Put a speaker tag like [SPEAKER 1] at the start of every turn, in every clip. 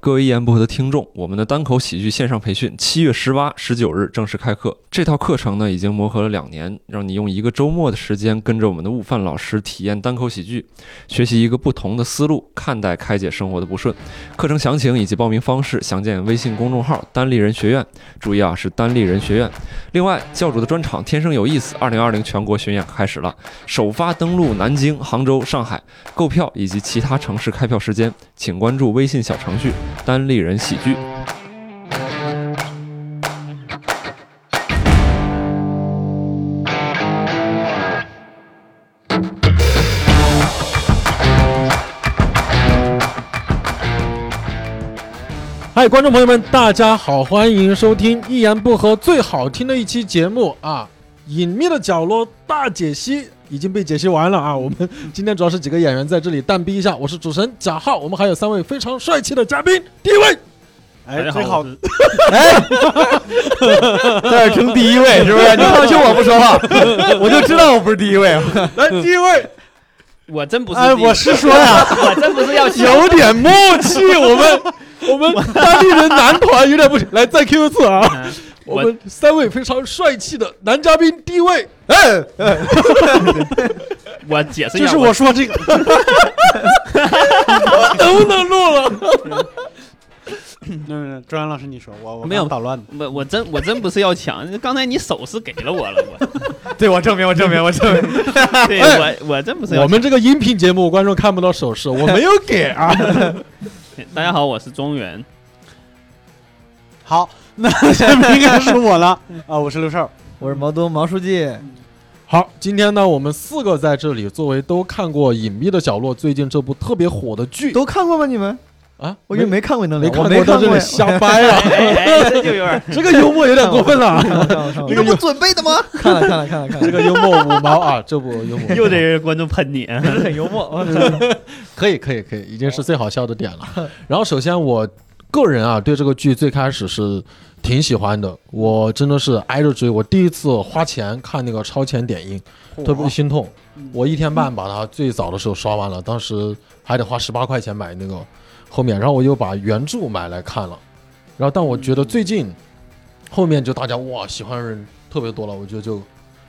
[SPEAKER 1] 各位一言不合的听众，我们的单口喜剧线上培训七月十八、十九日正式开课。这套课程呢，已经磨合了两年，让你用一个周末的时间跟着我们的悟饭老师体验单口喜剧，学习一个不同的思路，看待开解生活的不顺。课程详情以及报名方式，详见微信公众号“单立人学院”。注意啊，是单立人学院。另外，教主的专场《天生有意思》二零二零全国巡演开始了，首发登陆南京、杭州、上海。购票以及其他城市开票时间，请关注微信小程序“单立人喜剧”。
[SPEAKER 2] 嗨，观众朋友们，大家好，欢迎收听《一言不合》最好听的一期节目啊！隐秘的角落大解析已经被解析完了啊！我们今天主要是几个演员在这里淡逼一下，我是主持人贾浩，我们还有三位非常帅气的嘉宾。第一位，
[SPEAKER 3] 哎，
[SPEAKER 4] 大
[SPEAKER 3] 最
[SPEAKER 4] 家好
[SPEAKER 3] 好
[SPEAKER 4] 我是
[SPEAKER 3] 在这争第一位是不是？你放心，我不说 话，我就知道我不是第一位。
[SPEAKER 2] 来，第一位，
[SPEAKER 4] 我真不是第
[SPEAKER 3] 哎，
[SPEAKER 4] 一位，
[SPEAKER 3] 我是说呀，
[SPEAKER 4] 我真不是要笑，
[SPEAKER 2] 有点默契，我们 我们当地人男团有点不行，来再 Q 一次 啊！
[SPEAKER 4] 嗯
[SPEAKER 2] 我
[SPEAKER 4] 我
[SPEAKER 2] 们三位非常帅气的男嘉宾，第一位，
[SPEAKER 3] 哎，
[SPEAKER 4] 我解释一
[SPEAKER 3] 就
[SPEAKER 4] 下，
[SPEAKER 3] 是我说这个，
[SPEAKER 2] 能不能录了？
[SPEAKER 5] 那周洋老师，你说我我
[SPEAKER 4] 没有
[SPEAKER 5] 刚捣乱的，
[SPEAKER 4] 我我真我真不是要抢，刚才你手势给了我了，我
[SPEAKER 3] 对我证明，我证明，我证明，
[SPEAKER 4] 对
[SPEAKER 2] 哎
[SPEAKER 4] 我我真不是
[SPEAKER 2] 我
[SPEAKER 4] 要抢。
[SPEAKER 2] 们这个音频节目，观众看不到手势，我没有给啊。
[SPEAKER 4] 大家好，我是中原，
[SPEAKER 5] 好，那下面应该是我了啊，我是刘少，
[SPEAKER 3] 我是毛东毛书记。
[SPEAKER 2] 好，今天呢，我们四个在这里，作为都看过《隐秘的角落》最近这部特别火的剧
[SPEAKER 3] 都看过吗？你们？
[SPEAKER 2] 啊，
[SPEAKER 3] 我以为没看过呢，
[SPEAKER 2] 没
[SPEAKER 3] 我
[SPEAKER 2] 看
[SPEAKER 3] 没
[SPEAKER 2] 过，
[SPEAKER 3] 看
[SPEAKER 2] 在这
[SPEAKER 3] 过
[SPEAKER 2] 里
[SPEAKER 3] 呀。
[SPEAKER 2] 瞎掰啊，
[SPEAKER 4] 哎哎，这就有 点
[SPEAKER 2] 这个幽默有点过分了啊，
[SPEAKER 3] 你
[SPEAKER 2] 这不
[SPEAKER 3] 准备的吗？看了看了看了看了，
[SPEAKER 2] 这个幽默五毛啊，这部幽默
[SPEAKER 4] 又得观众喷 你，啊
[SPEAKER 3] 真的很幽默。我
[SPEAKER 2] 可以可以可以，已经是最好笑的点了。然后首先我个人啊，对这个剧最开始是挺喜欢的，我真的是挨着追，我第一次花钱看那个超前点映，特别心痛，我一天半把它最早的时候刷完了，当时还得花十八块钱买那个后面，然后我又把原著买来看了，然后但我觉得最近后面就大家哇喜欢的人特别多了，我觉得就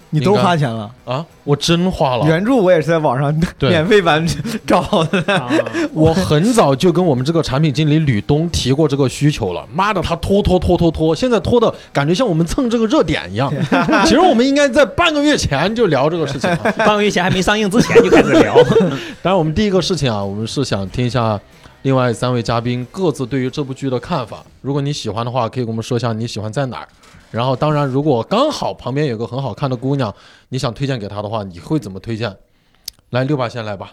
[SPEAKER 3] 你都花钱了，
[SPEAKER 2] 啊我真花了，
[SPEAKER 3] 原著我也是在网上
[SPEAKER 2] 对
[SPEAKER 3] 免费版 找的。
[SPEAKER 4] 啊
[SPEAKER 2] 我很早就跟我们这个产品经理吕东提过这个需求了。妈的，他拖拖拖拖拖，现在拖的感觉像我们蹭这个热点一样。其实我们应该在半个月前就聊这个事情啊。
[SPEAKER 4] 半个月前还没上映之前就开始聊，
[SPEAKER 2] 当然，我们第一个事情啊，我们是想听一下另外三位嘉宾各自对于这部剧的看法。如果你喜欢的话，可以跟我们说一下你喜欢在哪儿。然后，当然，如果刚好旁边有个很好看的姑娘，你想推荐给她的话，你会怎么推荐？来，六八先来吧。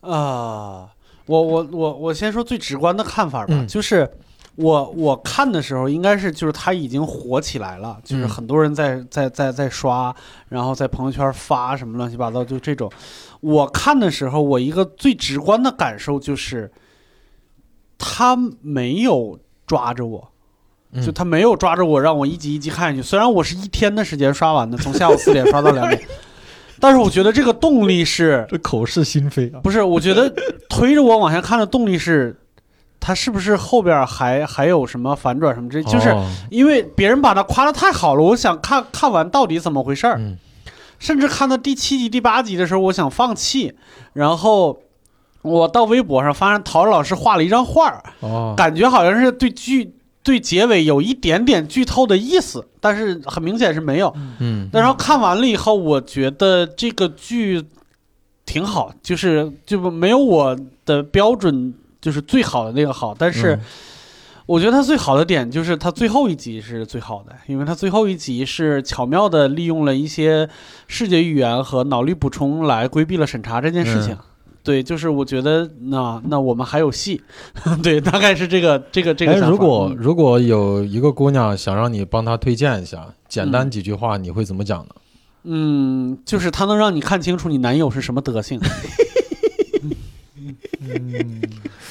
[SPEAKER 5] 啊，我我我我先说最直观的看法吧，
[SPEAKER 2] 嗯
[SPEAKER 5] 就是我我看的时候，应该是就是他已经火起来了，就是
[SPEAKER 2] 嗯
[SPEAKER 5] 很多人在在在在刷，然后在朋友圈发什么乱七八糟，就这种。我看的时候，我一个最直观的感受就是，他没有抓着我。
[SPEAKER 2] 嗯
[SPEAKER 5] 就他没有抓着我，让我一集一集看下去。虽然我是一天的时间刷完的，从下午四点刷到 两点，但是我觉得这个动力是
[SPEAKER 3] 这口是心非啊！
[SPEAKER 5] 不是，我 觉得推着我往下看的动力是，他是不是后边还还有什么反转什么之类？就是
[SPEAKER 2] 哦
[SPEAKER 5] 因为别人把他夸的太好了，我想看看完到底怎么回事儿。
[SPEAKER 2] 嗯
[SPEAKER 5] 甚至看到第七集、第八集的时候，我想放弃，然后我到微博上发现陶老师画了一张画儿，
[SPEAKER 2] 哦，
[SPEAKER 5] 感觉好像是对剧对结尾有一点点剧透的意思，但是很明显是没有。
[SPEAKER 2] 嗯
[SPEAKER 5] 但然后看完了以后，我觉得这个剧挺好，就是就不没有我的标准就是最好的那个好，但是
[SPEAKER 2] 嗯
[SPEAKER 5] 我觉得它最好的点就是它最后一集是最好的，因为它最后一集是巧妙的利用了一些视觉语言和脑力补充来规避了审查这件事情。
[SPEAKER 2] 嗯
[SPEAKER 5] 对，就是我觉得那那我们还有戏， 对，大概是这个这个这个
[SPEAKER 2] 哎，
[SPEAKER 5] 想法。
[SPEAKER 2] 如果
[SPEAKER 5] 嗯
[SPEAKER 2] 如果有一个姑娘想让你帮她推荐一下，简单
[SPEAKER 5] 嗯
[SPEAKER 2] 几句话，你会怎么讲呢？
[SPEAKER 5] 嗯，就是它能让你看清楚你男友是什么 德性。
[SPEAKER 2] 嗯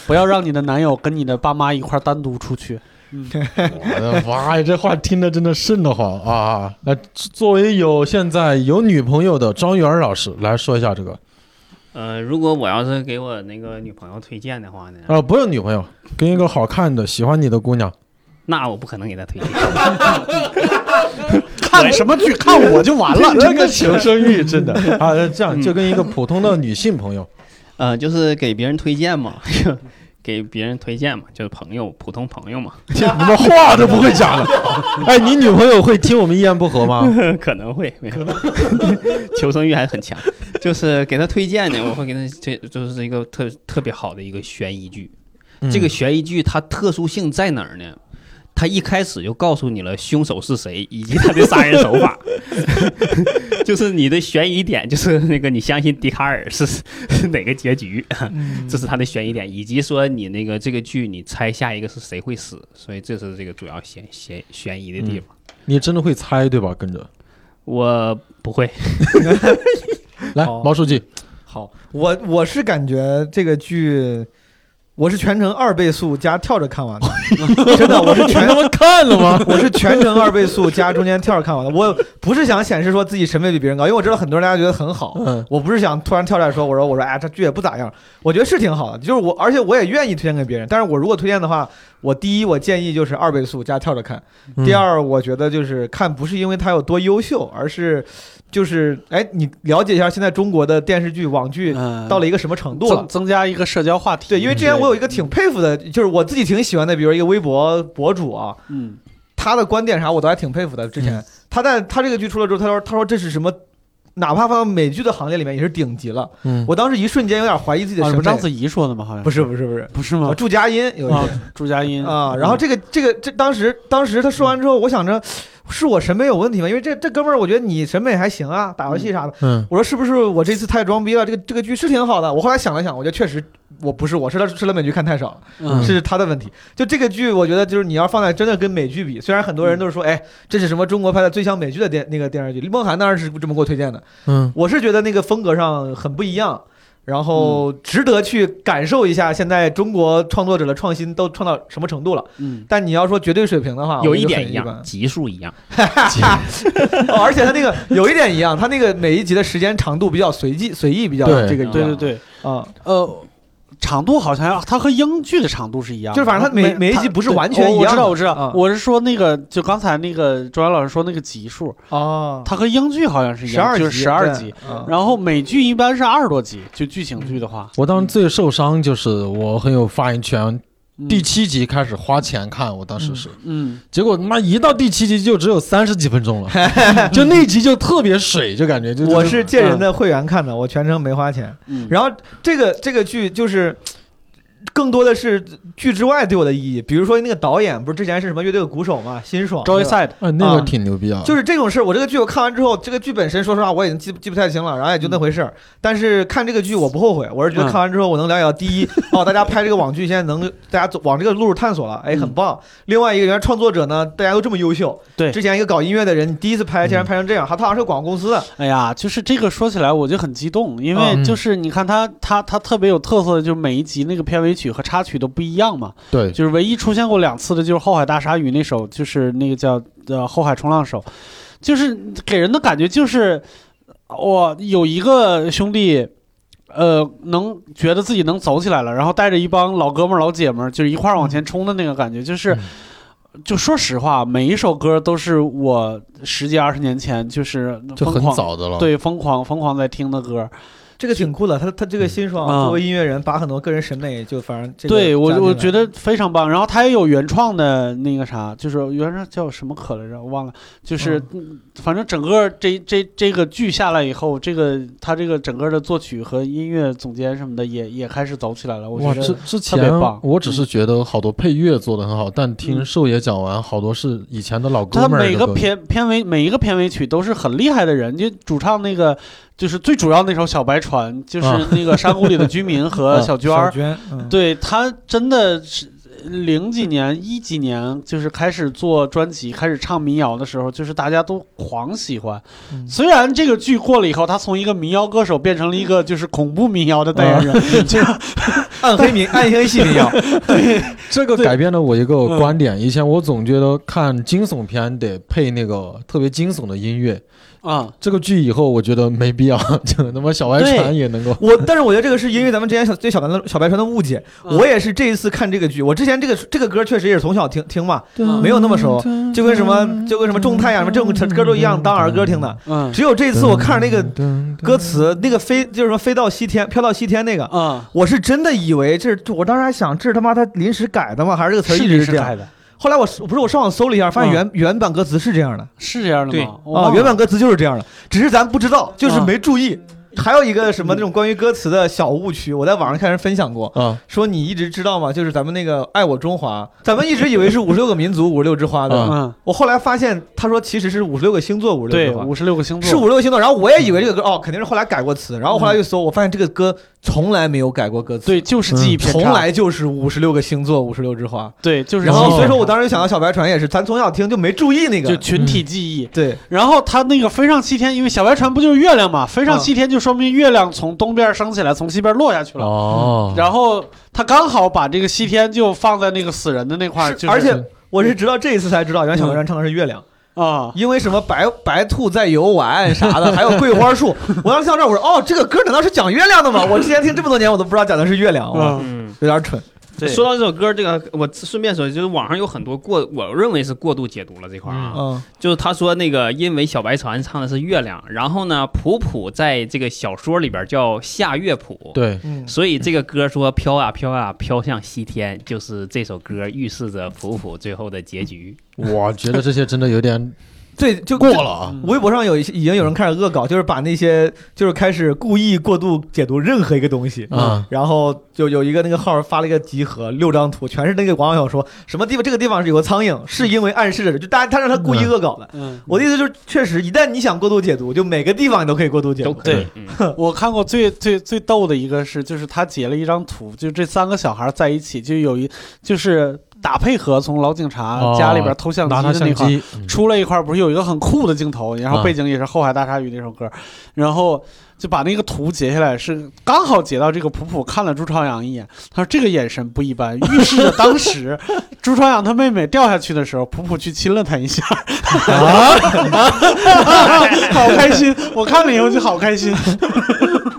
[SPEAKER 5] 不要让你的男友跟你的爸妈一块儿单独出 去。
[SPEAKER 2] 我的妈呀，这话听的真的瘆得慌啊！那作为有现在有女朋友的张元老师来说一下这个，
[SPEAKER 4] 呃，如果我要是给我那个女朋友推荐的话呢，
[SPEAKER 2] 啊，不用女朋友，跟一个好看的、喜欢你的姑 娘。
[SPEAKER 4] 那我不可能给她推荐。
[SPEAKER 5] 看什么剧？看我就完了， 真的是。
[SPEAKER 2] 求生欲真的啊，这样就跟一个普通的女性朋友，
[SPEAKER 4] 呃，就是给别人推荐 嘛，给别人推荐嘛，就是朋友，普通朋友嘛，
[SPEAKER 2] 你们话都不会讲了。 哎，你女朋友会听我们一言不合吗？
[SPEAKER 4] 可能会，没有， 求生欲还是很强。就是给她推荐呢，我会给她推，就是一个特特别好的一个悬疑剧。
[SPEAKER 2] 嗯
[SPEAKER 4] 这个悬疑剧它特殊性在哪儿呢？它一开始就告诉你了凶手是谁以及他的杀人手法，就是你的悬疑点就是那个你相信笛卡尔是是哪个结局，这是他的悬疑点，以及说你那个这个剧你猜下一个是谁会死，所以这是这个主要悬悬悬疑的地方。
[SPEAKER 2] 你真的会猜对吧？跟着
[SPEAKER 4] 我不会，
[SPEAKER 2] 来，
[SPEAKER 3] 好
[SPEAKER 2] 毛书记，
[SPEAKER 3] 好，我我是感觉这个剧，我是全程二倍速加跳着看完的， 真的，我是 全
[SPEAKER 2] 他妈看了吗？
[SPEAKER 3] 我是全程二倍速加中间跳着看完的。我不是想显示说自己审美比别人高，因为我知道很多人大家觉得很好，
[SPEAKER 2] 嗯，
[SPEAKER 3] 我不是想突然跳出来说，我说我说哎，这剧也不咋样，我觉得是挺好的，就是我，而且我也愿意推荐给别人。但是我如果推荐的话，我第一我建议就是二倍速加跳着看，
[SPEAKER 2] 嗯
[SPEAKER 3] 第二我觉得就是看不是因为它有多优秀，而是就是哎，你了解一下现在中国的电视剧、网剧
[SPEAKER 5] 嗯
[SPEAKER 3] 到了一个什么程度了
[SPEAKER 5] 增。增加一个社交话题。
[SPEAKER 3] 对，因为之前我有一个挺佩服的，就是我自己挺喜欢的，比如一个微博博主啊，
[SPEAKER 5] 嗯，
[SPEAKER 3] 他的观点啥我都还挺佩服的。之前、他在他这个剧出了之后，他说他说这是什么，哪怕放到美剧的行列里面也是顶级了。
[SPEAKER 2] 嗯
[SPEAKER 3] 我当时一瞬间有点怀疑自己的
[SPEAKER 5] 啊，
[SPEAKER 3] 审
[SPEAKER 5] 不
[SPEAKER 3] 美，
[SPEAKER 5] 章子怡说的吗？好像
[SPEAKER 3] 不是不是不是，
[SPEAKER 5] 不是吗？
[SPEAKER 3] 祝佳音有一
[SPEAKER 5] 啊
[SPEAKER 3] 些，
[SPEAKER 5] 朱佳音
[SPEAKER 3] 啊。然后这个这个这当时当时他说完之后，我想着是我审美有问题吗？因为这这哥们儿，我觉得你审美还行啊，打游戏啥的。
[SPEAKER 2] 嗯
[SPEAKER 3] 我说是不是我这次太装逼了？这个这个剧是挺好的。我后来想了想，我觉得确实我不是，我是他是他美剧看太少了。
[SPEAKER 5] 嗯
[SPEAKER 3] 是他的问题。就这个剧，我觉得就是你要放在真的跟美剧比，虽然很多人都是说，哎，这是什么中国拍的最像美剧的电那个电视剧，李梦涵当然是这么给我推荐的。
[SPEAKER 2] 嗯，
[SPEAKER 3] 我是觉得那个风格上很不一样，然后值得去感受一下现在中国创作者的创新都创到什么程度了。
[SPEAKER 5] 嗯
[SPEAKER 3] 但你要说绝对水平的话，
[SPEAKER 4] 有
[SPEAKER 3] 我觉得很
[SPEAKER 4] 点
[SPEAKER 3] 啊一
[SPEAKER 4] 一
[SPEAKER 3] 般
[SPEAKER 4] 样，级数一样。
[SPEAKER 3] 哦而且他那个有一点一样，他那个每一集的时间长度比较随机，随意比较
[SPEAKER 2] 对
[SPEAKER 3] 这个一
[SPEAKER 5] 对对
[SPEAKER 3] 样
[SPEAKER 5] 对，
[SPEAKER 3] 啊，
[SPEAKER 5] 呃，长度好像它和英剧的长度是一样的，
[SPEAKER 3] 就是反正它每每一集不是完全
[SPEAKER 5] 它对
[SPEAKER 3] 一样的
[SPEAKER 5] 我我知道，我知
[SPEAKER 3] 啊
[SPEAKER 5] 道，我是说那个，就刚才那个周岩老师说那个集数，
[SPEAKER 3] 哦，
[SPEAKER 5] 它和英剧好像是一
[SPEAKER 3] 十
[SPEAKER 5] 样，
[SPEAKER 3] 二
[SPEAKER 5] 就是十二集
[SPEAKER 3] 集。，嗯
[SPEAKER 5] 然后美剧一般是二十多集，就剧情剧的话，
[SPEAKER 2] 我当时最受伤就是我很有发言权，
[SPEAKER 5] 嗯
[SPEAKER 2] 第七集开始花钱看，我当时是，
[SPEAKER 5] 嗯，
[SPEAKER 2] 结果他妈一到第七集就只有三十几分钟 了，就那集就特别水，就感觉就
[SPEAKER 3] 我是借人的会员看的，我全程没花钱。
[SPEAKER 5] 嗯
[SPEAKER 3] 然后这个这个剧就是。更多的是剧之外对我的意义，比如说那个导演不是之前是什么乐队的鼓手嘛，辛爽，
[SPEAKER 5] 周
[SPEAKER 3] 对
[SPEAKER 5] 一
[SPEAKER 3] 吧
[SPEAKER 5] 赛的，
[SPEAKER 2] 啊那个
[SPEAKER 3] 啊
[SPEAKER 2] 挺牛逼啊，
[SPEAKER 3] 就是这种事儿。我这个剧我看完之后，这个剧本身说实话我已经记记不太清了，然后也就那回事儿。但是看这个剧我不后悔，我是觉
[SPEAKER 5] 嗯
[SPEAKER 3] 得看完之后我能了解到，第 一，哦，大家拍这个网剧现在能大家走往这个路上探索了，哎，很棒。另外一个原来创作者呢，大家都这么优秀，
[SPEAKER 5] 嗯对嗯
[SPEAKER 3] 之前一个搞音乐的人，你第一次拍竟然拍成这样，他他好像是个广告公司的，
[SPEAKER 5] 哎呀，就是这个说起来我就很激动，因为
[SPEAKER 2] 嗯
[SPEAKER 5] 就是你看它它它特别有特色的，就是每一集那个片尾曲和插曲都不一样嘛，
[SPEAKER 2] 对，
[SPEAKER 5] 就是唯一出现过两次的就是《后海大鲨鱼》那首，就是那个叫呃《后海冲浪手》，就是给人的感觉就是我有一个兄弟。呃，能觉得自己能走起来了，然后带着一帮老哥们儿、老姐们儿，就是一块儿往前冲的那个感觉，就是
[SPEAKER 2] 嗯，
[SPEAKER 5] 就说实话，每一首歌都是我十几二十年前就是
[SPEAKER 2] 就
[SPEAKER 5] 疯
[SPEAKER 2] 很
[SPEAKER 5] 狂
[SPEAKER 2] 早的了，，
[SPEAKER 5] 对，疯狂疯狂在听的歌。
[SPEAKER 3] 这个挺酷的，他他这个辛爽
[SPEAKER 5] 啊
[SPEAKER 3] 作为音乐人，把很多个人审美就反正这个
[SPEAKER 5] 对我，我
[SPEAKER 3] 加进来
[SPEAKER 5] 觉得非常棒。然后他也有原创的那个啥，就是原创叫什么可来着，我忘了。就是、嗯反正整个这这这个剧下来以后，这个他这个整个的作曲和音乐总监什么的也也开始走起来了。我
[SPEAKER 2] 哇，
[SPEAKER 5] 觉
[SPEAKER 2] 之
[SPEAKER 5] 得
[SPEAKER 2] 之
[SPEAKER 5] 特别
[SPEAKER 2] 前
[SPEAKER 5] 棒
[SPEAKER 2] 我
[SPEAKER 3] 嗯
[SPEAKER 2] 只是觉得好多配乐做的很好，但听寿爷讲完，好多是以前的老哥
[SPEAKER 5] 他
[SPEAKER 2] 们儿
[SPEAKER 5] 每
[SPEAKER 2] 的
[SPEAKER 5] 个
[SPEAKER 2] 歌
[SPEAKER 5] 片片尾每一个片尾曲都是很厉害的人，就主唱那个就是最主要那首《小白船》，就是
[SPEAKER 2] 啊
[SPEAKER 5] 那个山谷里的居民和
[SPEAKER 2] 啊
[SPEAKER 5] 小娟儿
[SPEAKER 3] 小。娟，嗯，
[SPEAKER 5] 对他真的是零几年、一几年，就是开始做专辑、开始唱民谣的时候，就是大家都狂喜欢。
[SPEAKER 3] 嗯
[SPEAKER 5] 虽然这个剧过了以后，他从一个民谣歌手变成了一个就是恐怖民谣的代言人， 这样
[SPEAKER 3] 暗黑民暗黑系民谣，
[SPEAKER 2] 这个改变了我一个
[SPEAKER 3] 嗯
[SPEAKER 2] 观点。以前我总觉得看惊悚片得配那个特别惊悚的音乐，
[SPEAKER 5] 啊，
[SPEAKER 2] 这个剧以后我觉得没必要，就他妈小白船
[SPEAKER 3] 对
[SPEAKER 2] 也能够。
[SPEAKER 3] 我，但是我觉得这个是因为咱们之前小对小白的小白船的误解。
[SPEAKER 5] 嗯
[SPEAKER 3] 我也是这一次看这个剧，我之前这个这个歌确实也是从小听听嘛，
[SPEAKER 5] 嗯
[SPEAKER 3] 没有那么熟，就跟什么就跟什么种太阳什么这种歌都一样，当儿歌听的。
[SPEAKER 5] 嗯
[SPEAKER 3] 只有这次我看着那个
[SPEAKER 2] 嗯
[SPEAKER 3] 歌
[SPEAKER 2] 歌
[SPEAKER 3] 词，那个飞就是什么飞到西天，飘到西天那个，
[SPEAKER 5] 啊，
[SPEAKER 3] 我是真的以为这是，我当时还想这是他妈他临时改的吗？还是这个词儿一直
[SPEAKER 5] 是
[SPEAKER 3] 是这样？
[SPEAKER 5] 改的，嗯
[SPEAKER 3] 后来我不是我上网搜了一下，发现原原版歌词是这样的
[SPEAKER 5] 是这样的
[SPEAKER 4] 对
[SPEAKER 5] 吗？我
[SPEAKER 3] 啊，
[SPEAKER 5] 忘
[SPEAKER 3] 原
[SPEAKER 5] 了
[SPEAKER 3] 版歌词就是这样的，只是咱不知道，就是
[SPEAKER 5] 啊
[SPEAKER 3] 没注意。还有一个什么那种关于歌词的小误区，我在网上看人分享过，
[SPEAKER 2] 啊，
[SPEAKER 3] 说你一直知道吗？就是咱们那个“爱我中华”， 咱们一直以为是五十六个民族五十六枝花的，
[SPEAKER 2] 啊
[SPEAKER 5] 嗯，
[SPEAKER 3] 我后来发现他说其实是五十六个星座五十六
[SPEAKER 5] 对，
[SPEAKER 3] 枝花。
[SPEAKER 5] 五十六个星座
[SPEAKER 3] 是五十六个星座，然后我也以为这个歌哦，肯定是后来改过词，然后后来一搜，我发现这个歌从来没有改过歌词，
[SPEAKER 5] 对，就是记忆偏差，
[SPEAKER 3] 嗯从来就是五十六个星座，五十六枝花。
[SPEAKER 5] 对，就是
[SPEAKER 3] 然后
[SPEAKER 5] 记忆
[SPEAKER 3] 所以说
[SPEAKER 5] 偏
[SPEAKER 3] 我
[SPEAKER 5] 差
[SPEAKER 3] 当时想到小白船也是，咱从小听就没注意那
[SPEAKER 5] 就
[SPEAKER 3] 个，
[SPEAKER 5] 群体记忆。
[SPEAKER 3] 对
[SPEAKER 5] 然后他那个飞上西天，因为小白船不就是月亮嘛？飞上西天就说明月亮从东边升起来，从西边落下去了。
[SPEAKER 2] 哦，
[SPEAKER 5] 然后他刚好把这个西天就放在那个死人的那块儿，就是嗯
[SPEAKER 3] 是而且我是直到这一次才知道，原来小白船唱的是月亮，
[SPEAKER 5] 啊，
[SPEAKER 3] 因为什么白白兔在游玩啥的，还有桂 花树。我当时听到这儿，我说哦，这个歌难道是讲月亮的吗？我之前听这么多年，我都不知道讲的是月
[SPEAKER 2] 哦
[SPEAKER 3] 亮，哇
[SPEAKER 5] 嗯，
[SPEAKER 4] 嗯，
[SPEAKER 3] 有点蠢。
[SPEAKER 5] 对，
[SPEAKER 4] 说到这首歌，这个我顺便说，就是网上有很多过，我认为是过度解读了这块儿啊。
[SPEAKER 3] 嗯
[SPEAKER 4] 就是他说那个，因为小白船唱的是月亮，然后呢，普普在这个小说里边叫夏月普，
[SPEAKER 2] 对，
[SPEAKER 3] 嗯，
[SPEAKER 4] 所以这个歌说飘啊飘啊飘向西天，就是这首歌预示着普普最后的结局。
[SPEAKER 2] 我觉得这些真的有 点
[SPEAKER 3] 对，就
[SPEAKER 2] 过了啊。
[SPEAKER 5] 嗯
[SPEAKER 3] 微博上有一些已经有人开始恶搞，就是把那些就是开始故意过度解读任何一个东西
[SPEAKER 5] 嗯
[SPEAKER 2] 啊
[SPEAKER 3] 然后就有一个那个号发了一个集合，六张图，全是那个网友说什么地方这个地方是有个苍蝇，是因为暗示着就大家他让他故意恶搞的。
[SPEAKER 5] 嗯，
[SPEAKER 3] 我的意思就是，确实一旦你想过度解读，就每个地方你都可以过度解
[SPEAKER 4] 都
[SPEAKER 3] 读。
[SPEAKER 4] 可以，嗯
[SPEAKER 5] 我看过最最最逗的一个是，就是他截了一张图，就这三个小孩在一起，就有一就是打配合从老警察
[SPEAKER 2] 哦
[SPEAKER 5] 家里边偷相机
[SPEAKER 2] 拿他
[SPEAKER 5] 的那
[SPEAKER 2] 相
[SPEAKER 5] 块儿。
[SPEAKER 2] 机，嗯
[SPEAKER 5] 出来一块儿不是有一个很酷的镜头，然后
[SPEAKER 2] 啊
[SPEAKER 5] 背景也是《后海大鲨鱼》那首歌，然后就把那个图截下来，是刚好截到这个普普看了朱朝阳一眼，他说这个眼神不一般，预示着当时 朱朝阳他妹妹掉下去的时候，普普去亲了他一下， 好开心，我看了以后就好开心，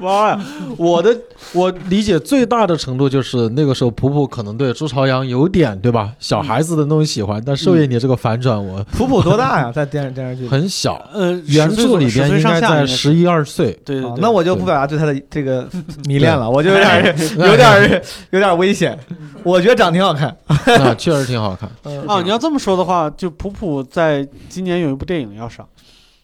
[SPEAKER 5] 妈呀，
[SPEAKER 2] 我的我理解最大的程度就是那个时候，普普可能对朱朝阳有点对吧，小孩子的那种喜欢，但受业你这个反转，我
[SPEAKER 3] 普普多大呀？在电视电视剧里。
[SPEAKER 2] 很小。
[SPEAKER 5] 呃，
[SPEAKER 2] 原
[SPEAKER 5] 嗯10岁
[SPEAKER 2] 著
[SPEAKER 5] 左
[SPEAKER 2] 里
[SPEAKER 5] 10
[SPEAKER 2] 边
[SPEAKER 5] 岁
[SPEAKER 2] 应该
[SPEAKER 5] 上下
[SPEAKER 2] 在
[SPEAKER 5] 应该是
[SPEAKER 2] 十一二岁，
[SPEAKER 5] 对对
[SPEAKER 3] 啊
[SPEAKER 5] 对，
[SPEAKER 3] 那我就不表达对他的这个迷恋了，我就有点有点有点危险。我觉得长得挺好看，
[SPEAKER 2] 哎那确实挺好 看。
[SPEAKER 5] 啊，你要这么说的话，就普普在今年有一部电影要上，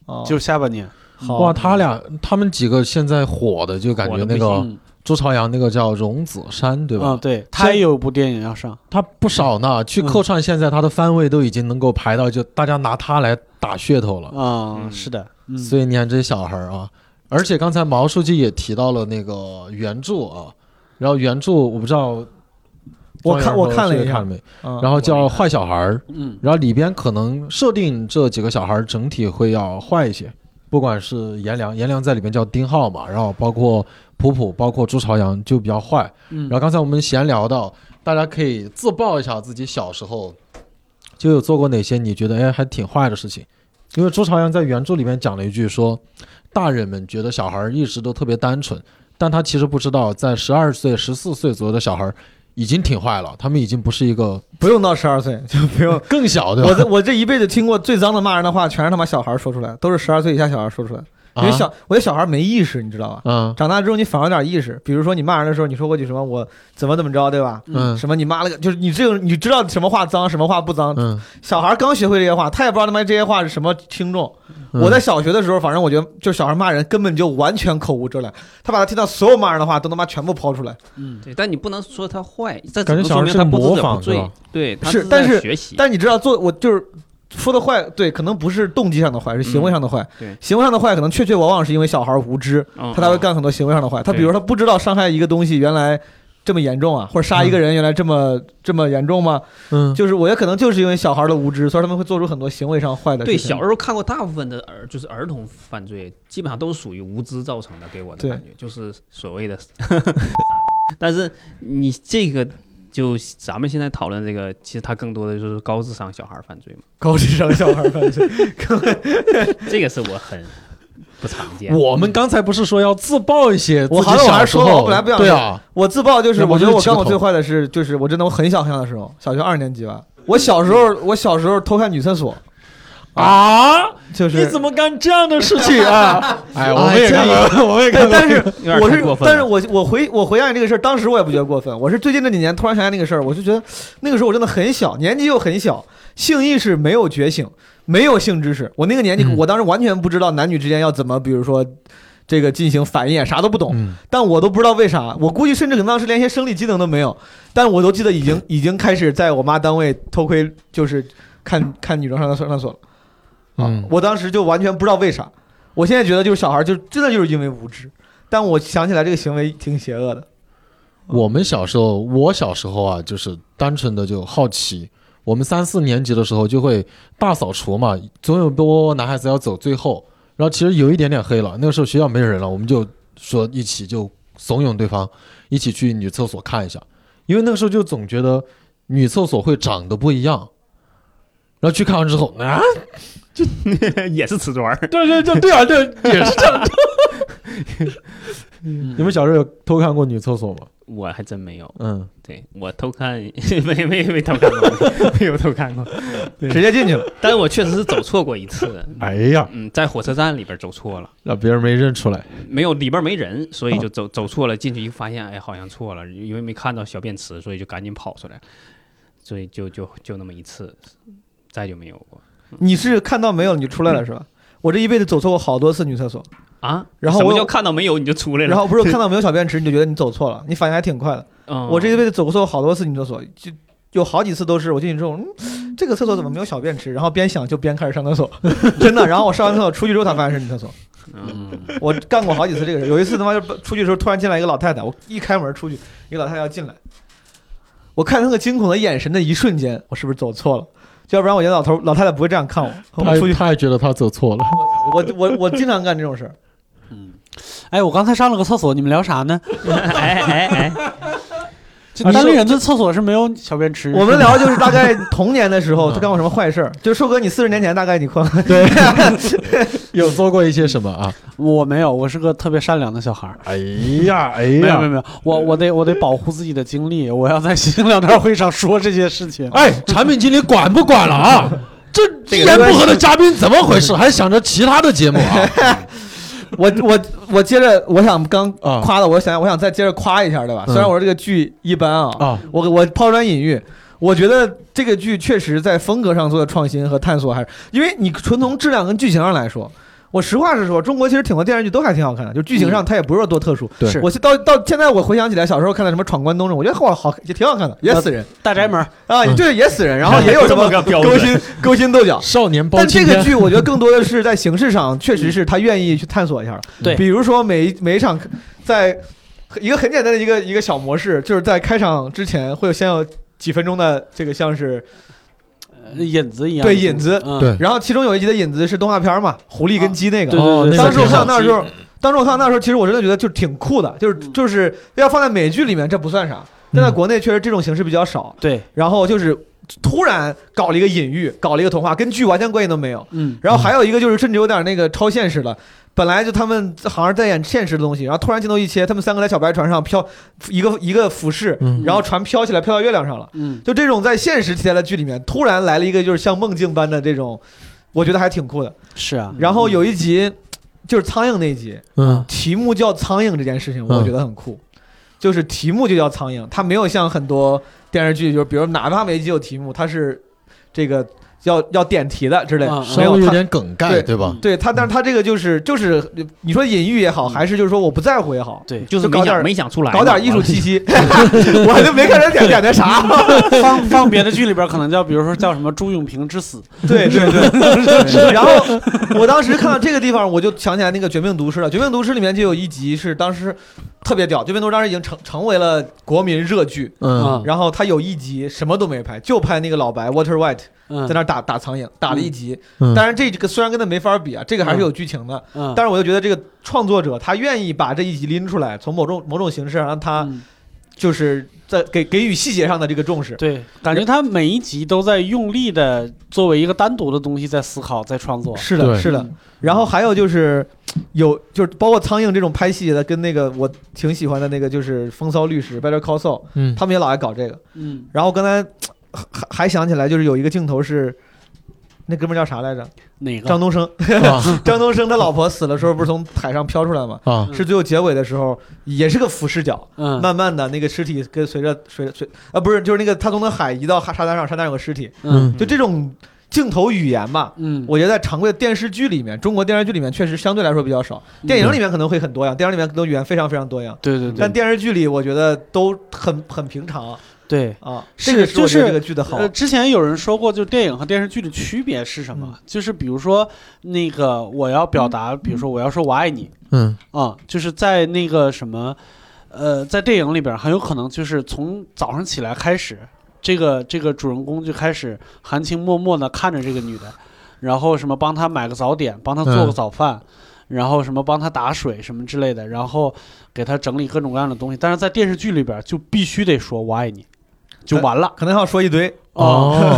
[SPEAKER 3] 哦
[SPEAKER 5] 就下半年，
[SPEAKER 3] 好
[SPEAKER 2] 哇，他俩他们几个现在火的，就感觉那
[SPEAKER 4] 火得
[SPEAKER 2] 个
[SPEAKER 5] 嗯，
[SPEAKER 2] 朱朝阳那个叫荣子山，对吧？
[SPEAKER 5] 嗯，对，他也有一部电影要上，
[SPEAKER 2] 他不少呢，去
[SPEAKER 3] 嗯
[SPEAKER 2] 客串，现在他的番位都已经能够排到，就大家拿他来打噱头了。
[SPEAKER 5] 啊、
[SPEAKER 4] 嗯
[SPEAKER 5] 是的，嗯，
[SPEAKER 2] 所以你看这些小孩儿啊，而且刚才毛书记也提到了那个原著啊，然后原著我不知道，
[SPEAKER 3] 我看我看了
[SPEAKER 2] 庄园和书记
[SPEAKER 3] 一下
[SPEAKER 2] 看没，
[SPEAKER 3] 嗯
[SPEAKER 2] 然后叫坏小孩儿，
[SPEAKER 5] 嗯
[SPEAKER 2] 然后里边可能设定这几个小孩儿整体会要坏一些，不管是颜良，颜良在里面叫丁浩嘛，然后包括普普，包括朱朝阳就比较坏。
[SPEAKER 5] 嗯
[SPEAKER 2] 然后刚才我们闲聊到，大家可以自曝一下自己小时候就有做过哪些你觉得哎还挺坏的事情，因为朱朝阳在原著里面讲了一句说，大人们觉得小孩儿一直都特别单纯，但他其实不知道，在十二岁、十四岁左右的小孩儿已经挺坏了，他们已经不是一个
[SPEAKER 3] 不用到十二岁就不用
[SPEAKER 2] 更小对吧？
[SPEAKER 3] 我这我这一辈子听过最脏的骂人的话，全是他妈小孩儿说出来的，都是十二岁以下小孩儿说出来的。因为小，我觉得小孩儿没意识，你知道吧？
[SPEAKER 2] 啊
[SPEAKER 3] 长大之后你反而有点意识，比如说你骂人的时候，你说过去什么我怎么怎么着，对吧？
[SPEAKER 2] 嗯
[SPEAKER 3] 什么你妈了个，就是你这个你知道什么话脏，什么话不脏。
[SPEAKER 2] 嗯，
[SPEAKER 3] 小孩儿刚学会这些话，他也不知道他妈这些话是什么轻重。
[SPEAKER 4] 嗯
[SPEAKER 3] 我在小学的时候，反正我觉得就小孩骂人根本就完全口无遮拦，他把他听到所有骂人的话都他妈全部抛出来。
[SPEAKER 5] 嗯，
[SPEAKER 4] 对，但你不能说他坏，这只
[SPEAKER 2] 感觉
[SPEAKER 4] 能
[SPEAKER 2] 小
[SPEAKER 4] 说
[SPEAKER 2] 孩
[SPEAKER 4] 明
[SPEAKER 2] 是
[SPEAKER 4] 他不知
[SPEAKER 2] 模
[SPEAKER 4] 者
[SPEAKER 2] 仿
[SPEAKER 4] 不
[SPEAKER 2] 是
[SPEAKER 4] 罪
[SPEAKER 2] 吧，
[SPEAKER 4] 对，他
[SPEAKER 3] 是
[SPEAKER 4] 在
[SPEAKER 3] 但是
[SPEAKER 4] 学习，
[SPEAKER 3] 但你知道做我就是说的坏，对，可能不是动机上的坏，是行为上的坏。
[SPEAKER 4] 嗯对嗯
[SPEAKER 3] 行为上的坏可能确确往往是因为小孩无知，
[SPEAKER 4] 他
[SPEAKER 3] 他才会干很多行为上的坏。他比如他不知道伤害一个东西原来这么严重啊，或者杀一个人原来这么这么严重吗？
[SPEAKER 2] 嗯，
[SPEAKER 3] 就是我也可能就是因为小孩的无知，所以他们会做出很多行为上坏的
[SPEAKER 4] 对，
[SPEAKER 3] 事情。
[SPEAKER 4] 小时候看过大部分的儿，就是儿童犯罪，基本上都是属于无知造成的，给我的
[SPEAKER 3] 对
[SPEAKER 4] 感觉就是所谓的。但是你这个就咱们现在讨论这个，其实它更多的就是高智商小孩犯罪嘛，
[SPEAKER 3] 高智商小孩犯罪，
[SPEAKER 4] 这个是我很不常见。
[SPEAKER 2] 我们刚才不是说要自曝一些自己
[SPEAKER 3] 我好像我还
[SPEAKER 2] 小时
[SPEAKER 3] 说了
[SPEAKER 2] 候？
[SPEAKER 3] 我本来不想
[SPEAKER 2] 对啊，
[SPEAKER 3] 我自曝就是，
[SPEAKER 2] 要不
[SPEAKER 3] 我觉得
[SPEAKER 2] 就
[SPEAKER 3] 我
[SPEAKER 2] 是起
[SPEAKER 3] 干
[SPEAKER 2] 个
[SPEAKER 3] 过最
[SPEAKER 2] 头
[SPEAKER 3] 坏的事，就是我真的我很小很小的时候，小学二年级吧。我小时候，我小时候偷看女厕所，
[SPEAKER 2] 啊，
[SPEAKER 3] 就
[SPEAKER 2] 你
[SPEAKER 3] 是
[SPEAKER 2] 怎么干这样的事情 啊？哎，我们
[SPEAKER 3] 哎
[SPEAKER 2] 也
[SPEAKER 3] 这
[SPEAKER 2] 干过，我们也
[SPEAKER 3] 但
[SPEAKER 2] 干过。
[SPEAKER 3] 但
[SPEAKER 4] 有
[SPEAKER 3] 是
[SPEAKER 4] 点
[SPEAKER 3] 我
[SPEAKER 4] 太
[SPEAKER 3] 是
[SPEAKER 4] 过，分
[SPEAKER 3] 但是
[SPEAKER 4] 了
[SPEAKER 3] 我我回我回想这个事儿，当时我也不觉得过分，我是最近这几年突然想起来那个事儿，我就觉得那个时候我真的很小，年纪又很小，性意识没有觉醒，没有性知识。我那个年纪，
[SPEAKER 2] 嗯
[SPEAKER 3] 我当时完全不知道男女之间要怎么，比如说这个进行繁衍，啥都不懂。
[SPEAKER 2] 嗯，
[SPEAKER 3] 但我都不知道为啥，我估计甚至可能当时连一些生理机能都没有，但我都记得已经已经开始在我妈单位偷窥，就是看看女生上厕所上厕所了。啊
[SPEAKER 2] 嗯
[SPEAKER 3] 我当时就完全不知道为啥，我现在觉得就是小孩就真的就是因为无知，但我想起来这个行为挺邪恶的。
[SPEAKER 2] 我们小时候，我小时候啊，就是单纯的就好奇。我们三四年级的时候就会大扫除嘛，总有波男孩子要走最后。然后其实有一点点黑了，那个时候学校没人了，我们就说一起就怂恿对方一起去女厕所看一下，因为那个时候就总觉得女厕所会长得不一样。然后去看完之后啊，
[SPEAKER 4] 也是瓷砖儿，
[SPEAKER 2] 对对对对啊，对也是这样。你们小时候有偷看过女厕所吗？
[SPEAKER 4] 我还真没有。
[SPEAKER 2] 嗯，
[SPEAKER 4] 对我偷看 没没没偷看过， 没有偷看过，
[SPEAKER 3] 直接进去了，
[SPEAKER 4] 但是我确实是走错过一次。
[SPEAKER 2] 哎呀，
[SPEAKER 4] 嗯，在火车站里边走错了，
[SPEAKER 2] 让别人没认出来。
[SPEAKER 4] 没有里边没人，所
[SPEAKER 3] 啊
[SPEAKER 4] 以就走走错了。进去一发现，哎，好像错了，因为没看到小便池，所以就赶紧跑出来，所以就就就那么一次，再就没有过
[SPEAKER 3] 你是看到没有你就出来了是吧？我这一辈子走错过好多次女厕所，
[SPEAKER 4] 啊。
[SPEAKER 3] 然后
[SPEAKER 4] 什
[SPEAKER 3] 我
[SPEAKER 4] 么
[SPEAKER 3] 有
[SPEAKER 4] 叫看到没有你就出来了？
[SPEAKER 3] 然后不是看到没有小便池你就觉得你走错了，你反应还挺快的。
[SPEAKER 4] 嗯
[SPEAKER 3] 我这一辈子走过好多次女厕所，就有好几次都是我进去之后，嗯，这个厕所怎么没有小便池？然后边想就边开始上厕所， 真的。然后我上完厕所出去之后才发现是女厕所，
[SPEAKER 4] 嗯
[SPEAKER 3] 我干过好几次这个事。有一次他妈就出去的时候突然进来一个老太太，我一开门出去，一个老太太要进来，我看她那个惊恐的眼神的一瞬间，我是不是走错了？要不然我觉得老头老太太不会这样看我。
[SPEAKER 2] 他
[SPEAKER 3] 我出去，
[SPEAKER 2] 他也觉得他走错了。
[SPEAKER 3] 我我我经常干这种事 儿。
[SPEAKER 5] 嗯，哎，我刚才上了个厕所，你们聊啥呢？
[SPEAKER 4] 哎哎哎，
[SPEAKER 5] 就单立人的厕所啊是没有小便池，
[SPEAKER 3] 我们聊的就是大概童年的时候他干过什么坏事儿。就寿哥，你四十年前大概你困，
[SPEAKER 2] 对， 有做过一些什么啊？
[SPEAKER 5] 我没有，我是个特别善良的小孩儿。
[SPEAKER 2] 哎呀，哎
[SPEAKER 5] 没有没有，没有，我我得我得保护自己的经历，我要在新 聊天会上说这些事情。
[SPEAKER 2] 哎，产品经理管不管了啊？这
[SPEAKER 3] 这
[SPEAKER 2] 一
[SPEAKER 3] 个
[SPEAKER 2] 言不合的嘉宾怎么回 事？还想着其他的节目啊？
[SPEAKER 3] 我我我接着，我想刚
[SPEAKER 2] 啊
[SPEAKER 3] 夸的，我想我想再接着夸一下，对吧？
[SPEAKER 2] 嗯
[SPEAKER 3] 虽然我说这个剧一般啊，
[SPEAKER 2] 啊，
[SPEAKER 3] 我我抛砖引玉，我觉得这个剧确实在风格上做的创新和探索还是，因为你纯从质量跟剧情上来说。我实话实说，中国其实挺多电视剧都还挺好看的，就剧
[SPEAKER 2] 嗯
[SPEAKER 3] 情上它也不是多特殊。
[SPEAKER 2] 对
[SPEAKER 5] 是
[SPEAKER 3] 我是到到现在我回想起来，小时候看的什么《闯关东》这种，我觉得好好也挺好看的，也死人
[SPEAKER 5] 大宅门，
[SPEAKER 3] 啊，
[SPEAKER 2] 嗯哦
[SPEAKER 3] 对，也死人，然后也有 什
[SPEAKER 4] 这
[SPEAKER 3] 么
[SPEAKER 4] 么个标
[SPEAKER 3] 勾
[SPEAKER 4] 准？
[SPEAKER 3] 心勾心斗角，
[SPEAKER 2] 啊少年包
[SPEAKER 3] 但
[SPEAKER 2] 青
[SPEAKER 3] 这个
[SPEAKER 2] 天。
[SPEAKER 3] 剧我觉得更多的是在形式上，确实是他愿意去探索一下。
[SPEAKER 5] 对
[SPEAKER 3] 比如说每一每一场，在一个很简单的一个一个小模式，就是在开场之前会有先有几分钟的这个像是，
[SPEAKER 5] 呃引子一样，
[SPEAKER 3] 对引子
[SPEAKER 5] 嗯
[SPEAKER 2] 对
[SPEAKER 3] 然后其中有一集的引子是动画片嘛，狐狸跟鸡那个。
[SPEAKER 5] 对
[SPEAKER 2] 哦
[SPEAKER 5] 对对，
[SPEAKER 2] 那个
[SPEAKER 3] 当时我
[SPEAKER 2] 挺好
[SPEAKER 3] 看到那时
[SPEAKER 4] 嗯
[SPEAKER 3] 候，当时我看到那时候，其实我真的觉得就挺酷的，就是
[SPEAKER 5] 嗯
[SPEAKER 3] 就是要放在美剧里面这不算啥，但在国内确实这种形式比较少。
[SPEAKER 5] 对，
[SPEAKER 3] 然后就是突然搞了一个隐喻，搞了一个童话，跟剧完全关系都没有。
[SPEAKER 5] 嗯，
[SPEAKER 3] 然后还有一个就是甚至有点那个超现实了。本来就他们好像在演现实的东西，然后突然镜头一切，他们三个在小白船上飘，一个一个俯视，
[SPEAKER 2] 嗯
[SPEAKER 3] 然后船飘起来，飘到月亮上了。
[SPEAKER 5] 嗯，
[SPEAKER 3] 就这种在现实题材的剧里面，突然来了一个就是像梦境般的这种，我觉得还挺酷的。
[SPEAKER 5] 是啊，
[SPEAKER 3] 然后有一集就是苍蝇那一集，
[SPEAKER 2] 嗯
[SPEAKER 3] 题目叫苍蝇这件事情，
[SPEAKER 2] 嗯
[SPEAKER 3] 我觉得很酷，就是题目就叫苍蝇，它没有像很多电视剧，就是比如哪怕每集有题目，它是这个要要点题的之类
[SPEAKER 5] 嗯
[SPEAKER 3] 的，没
[SPEAKER 2] 稍
[SPEAKER 3] 有
[SPEAKER 2] 微有
[SPEAKER 3] 它
[SPEAKER 2] 点梗概，
[SPEAKER 3] 对
[SPEAKER 2] 对吧？
[SPEAKER 3] 对他，但是他这个就是就是你说隐喻也好，
[SPEAKER 5] 嗯
[SPEAKER 3] 还是就是说我不在乎也好，
[SPEAKER 5] 对，
[SPEAKER 4] 就是
[SPEAKER 3] 搞
[SPEAKER 4] 没
[SPEAKER 3] 点
[SPEAKER 4] 想没想出来嘛，
[SPEAKER 3] 搞点艺术气息， 我就没看人点点那啥。
[SPEAKER 5] 放放别的剧里边可能叫，比如说叫什么朱永平之 死，
[SPEAKER 3] 对对对。然后我当时看到这个地方，我就想起来那个《绝命毒师》了，《绝命毒师》里面就有一集是当时特别屌，《绝命毒师》当时已经成成为了国民热剧。
[SPEAKER 2] 嗯
[SPEAKER 5] 嗯
[SPEAKER 3] 然后他有一集什么都没拍，就拍那个老白 Water White
[SPEAKER 5] 嗯
[SPEAKER 3] 在那儿打打苍蝇，打了一集。
[SPEAKER 2] 嗯，
[SPEAKER 3] 当然这个虽然跟他没法比啊，这个还是有剧情的。
[SPEAKER 5] 嗯，
[SPEAKER 3] 但是我就觉得这个创作者他愿意把这一集拎出来，从某种某种形式上让他
[SPEAKER 5] 嗯
[SPEAKER 3] 就是在给给予细节上的这个重视。
[SPEAKER 5] 对，感觉他每一集都在用力的作为一个单独的东西在思考，在创作。
[SPEAKER 3] 是的，
[SPEAKER 2] 对
[SPEAKER 3] 是的。然后还有就是，有就是包括苍蝇这种拍戏的，跟那个我挺喜欢的那个就是《风骚律师》（Better Call Saul），
[SPEAKER 2] 嗯，
[SPEAKER 3] 他们也老爱搞这个。
[SPEAKER 5] 嗯，
[SPEAKER 3] 然后刚才还还想起来，就是有一个镜头是，那哥们儿叫啥来着？
[SPEAKER 5] 哪个？
[SPEAKER 3] 张东升。
[SPEAKER 2] 啊
[SPEAKER 3] 张东升他老婆死的时候，不是从海上飘出来吗？
[SPEAKER 2] 啊，
[SPEAKER 3] 是最后结尾的时候，也是个俯视角，
[SPEAKER 5] 嗯
[SPEAKER 3] 慢慢的那个尸体跟随着随着随啊不是就是那个他从那海移到沙滩上，沙滩上有个尸体，
[SPEAKER 5] 嗯
[SPEAKER 3] 就这种镜头语言吧，
[SPEAKER 5] 嗯，
[SPEAKER 3] 我觉得在常规的电视剧里面，中国电视剧里面确实相对来说比较少，电影里面可能会很多样，电影里面可能语言非常非常多样，
[SPEAKER 5] 嗯对对
[SPEAKER 3] 但
[SPEAKER 5] 对
[SPEAKER 3] 电视剧里我觉得都很很平常
[SPEAKER 5] 对。
[SPEAKER 3] 啊。
[SPEAKER 5] 是
[SPEAKER 3] 这个是我
[SPEAKER 5] 就是
[SPEAKER 3] 觉得这个剧的好
[SPEAKER 5] 呃，，之前有人说过，就电影和电视剧的区别是什么？就是比如说，那个我要表达，比如说我要说我爱你，
[SPEAKER 2] 嗯
[SPEAKER 5] 啊、就是在那个什么，呃，在电影里边儿很有可能就是从早上起来开始，这个这个主人公就开始含情脉脉的看着这个女的，然后什么帮她买个早点，帮她做个
[SPEAKER 2] 嗯
[SPEAKER 5] 早饭。然后什么帮她打水什么之类的，然后给她整理各种各样的东西，但是在电视剧里边儿就必须得说我爱你，就完了。
[SPEAKER 3] 可能还要说一堆，
[SPEAKER 5] 哦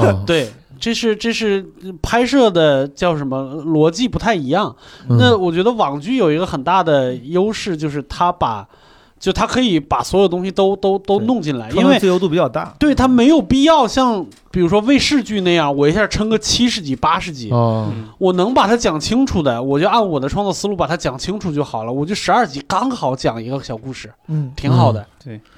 [SPEAKER 2] 哦，
[SPEAKER 5] 对，这是这是拍摄的叫什么逻辑不太一样。
[SPEAKER 2] 嗯
[SPEAKER 5] 那我觉得网剧有一个很大的优势，就是它把，就它可以把所有东西都都都
[SPEAKER 3] 对
[SPEAKER 5] 弄进来，
[SPEAKER 3] 因
[SPEAKER 5] 因
[SPEAKER 3] 为
[SPEAKER 5] 为
[SPEAKER 3] 自由度比较大。
[SPEAKER 5] 对它没有必要像比如说卫视剧那样，我一下撑个七十集、八十
[SPEAKER 4] 嗯
[SPEAKER 5] 集，
[SPEAKER 2] 哦，
[SPEAKER 5] 我能把它讲清楚的，我就按我的创作思路把它讲清楚就好了。我就十二集刚好讲一个小故事，
[SPEAKER 3] 嗯，
[SPEAKER 5] 挺好的。
[SPEAKER 4] 嗯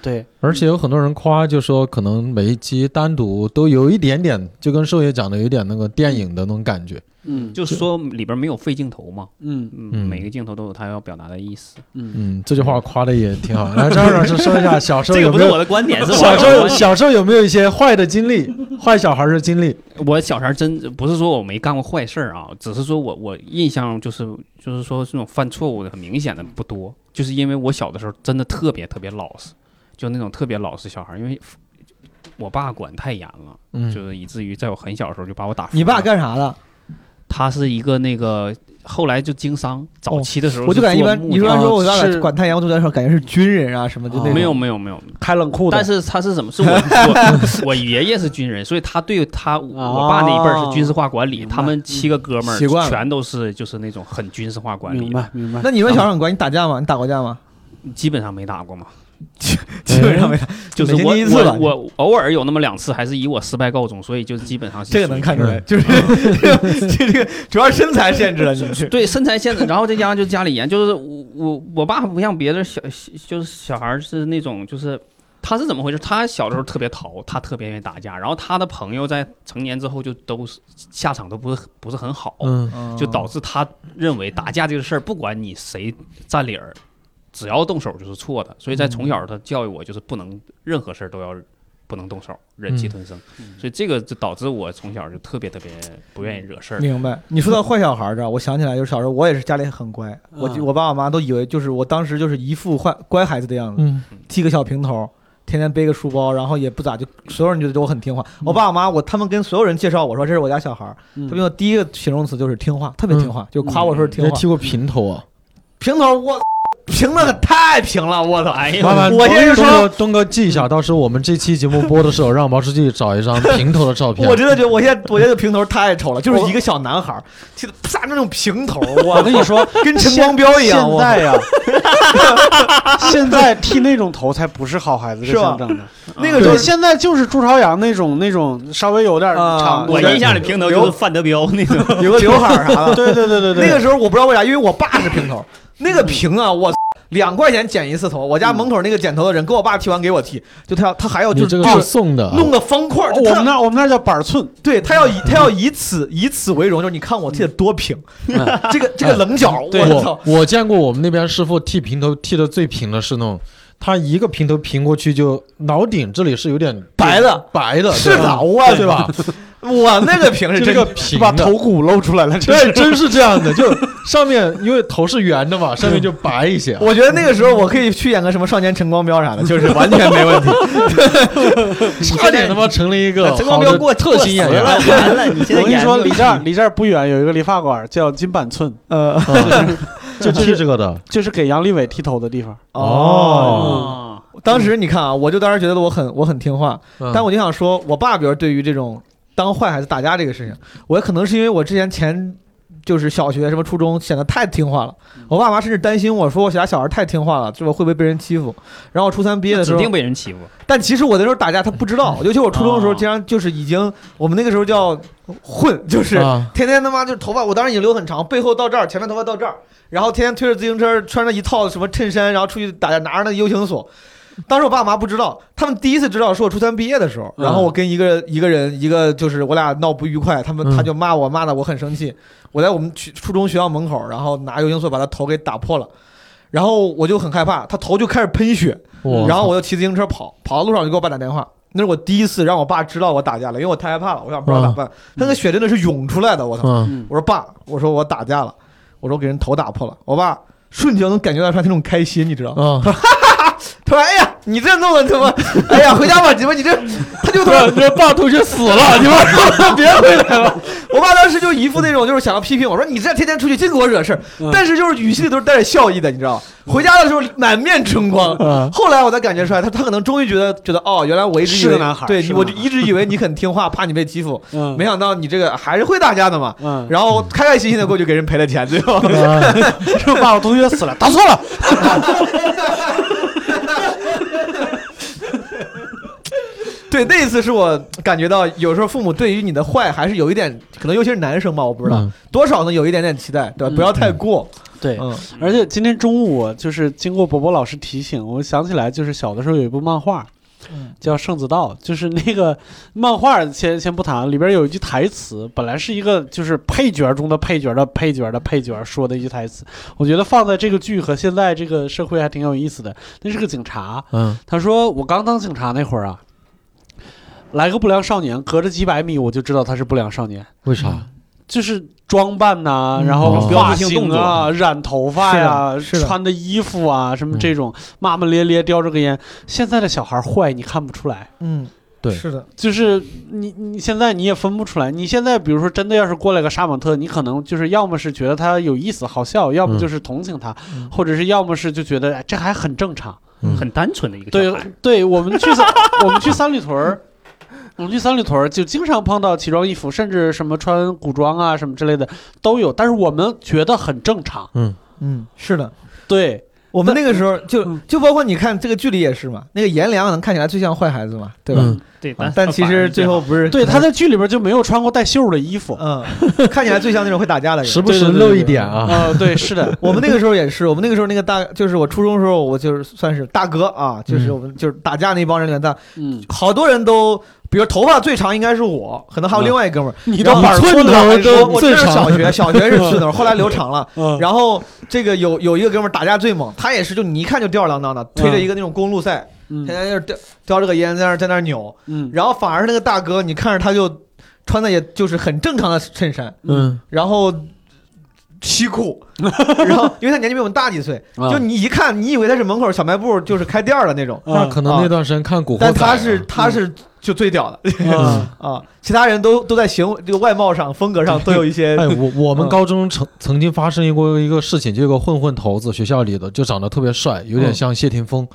[SPEAKER 5] 对
[SPEAKER 2] 而且有很多人夸，就说可能每一集单独都有一点点，就跟寿爷讲的有一点那个电影的那种感觉。
[SPEAKER 5] 嗯
[SPEAKER 4] 就说里边没有废镜头嘛，
[SPEAKER 5] 嗯
[SPEAKER 2] 嗯
[SPEAKER 4] 嗯，每个镜头都有他要表达的意思。
[SPEAKER 5] 嗯，
[SPEAKER 2] 嗯，这句话夸的也挺 好。来，张老师说一下小时候
[SPEAKER 4] 这个
[SPEAKER 2] 有
[SPEAKER 4] 不
[SPEAKER 2] 没
[SPEAKER 4] 是
[SPEAKER 2] 有
[SPEAKER 4] 我的观点，是
[SPEAKER 2] 小时候
[SPEAKER 4] 我
[SPEAKER 2] 小时候有没有一些坏的经 历，坏小孩的经历？
[SPEAKER 4] 我小时候真不是说我没干过坏事儿啊，只是说我我印象就是就是说这种犯错误的很明显的不多，就是因为我小的时候真的特别特别老实，就那种特别老实小孩儿，因为我爸管太严了，
[SPEAKER 2] 嗯
[SPEAKER 4] 就是以至于在我很小的时候就把我打服了。
[SPEAKER 3] 你爸干啥的？
[SPEAKER 4] 他是一个那个后来就经商，早期的时候
[SPEAKER 3] 哦我就感觉一般，你
[SPEAKER 4] 说
[SPEAKER 3] 说说我
[SPEAKER 5] 啊
[SPEAKER 3] 爸
[SPEAKER 5] 是
[SPEAKER 3] 管太阳，我就在说感觉是军人啊什么就那
[SPEAKER 5] 哦
[SPEAKER 3] 种
[SPEAKER 4] 没有没有没有，
[SPEAKER 5] 开冷库的，
[SPEAKER 4] 但是他是怎么？是我我 我爷爷是军人，所以他对他我爸那一辈儿是军事化管理，
[SPEAKER 5] 明白
[SPEAKER 4] 他们七个哥们
[SPEAKER 2] 习惯了
[SPEAKER 4] 儿全都是就是那种很军事化管理
[SPEAKER 5] 明
[SPEAKER 4] 的，
[SPEAKER 5] 白明白。
[SPEAKER 3] 那你们小时候管你打架吗？你打过架吗？
[SPEAKER 4] 基本上没打过嘛。
[SPEAKER 3] 基本上没打，
[SPEAKER 4] 就是
[SPEAKER 3] 每星
[SPEAKER 4] 我
[SPEAKER 3] 期一次吧
[SPEAKER 4] 我。我偶尔有那么两次，还是以我失败告终，所以就基本上是
[SPEAKER 3] 这个
[SPEAKER 4] 属于
[SPEAKER 3] 能看出
[SPEAKER 2] 嗯
[SPEAKER 3] 来，就是这个主要是身材限制了你。
[SPEAKER 4] 对身材限制，然后再加上就家里严，就是我我我爸不像别的小小就是小孩儿是那种就是。他是怎么回事？他小的时候特别淘，他特别愿意打架，然后他的朋友在成年之后就都是下场都不是不是很好，
[SPEAKER 2] 嗯
[SPEAKER 4] 就导致他认为打架这个事儿，不管你谁占理儿，只要动手就是错的。所以在从小他教育我，就是不能任何事儿都要不能动手，忍气吞声。
[SPEAKER 5] 嗯
[SPEAKER 4] 所以这个就导致我从小就特别特别不愿意惹事儿。
[SPEAKER 3] 明白。你说到坏小孩儿这儿， 我想起来，就是小时候我也是家里很乖，我
[SPEAKER 5] 嗯
[SPEAKER 3] 就我爸我妈都以为就是我当时就是一副坏乖孩子的样子，
[SPEAKER 2] 嗯
[SPEAKER 3] 剃个小平头，天天背个书包，然后也不咋就所有人就觉得我很听话。我爸我妈我他们跟所有人介绍我说这是我家小孩儿，
[SPEAKER 5] 嗯
[SPEAKER 3] 他们用的第一个形容词就是听话，特别听话，就夸我说是听
[SPEAKER 2] 你
[SPEAKER 3] 话
[SPEAKER 2] 还。剃过平头啊？
[SPEAKER 3] 嗯平头我平的太平了，我操！
[SPEAKER 4] 哎
[SPEAKER 2] 麻
[SPEAKER 4] 呀，
[SPEAKER 2] 烦
[SPEAKER 3] 我先
[SPEAKER 2] 东
[SPEAKER 3] 说嗯
[SPEAKER 2] 哥，东哥记一下，到时候我们这期节目播的时候，让毛书记找一张平头的照片
[SPEAKER 3] 我。真的觉得，我现在我现在平头太丑了，就是一个小男孩儿，剃的啪那种平头，我
[SPEAKER 5] 我跟你说，
[SPEAKER 3] 跟陈光标一样，
[SPEAKER 5] 现
[SPEAKER 3] 我
[SPEAKER 5] 在呀、 现在剃那种头才不是好孩子的
[SPEAKER 3] 是吧
[SPEAKER 5] 象征呢。
[SPEAKER 3] 那个时
[SPEAKER 5] 对，
[SPEAKER 3] 候
[SPEAKER 5] 现在就是朱朝阳那种那种稍微有点
[SPEAKER 3] 啊
[SPEAKER 5] 长度
[SPEAKER 4] 我
[SPEAKER 5] 的，
[SPEAKER 4] 印象里平头就是范德彪那种。
[SPEAKER 3] 有个刘海儿啥 的，
[SPEAKER 5] 对对对对对，
[SPEAKER 3] 那个时候我不知道为啥，因为我爸是平头，那个平啊，我两块钱剪一次头，我家门口那个剪头的人给我爸剃完给我剃，就他要他还要
[SPEAKER 2] 你
[SPEAKER 3] 就
[SPEAKER 2] 这
[SPEAKER 3] 是
[SPEAKER 2] 个是送的啊，
[SPEAKER 3] 弄个方块儿，
[SPEAKER 5] 哦
[SPEAKER 3] 就
[SPEAKER 5] 我
[SPEAKER 3] 他
[SPEAKER 5] 们那儿我们那儿叫板寸，
[SPEAKER 3] 对他要以他要以此以此为荣，就是你看我剃的多平， 这个这个棱角，
[SPEAKER 5] 对
[SPEAKER 3] 我
[SPEAKER 2] 我
[SPEAKER 3] 操，
[SPEAKER 2] 我见过我们那边师傅剃平头剃的最平的是那种，他一个平头平过去就脑顶这里是有点
[SPEAKER 3] 白的。
[SPEAKER 2] 白的，
[SPEAKER 3] 是的，我
[SPEAKER 2] 对吧？
[SPEAKER 3] 我那个平是
[SPEAKER 2] 就
[SPEAKER 3] 真
[SPEAKER 2] 这个
[SPEAKER 3] 的
[SPEAKER 2] 平
[SPEAKER 5] 把
[SPEAKER 2] 的，
[SPEAKER 5] 头骨露出来 了，这
[SPEAKER 2] 对，真是这样的，就上面因为头是圆的嘛，上面就白一些。啊
[SPEAKER 3] 我觉得那个时候我可以去演个什么少年陈光标啥的，就是完全没问题。
[SPEAKER 2] 差点他妈成了一 个
[SPEAKER 3] 哎陈光标
[SPEAKER 2] 好的
[SPEAKER 3] 过
[SPEAKER 2] 特型演员。
[SPEAKER 4] 完了，你现
[SPEAKER 5] 我跟你
[SPEAKER 4] 演
[SPEAKER 5] 说，离这儿离这儿不远有一个理发馆叫金板寸，
[SPEAKER 3] 呃，
[SPEAKER 2] 嗯就剃这个的，
[SPEAKER 5] 就是给杨利伟剃头的地方。
[SPEAKER 2] 哦
[SPEAKER 4] 啊，
[SPEAKER 3] 当时你看啊，我就当时觉得我很我很听话，
[SPEAKER 2] 嗯
[SPEAKER 3] 但我就想说，我爸比如对于这种当坏孩子打架这个事情，我也可能是因为我之前前就是小学什么初中显得太听话了，
[SPEAKER 4] 嗯
[SPEAKER 3] 我爸妈甚至担心我说我家小孩太听话了，这我会不会被人欺负？然后我初三毕业的时
[SPEAKER 4] 指
[SPEAKER 3] 候，
[SPEAKER 4] 定被人欺负。
[SPEAKER 3] 但其实我那时候打架他不 知道，尤其我初中的时候，
[SPEAKER 4] 哦
[SPEAKER 3] 经常就是已经我们那个时候叫混，就是
[SPEAKER 2] 啊
[SPEAKER 3] 天天他妈就是头发，我当时已经留很长，背后到这儿，前面头发到这儿，然后天天推着自行车，穿着一套什么衬衫，然后出去打架，拿着那个 U 型锁。当时我爸妈不知道，他们第一次知道是我初三毕业的时候，
[SPEAKER 2] 嗯
[SPEAKER 3] 然后我跟一个一个人，一个就是我俩闹不愉快，他们
[SPEAKER 2] 嗯
[SPEAKER 3] 他就骂我，骂的我很生气。我在我们去初中学校门口，然后拿 U 型锁把他头给打破了，然后我就很害怕，他头就开始喷血，
[SPEAKER 2] 我
[SPEAKER 3] 然后我就骑自行车跑，跑到路上我就给我爸打电话。那是我第一次让我爸知道我打架了，因为我太害怕了，我想不知道咋办。他那个血真的是涌出来的，我操！
[SPEAKER 2] 嗯
[SPEAKER 5] 嗯
[SPEAKER 3] 我说爸，我说我打架了，我说我给人头打破了。我爸瞬间能感觉到他那种开心，你知道吗？
[SPEAKER 2] 啊，
[SPEAKER 3] 他说：“哎呀，你这弄的他妈，哎呀，回家吧，你们你这，他就他妈，
[SPEAKER 2] 这爸同学死了，你们
[SPEAKER 3] 别回来了。”我爸当时就一副那种就是想要批评我说：“你这天天出去净给我惹事儿。”但是就是语气里都是带着笑意的，你知道吗？回家的时候满面春光，
[SPEAKER 2] 啊
[SPEAKER 3] 后来我才感觉出来，他他可能终于觉得觉得哦，原来我一直以
[SPEAKER 5] 是个
[SPEAKER 3] 为
[SPEAKER 5] 男孩
[SPEAKER 3] 对
[SPEAKER 5] 是个
[SPEAKER 3] 我就
[SPEAKER 5] 男孩
[SPEAKER 3] 一直以为你很听话，怕你被欺负，
[SPEAKER 5] 嗯
[SPEAKER 3] 没想到你这个还是会打架的嘛。
[SPEAKER 5] 嗯，
[SPEAKER 3] 然后开开心心的过去给人赔了钱，最后
[SPEAKER 5] 说爸，我同学死了，打错了。
[SPEAKER 3] 对那一次是我感觉到有时候父母对于你的坏还是有一点，可能尤其是男生吧，我不知道、
[SPEAKER 2] 嗯
[SPEAKER 3] 多少能有一点点期待，对
[SPEAKER 5] 嗯
[SPEAKER 3] 吧？不要太过，
[SPEAKER 5] 对，
[SPEAKER 3] 嗯
[SPEAKER 5] 而且今天中午我就是经过博博老师提醒，我想起来就是小的时候有一部漫画。叫《圣子道》，就是那个漫画先先不谈，里边有一句台词，本来是一个就是配角中的配角的配角的配角说的一句台词，我觉得放在这个剧和现在这个社会还挺有意思的。那是个警察，
[SPEAKER 2] 嗯
[SPEAKER 5] 他说我刚当警察那会儿啊，来个不良少年，隔着几百米我就知道他是不良少年。
[SPEAKER 2] 为啥？
[SPEAKER 5] 就是装扮呐、
[SPEAKER 3] 嗯
[SPEAKER 5] 然后
[SPEAKER 2] 哦
[SPEAKER 5] 发
[SPEAKER 4] 标志性
[SPEAKER 5] 型啊、
[SPEAKER 4] 动作啊
[SPEAKER 5] 染头发呀、
[SPEAKER 3] 是的是的
[SPEAKER 5] 穿的衣服啊，什么这种
[SPEAKER 4] 嗯
[SPEAKER 5] 骂骂咧咧、叼着个烟。现在的小孩坏，你看不出来。
[SPEAKER 3] 嗯，
[SPEAKER 2] 对
[SPEAKER 3] 是的，
[SPEAKER 5] 就是你，你现在你也分不出来。你现在比如说真的要是过来个杀马特，你可能就是要么是觉得他有意思、好笑，要么就是同情他，
[SPEAKER 3] 嗯
[SPEAKER 5] 或者是要么是就觉得哎这还很正常。
[SPEAKER 2] 嗯
[SPEAKER 4] 很单纯的一个
[SPEAKER 5] 对
[SPEAKER 4] 小孩，
[SPEAKER 5] 对，我们去三我们去三里屯儿，我们去三里屯儿就经常碰到奇装异服，甚至什么穿古装啊什么之类的都有，但是我们觉得很正常。
[SPEAKER 3] 嗯是的。
[SPEAKER 5] 对，
[SPEAKER 3] 我们那个时候就
[SPEAKER 5] 嗯
[SPEAKER 3] 就包括你看这个剧里也是嘛，那个颜良能看起来最像坏孩子嘛，对吧？
[SPEAKER 2] 嗯
[SPEAKER 4] 对，
[SPEAKER 3] 啊
[SPEAKER 4] 但
[SPEAKER 3] 但其实最后不是
[SPEAKER 5] 对，他在剧里边就没有穿过带袖儿的衣服。
[SPEAKER 3] 嗯，看起来最像那种会打架 的人。，
[SPEAKER 2] 时不时
[SPEAKER 5] 对对对
[SPEAKER 2] 露
[SPEAKER 5] 对
[SPEAKER 2] 一点啊，
[SPEAKER 5] 啊、对，是的
[SPEAKER 3] 我们那个时候也是，我们那个时候那个大，就是我初中时候，我就是算是大哥啊，就是我们就是打架那帮人里面，但
[SPEAKER 5] 嗯，
[SPEAKER 3] 好多人都，比如头发最长应该是我，可能还有另外一哥们儿，
[SPEAKER 5] 你
[SPEAKER 3] 然后
[SPEAKER 2] 板寸嗯头
[SPEAKER 3] 我
[SPEAKER 2] 都
[SPEAKER 3] 我
[SPEAKER 2] 最
[SPEAKER 3] 这是
[SPEAKER 2] 长
[SPEAKER 3] 小 学，小学是寸头，后来留长了。
[SPEAKER 5] 嗯
[SPEAKER 3] 然后这个有有一个哥们儿打架最猛，他也是就你一看就吊儿郎当的，推着一个那种公路赛，天
[SPEAKER 5] 嗯
[SPEAKER 3] 天就是叼叼着个烟在那儿在那儿扭，
[SPEAKER 5] 嗯
[SPEAKER 3] 然后反而是那个大哥，你看着他就穿的也就是很正常的衬衫，
[SPEAKER 2] 嗯
[SPEAKER 3] 然后 西裤，然后因为他年纪比我们大几岁，
[SPEAKER 5] 啊
[SPEAKER 2] 嗯
[SPEAKER 3] 就你一看，你以为他是门口小卖部就是开店儿的那种，
[SPEAKER 5] 啊
[SPEAKER 2] 那可能那段时间看《古惑仔
[SPEAKER 3] 但
[SPEAKER 2] 啊》，嗯
[SPEAKER 3] 他是他是就最屌的
[SPEAKER 5] 啊
[SPEAKER 3] 啊，其他人都都在行这个外貌上、风格上都有 一些
[SPEAKER 2] 哎，我我们高中曾曾经发生过一个事情，就有个混混头子，学校里的就长得特别帅，有点像谢霆锋，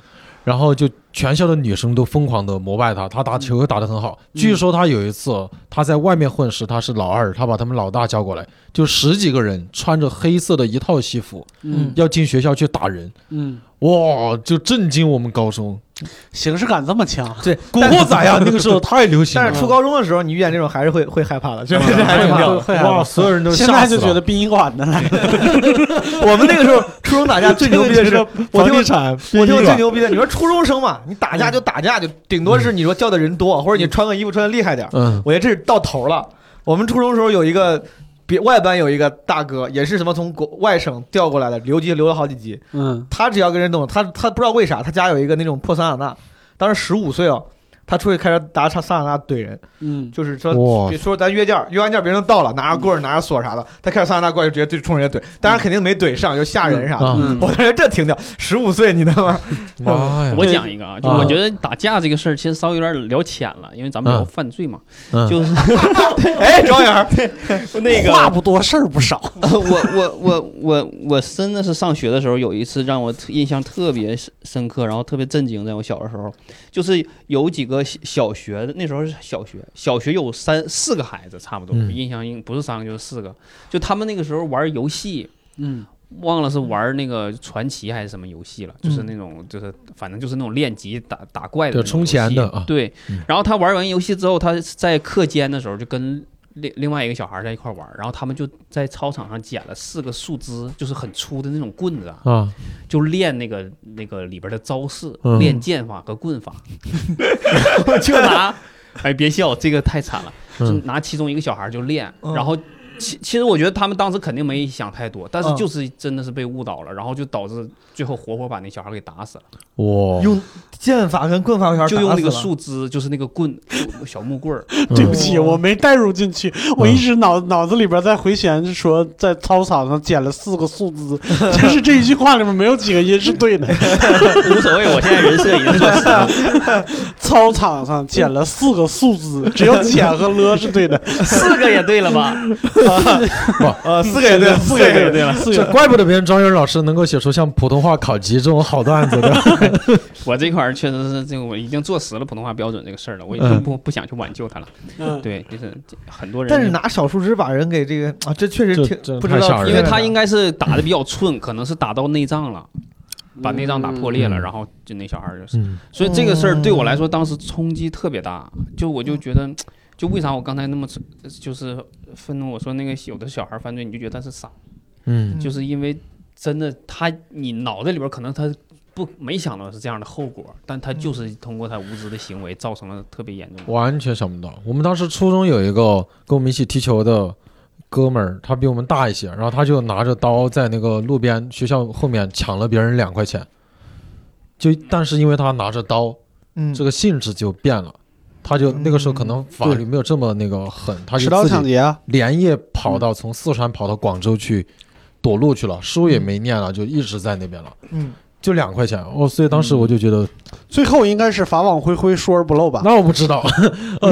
[SPEAKER 2] 然后就全校的女生都疯狂的膜拜他，他打球又打得很好。
[SPEAKER 5] 嗯
[SPEAKER 2] 据说他有一次他在外面混时他是老二，他把他们老大叫过来，就十几个人穿着黑色的一套西服
[SPEAKER 5] 嗯
[SPEAKER 2] 要进学校去打人，
[SPEAKER 5] 嗯，
[SPEAKER 2] 哇，就震惊我们高中。
[SPEAKER 5] 形式感这么强，
[SPEAKER 3] 对
[SPEAKER 2] 古惑仔呀、那个时候太流行啊
[SPEAKER 3] 但
[SPEAKER 2] 了
[SPEAKER 3] 是。初高中的时候，你遇见这种还是会会害怕的，就是还
[SPEAKER 5] 会
[SPEAKER 3] 是挺屌的。
[SPEAKER 5] 会害怕
[SPEAKER 2] 哇，所有人都
[SPEAKER 5] 现
[SPEAKER 2] 吓
[SPEAKER 5] 在
[SPEAKER 2] 死
[SPEAKER 5] 就觉
[SPEAKER 2] 了
[SPEAKER 5] 得殡仪馆的来，
[SPEAKER 3] 我们那个时候初中打架最牛逼 的是，我
[SPEAKER 2] 房地
[SPEAKER 3] 听我
[SPEAKER 2] 产，
[SPEAKER 3] 我听
[SPEAKER 2] 殡
[SPEAKER 3] 过
[SPEAKER 2] 仪
[SPEAKER 3] 最
[SPEAKER 2] 馆
[SPEAKER 3] 牛逼的，你说初中生嘛，你打架就打架，就顶多是你说叫的人多，或者你穿个衣服穿的厉害点儿。
[SPEAKER 2] 嗯
[SPEAKER 3] 我觉得这是到头了。我们初中时候有一个别外班有一个大哥，也是什么从国外省调过来的，留级留了好几级。
[SPEAKER 5] 嗯
[SPEAKER 3] 他只要跟人动，他他不知道为啥，他家有一个那种破桑塔纳，当时十五岁哦，他出去开车打上桑塔纳怼人，
[SPEAKER 5] 嗯，
[SPEAKER 3] 就是说，
[SPEAKER 2] 哇
[SPEAKER 3] 比如说咱约架，约完架别人到了，拿
[SPEAKER 2] 嗯
[SPEAKER 3] 着棍儿拿着锁啥的，他开着桑塔纳过去直接对冲人家怼，当然肯定没怼上，就吓人啥的。
[SPEAKER 2] 啊，
[SPEAKER 5] 嗯
[SPEAKER 3] 我感觉这挺屌，十五岁你他妈，
[SPEAKER 2] 妈呀，
[SPEAKER 4] 我讲一个啊，就我觉得打架这个事儿，其实稍微有点聊浅了，因为咱们聊
[SPEAKER 2] 嗯
[SPEAKER 4] 犯罪嘛，
[SPEAKER 2] 嗯
[SPEAKER 4] 就是
[SPEAKER 3] 哎，庄园儿，
[SPEAKER 4] 那个
[SPEAKER 5] 话不多，事儿不少。
[SPEAKER 4] 呃我我我我我真的是上学的时候有一次让我特印象特别深深刻，然后特别震惊，在我小的时候，就是有几个小小学的，那时候是小学，小学有三四个孩子差不多，
[SPEAKER 2] 嗯
[SPEAKER 4] 印象应不是三个就是四个，就他们那个时候玩游戏。
[SPEAKER 5] 嗯
[SPEAKER 4] 忘了是玩那个传奇还是什么游戏了，
[SPEAKER 2] 嗯
[SPEAKER 4] 就是那种就是反正就是那种练级打打怪的
[SPEAKER 2] 对
[SPEAKER 4] 那种游
[SPEAKER 2] 充
[SPEAKER 4] 戏
[SPEAKER 2] 钱的啊
[SPEAKER 4] 对
[SPEAKER 2] 嗯，
[SPEAKER 4] 然后他玩完游戏之后，他在课间的时候就跟另另外一个小孩在一块玩，然后他们就在操场上捡了四个树枝，就是很粗的那种棍子啊，
[SPEAKER 2] 啊，
[SPEAKER 4] 就练那个那个里边的招式，
[SPEAKER 2] 嗯
[SPEAKER 4] 练剑法和棍法， 然后就拿，哎别笑，这个太惨了，就
[SPEAKER 2] 嗯
[SPEAKER 4] 拿其中一个小孩就练，
[SPEAKER 3] 嗯
[SPEAKER 4] 然后其其实我觉得他们当时肯定没想太多，但是
[SPEAKER 3] 嗯
[SPEAKER 4] 就是真的是被误导了，然后就导致最后活活把那小孩给打死了，
[SPEAKER 2] 哇，
[SPEAKER 3] 用剑法跟棍法小孩
[SPEAKER 4] 就用那个
[SPEAKER 3] 打死了
[SPEAKER 4] 树枝，就是那个棍 就小木棍儿，
[SPEAKER 2] 嗯
[SPEAKER 5] 对不起，
[SPEAKER 3] 哦
[SPEAKER 5] 我没带入进去，
[SPEAKER 4] 嗯
[SPEAKER 5] 我一直脑脑子里边在回旋，是说在操场上捡了四个树 枝，其实这一句话里面没有几个音是对的。
[SPEAKER 4] 无所谓，我现在人设已 经做死了。
[SPEAKER 5] 操场上捡了四个树 枝，只有捡和了是对的。
[SPEAKER 4] 四个也对了吧？
[SPEAKER 3] 呃，四个 也对，四
[SPEAKER 5] 个也
[SPEAKER 3] 个也
[SPEAKER 5] 对
[SPEAKER 3] 对了，
[SPEAKER 5] 四
[SPEAKER 2] 这
[SPEAKER 5] 个
[SPEAKER 2] 怪不得别人张元老师能够写出像普通话考级这种好段子的，
[SPEAKER 4] 我这块儿确实是这个，我已经坐实了普通话标准这个事儿了，我已经不不想去挽救他了。
[SPEAKER 5] 嗯，
[SPEAKER 4] 对，就是这很多人，
[SPEAKER 3] 但是拿小树枝把人给这个啊，这确实
[SPEAKER 2] 这
[SPEAKER 3] 挺
[SPEAKER 2] 这
[SPEAKER 3] 不知
[SPEAKER 2] 太吓
[SPEAKER 3] 道，
[SPEAKER 2] 人
[SPEAKER 4] 因为他应
[SPEAKER 3] 该
[SPEAKER 4] 该是打的比较寸，可能是打到内脏了，把内脏打破裂了，
[SPEAKER 2] 嗯
[SPEAKER 4] 然后就那小孩儿就是，
[SPEAKER 2] 嗯
[SPEAKER 4] 所以这个事儿对我来说当时冲击特别大，就我就觉得。就为啥我刚才那么就是愤怒？我说那个有的小孩犯罪，你就觉得他是傻
[SPEAKER 2] 嗯
[SPEAKER 4] 就是因为真的他，你脑袋里边可能他不没想到是这样的后果，但他
[SPEAKER 2] 嗯
[SPEAKER 4] 就是通过他无知的行为造成了特别严重的。
[SPEAKER 2] 完全想不到。我们当时初中有一个跟我们一起踢球的哥们儿，他比我们大一些，然后他就拿着刀在那个路边学校后面抢了别人两块钱，就但是因为他拿着刀，
[SPEAKER 3] 嗯
[SPEAKER 2] 这个性质就变了。他就那个时候可能法律
[SPEAKER 5] 对
[SPEAKER 2] 没有这么那个狠，他
[SPEAKER 5] 持
[SPEAKER 2] 就
[SPEAKER 5] 刀
[SPEAKER 2] 自己
[SPEAKER 5] 抢劫啊，
[SPEAKER 2] 连夜跑到从四川跑到广州去躲路去了，书也没念了，就一直在那边了，
[SPEAKER 3] 嗯，
[SPEAKER 2] 就两块钱哦，所以当时我就觉得，
[SPEAKER 5] 最后应该是法网恢恢，疏而不漏吧？
[SPEAKER 2] 那我不 知道，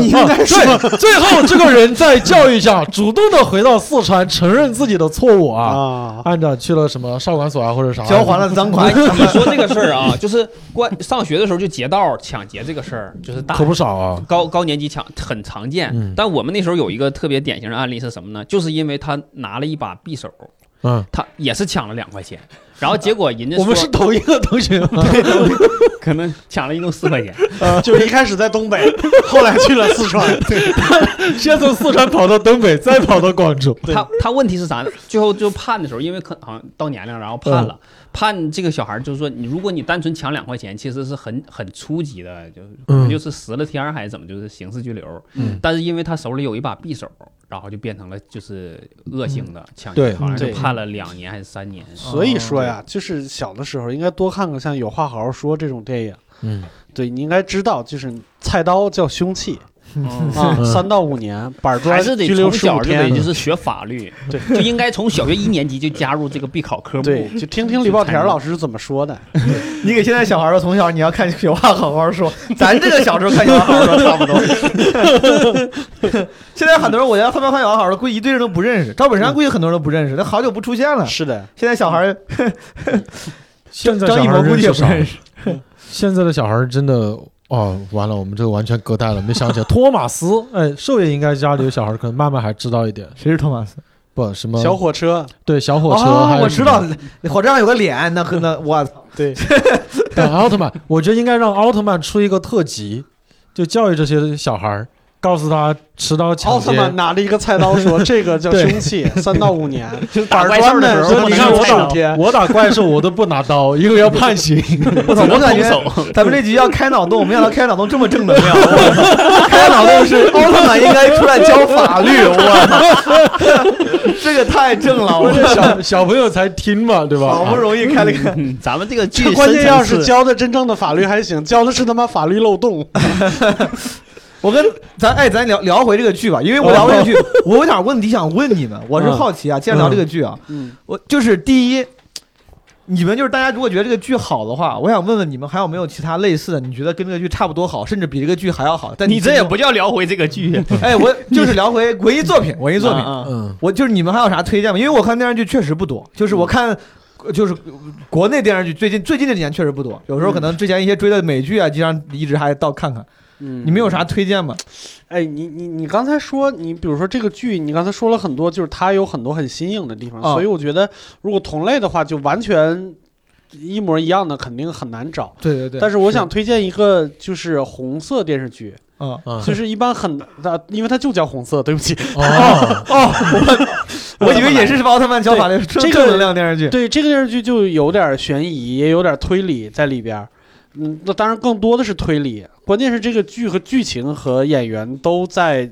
[SPEAKER 5] 你应该说
[SPEAKER 2] 呃 对最后这个人在教育下主动的回到四川，承认自己的错误啊，
[SPEAKER 5] 啊，
[SPEAKER 2] 按照去了什么少管所啊或者啥，
[SPEAKER 3] 交还了赃
[SPEAKER 4] 哎，，
[SPEAKER 3] 款
[SPEAKER 4] 你说这个事儿啊，就是关上学的时候就劫道抢劫这个事儿，就是大
[SPEAKER 2] 可不少啊，
[SPEAKER 4] 高高年级抢很常见。
[SPEAKER 2] 嗯
[SPEAKER 4] 但我们那时候有一个特别典型的案例是什么呢？就是因为他拿了一把匕首，
[SPEAKER 2] 嗯，
[SPEAKER 4] 他也是抢了两块 钱，然后结果人家
[SPEAKER 2] 我们
[SPEAKER 4] 说
[SPEAKER 2] 是同一个同学吗？
[SPEAKER 4] 可能抢了一共四块钱，
[SPEAKER 5] 就是一开始在东 北，后来去了四 川。
[SPEAKER 4] 哦
[SPEAKER 2] 先从四川跑到东北，再跑到广州，
[SPEAKER 5] 对
[SPEAKER 4] 他他问题是啥呢？最后就判的时候，因为可好像到年龄了，然后判了。判这个小孩就是说，你如果你单纯抢两块钱，其实是很很初级的，就是、
[SPEAKER 2] 嗯
[SPEAKER 4] 就是十了天儿还是怎么，就是刑事拘留。
[SPEAKER 2] 嗯
[SPEAKER 4] 但是因为他手里有一把匕首，然后就变成了就是恶性的抢
[SPEAKER 2] 嗯对
[SPEAKER 4] 劫，好像就
[SPEAKER 5] 对
[SPEAKER 4] 判了两年还是三年。
[SPEAKER 5] 所以说呀，就是小的时候应该多看看像《有话好好说》这种电影。
[SPEAKER 2] 嗯，
[SPEAKER 5] 对你应该知道，就是菜刀叫凶器 啊，
[SPEAKER 2] 嗯
[SPEAKER 5] 三到五年，板
[SPEAKER 4] 还
[SPEAKER 5] 砖
[SPEAKER 4] 是得
[SPEAKER 5] 拘留
[SPEAKER 4] 从
[SPEAKER 5] 十五
[SPEAKER 4] 小就得
[SPEAKER 5] 天啊
[SPEAKER 4] 就。是学法律，
[SPEAKER 5] 对，
[SPEAKER 4] 就应该从小学一年级就加入这个必考科目。
[SPEAKER 5] 对，就听听李抱田老师是怎么说的。
[SPEAKER 3] 你给现在小孩说，从小你要看有话好好说，咱这个小时候看有话好好说差不多。现在很多人，我觉得他们看有话好好说，估计一堆人都不认识。赵本山
[SPEAKER 2] 嗯
[SPEAKER 3] 估计很多人都不认识，他好久不出现了。
[SPEAKER 5] 是的，
[SPEAKER 3] 现在小孩儿
[SPEAKER 2] 现在
[SPEAKER 3] 张艺
[SPEAKER 2] 小孩
[SPEAKER 3] 谋估
[SPEAKER 2] 认
[SPEAKER 3] 计
[SPEAKER 2] 识
[SPEAKER 3] 也不
[SPEAKER 2] 少。
[SPEAKER 3] 认识。
[SPEAKER 2] 现在的小孩儿真的哦，完了，我们这个完全隔代了，没想 起来。托马斯，哎，寿爷应该家里有小孩儿，可能慢慢还知道一点。
[SPEAKER 3] 谁是托马斯？
[SPEAKER 2] 不，什么
[SPEAKER 5] 小火车，
[SPEAKER 2] 对小火车，还
[SPEAKER 3] 哦，
[SPEAKER 2] 有
[SPEAKER 3] 我知道，火车上有个脸，那和那我操，
[SPEAKER 5] 对，
[SPEAKER 2] 对奥特曼。我觉得应该让奥特曼出一个特辑，就教育这些小孩儿告诉他持刀抢
[SPEAKER 5] 奥特
[SPEAKER 2] 劫。
[SPEAKER 5] 曼拿着一个菜刀说：“这个叫
[SPEAKER 2] 对
[SPEAKER 5] 凶器，三到五年。
[SPEAKER 4] 就是
[SPEAKER 5] 打怪兽的时
[SPEAKER 2] 说
[SPEAKER 5] 候，
[SPEAKER 2] 你看我打我打怪兽，我都不拿刀，因为要判刑。
[SPEAKER 3] 我怎么感觉
[SPEAKER 4] 手？
[SPEAKER 3] 咱们这集要开脑洞，没想到开脑洞这么正能 量。我操开脑洞是奥特曼应该出来教法律，我操， 这个太正 了，我
[SPEAKER 2] 关键小小朋友才听嘛，对吧？
[SPEAKER 3] 哦
[SPEAKER 2] 啊
[SPEAKER 3] 好不容易开了个。
[SPEAKER 4] 嗯咱们这个剧
[SPEAKER 5] 这关键要是
[SPEAKER 4] 教，
[SPEAKER 5] 教的真正的法律还行，教的是他妈法律漏洞。
[SPEAKER 3] 我跟咱哎，咱聊聊回这个剧吧，因为我聊这个剧，
[SPEAKER 4] 哦
[SPEAKER 3] 我有点问题想问你们，我是好奇啊，既然聊这个剧啊，
[SPEAKER 5] 嗯，
[SPEAKER 3] 我就是第一，你们就是大家如果觉得这个剧好的话，我想问问你们还有没有其他类似的，你觉得跟这个剧差不多好，甚至比这个剧还要好？但
[SPEAKER 4] 你这也
[SPEAKER 3] 心中
[SPEAKER 4] 不叫聊回这个剧，
[SPEAKER 3] 哎，我就是聊回文艺作品，文艺作品，
[SPEAKER 4] 啊
[SPEAKER 2] 嗯，
[SPEAKER 3] 我就是你们还有啥推荐吗？因为我看电视剧确实不多，就是我看。就是国内电视剧最近最近这几年确实不多，有时候可能之前一些追的美剧啊，经常一直还到看看。
[SPEAKER 5] 嗯
[SPEAKER 3] 你们有啥推荐吗？
[SPEAKER 5] 哎，你你你刚才说，你比如说这个剧，你刚才说了很多，就是它有很多很新颖的地方，
[SPEAKER 3] 啊
[SPEAKER 5] 所以我觉得如果同类的话，就完全一模一样的肯定很难找。
[SPEAKER 3] 对对对，
[SPEAKER 5] 但是我想推荐一个，就是红色电视剧，
[SPEAKER 3] 嗯，
[SPEAKER 2] 啊
[SPEAKER 5] 就是一般很，它因为它就叫红色，对不起。
[SPEAKER 2] 哦，
[SPEAKER 3] 我以为也是什么奥特曼教法的
[SPEAKER 5] 这
[SPEAKER 3] 正
[SPEAKER 5] 个
[SPEAKER 3] 正能量电视 剧。
[SPEAKER 5] 对，这个电视剧就有点悬疑，也有点推理在里边儿。嗯，那当然更多的是推理，关键是这个剧和剧情和演员都在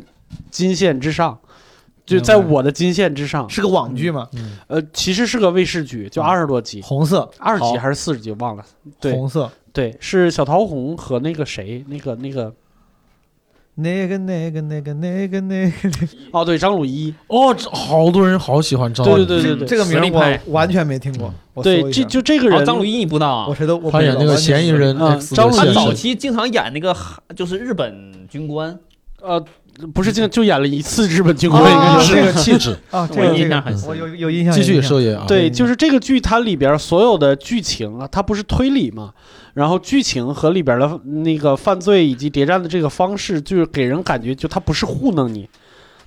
[SPEAKER 5] 金线之上，就在
[SPEAKER 3] 明白
[SPEAKER 5] 我的金线之上。
[SPEAKER 3] 是个网剧嘛，
[SPEAKER 2] 嗯
[SPEAKER 5] 呃，其实是个卫视剧，就
[SPEAKER 3] 嗯
[SPEAKER 5] 二十多集，
[SPEAKER 3] 红色，
[SPEAKER 5] 二十
[SPEAKER 3] 好
[SPEAKER 5] 集还是四十集忘了。对
[SPEAKER 3] 红色，
[SPEAKER 5] 对，是小桃红和那个谁，那个那个
[SPEAKER 3] 那个那个那个那个那个，
[SPEAKER 5] 哦，对，张鲁一。
[SPEAKER 2] 哦，这好多人好喜欢张
[SPEAKER 5] 对
[SPEAKER 2] 翰
[SPEAKER 5] 对对对
[SPEAKER 3] 哦
[SPEAKER 5] 对
[SPEAKER 3] 这这个名
[SPEAKER 4] 实
[SPEAKER 3] 儿
[SPEAKER 4] 力派
[SPEAKER 3] 我完全没听过。我搜
[SPEAKER 5] 对，
[SPEAKER 3] 一
[SPEAKER 5] 这
[SPEAKER 3] 下
[SPEAKER 5] 就这个人，
[SPEAKER 4] 哦张鲁一你不知道
[SPEAKER 3] 我
[SPEAKER 4] 啊？
[SPEAKER 3] 谁都我
[SPEAKER 2] 他演那个嫌疑人
[SPEAKER 5] 嗯
[SPEAKER 2] X
[SPEAKER 5] 张
[SPEAKER 2] 的
[SPEAKER 5] 鲁
[SPEAKER 4] 他
[SPEAKER 5] 一
[SPEAKER 2] 先
[SPEAKER 4] 早
[SPEAKER 2] 生，
[SPEAKER 4] 期经常演那个就是日本军官，
[SPEAKER 5] 呃，不是就就演了一次日本军
[SPEAKER 3] 哦
[SPEAKER 5] 官，应该
[SPEAKER 3] 啊
[SPEAKER 5] 是。
[SPEAKER 2] 是那个气质。
[SPEAKER 3] 啊，这
[SPEAKER 4] 我
[SPEAKER 3] 个这
[SPEAKER 4] 印象
[SPEAKER 3] 个
[SPEAKER 4] 很深
[SPEAKER 3] 我。有有印象。
[SPEAKER 2] 继续
[SPEAKER 3] 有印象
[SPEAKER 2] 收爷啊，
[SPEAKER 5] 对，
[SPEAKER 3] 嗯
[SPEAKER 5] 就是这个剧，它里边儿所有的剧情啊，它不是推理嘛，然后剧情和里边儿的那个犯罪以及谍战的这个方式，就是给人感觉就它不是糊弄你，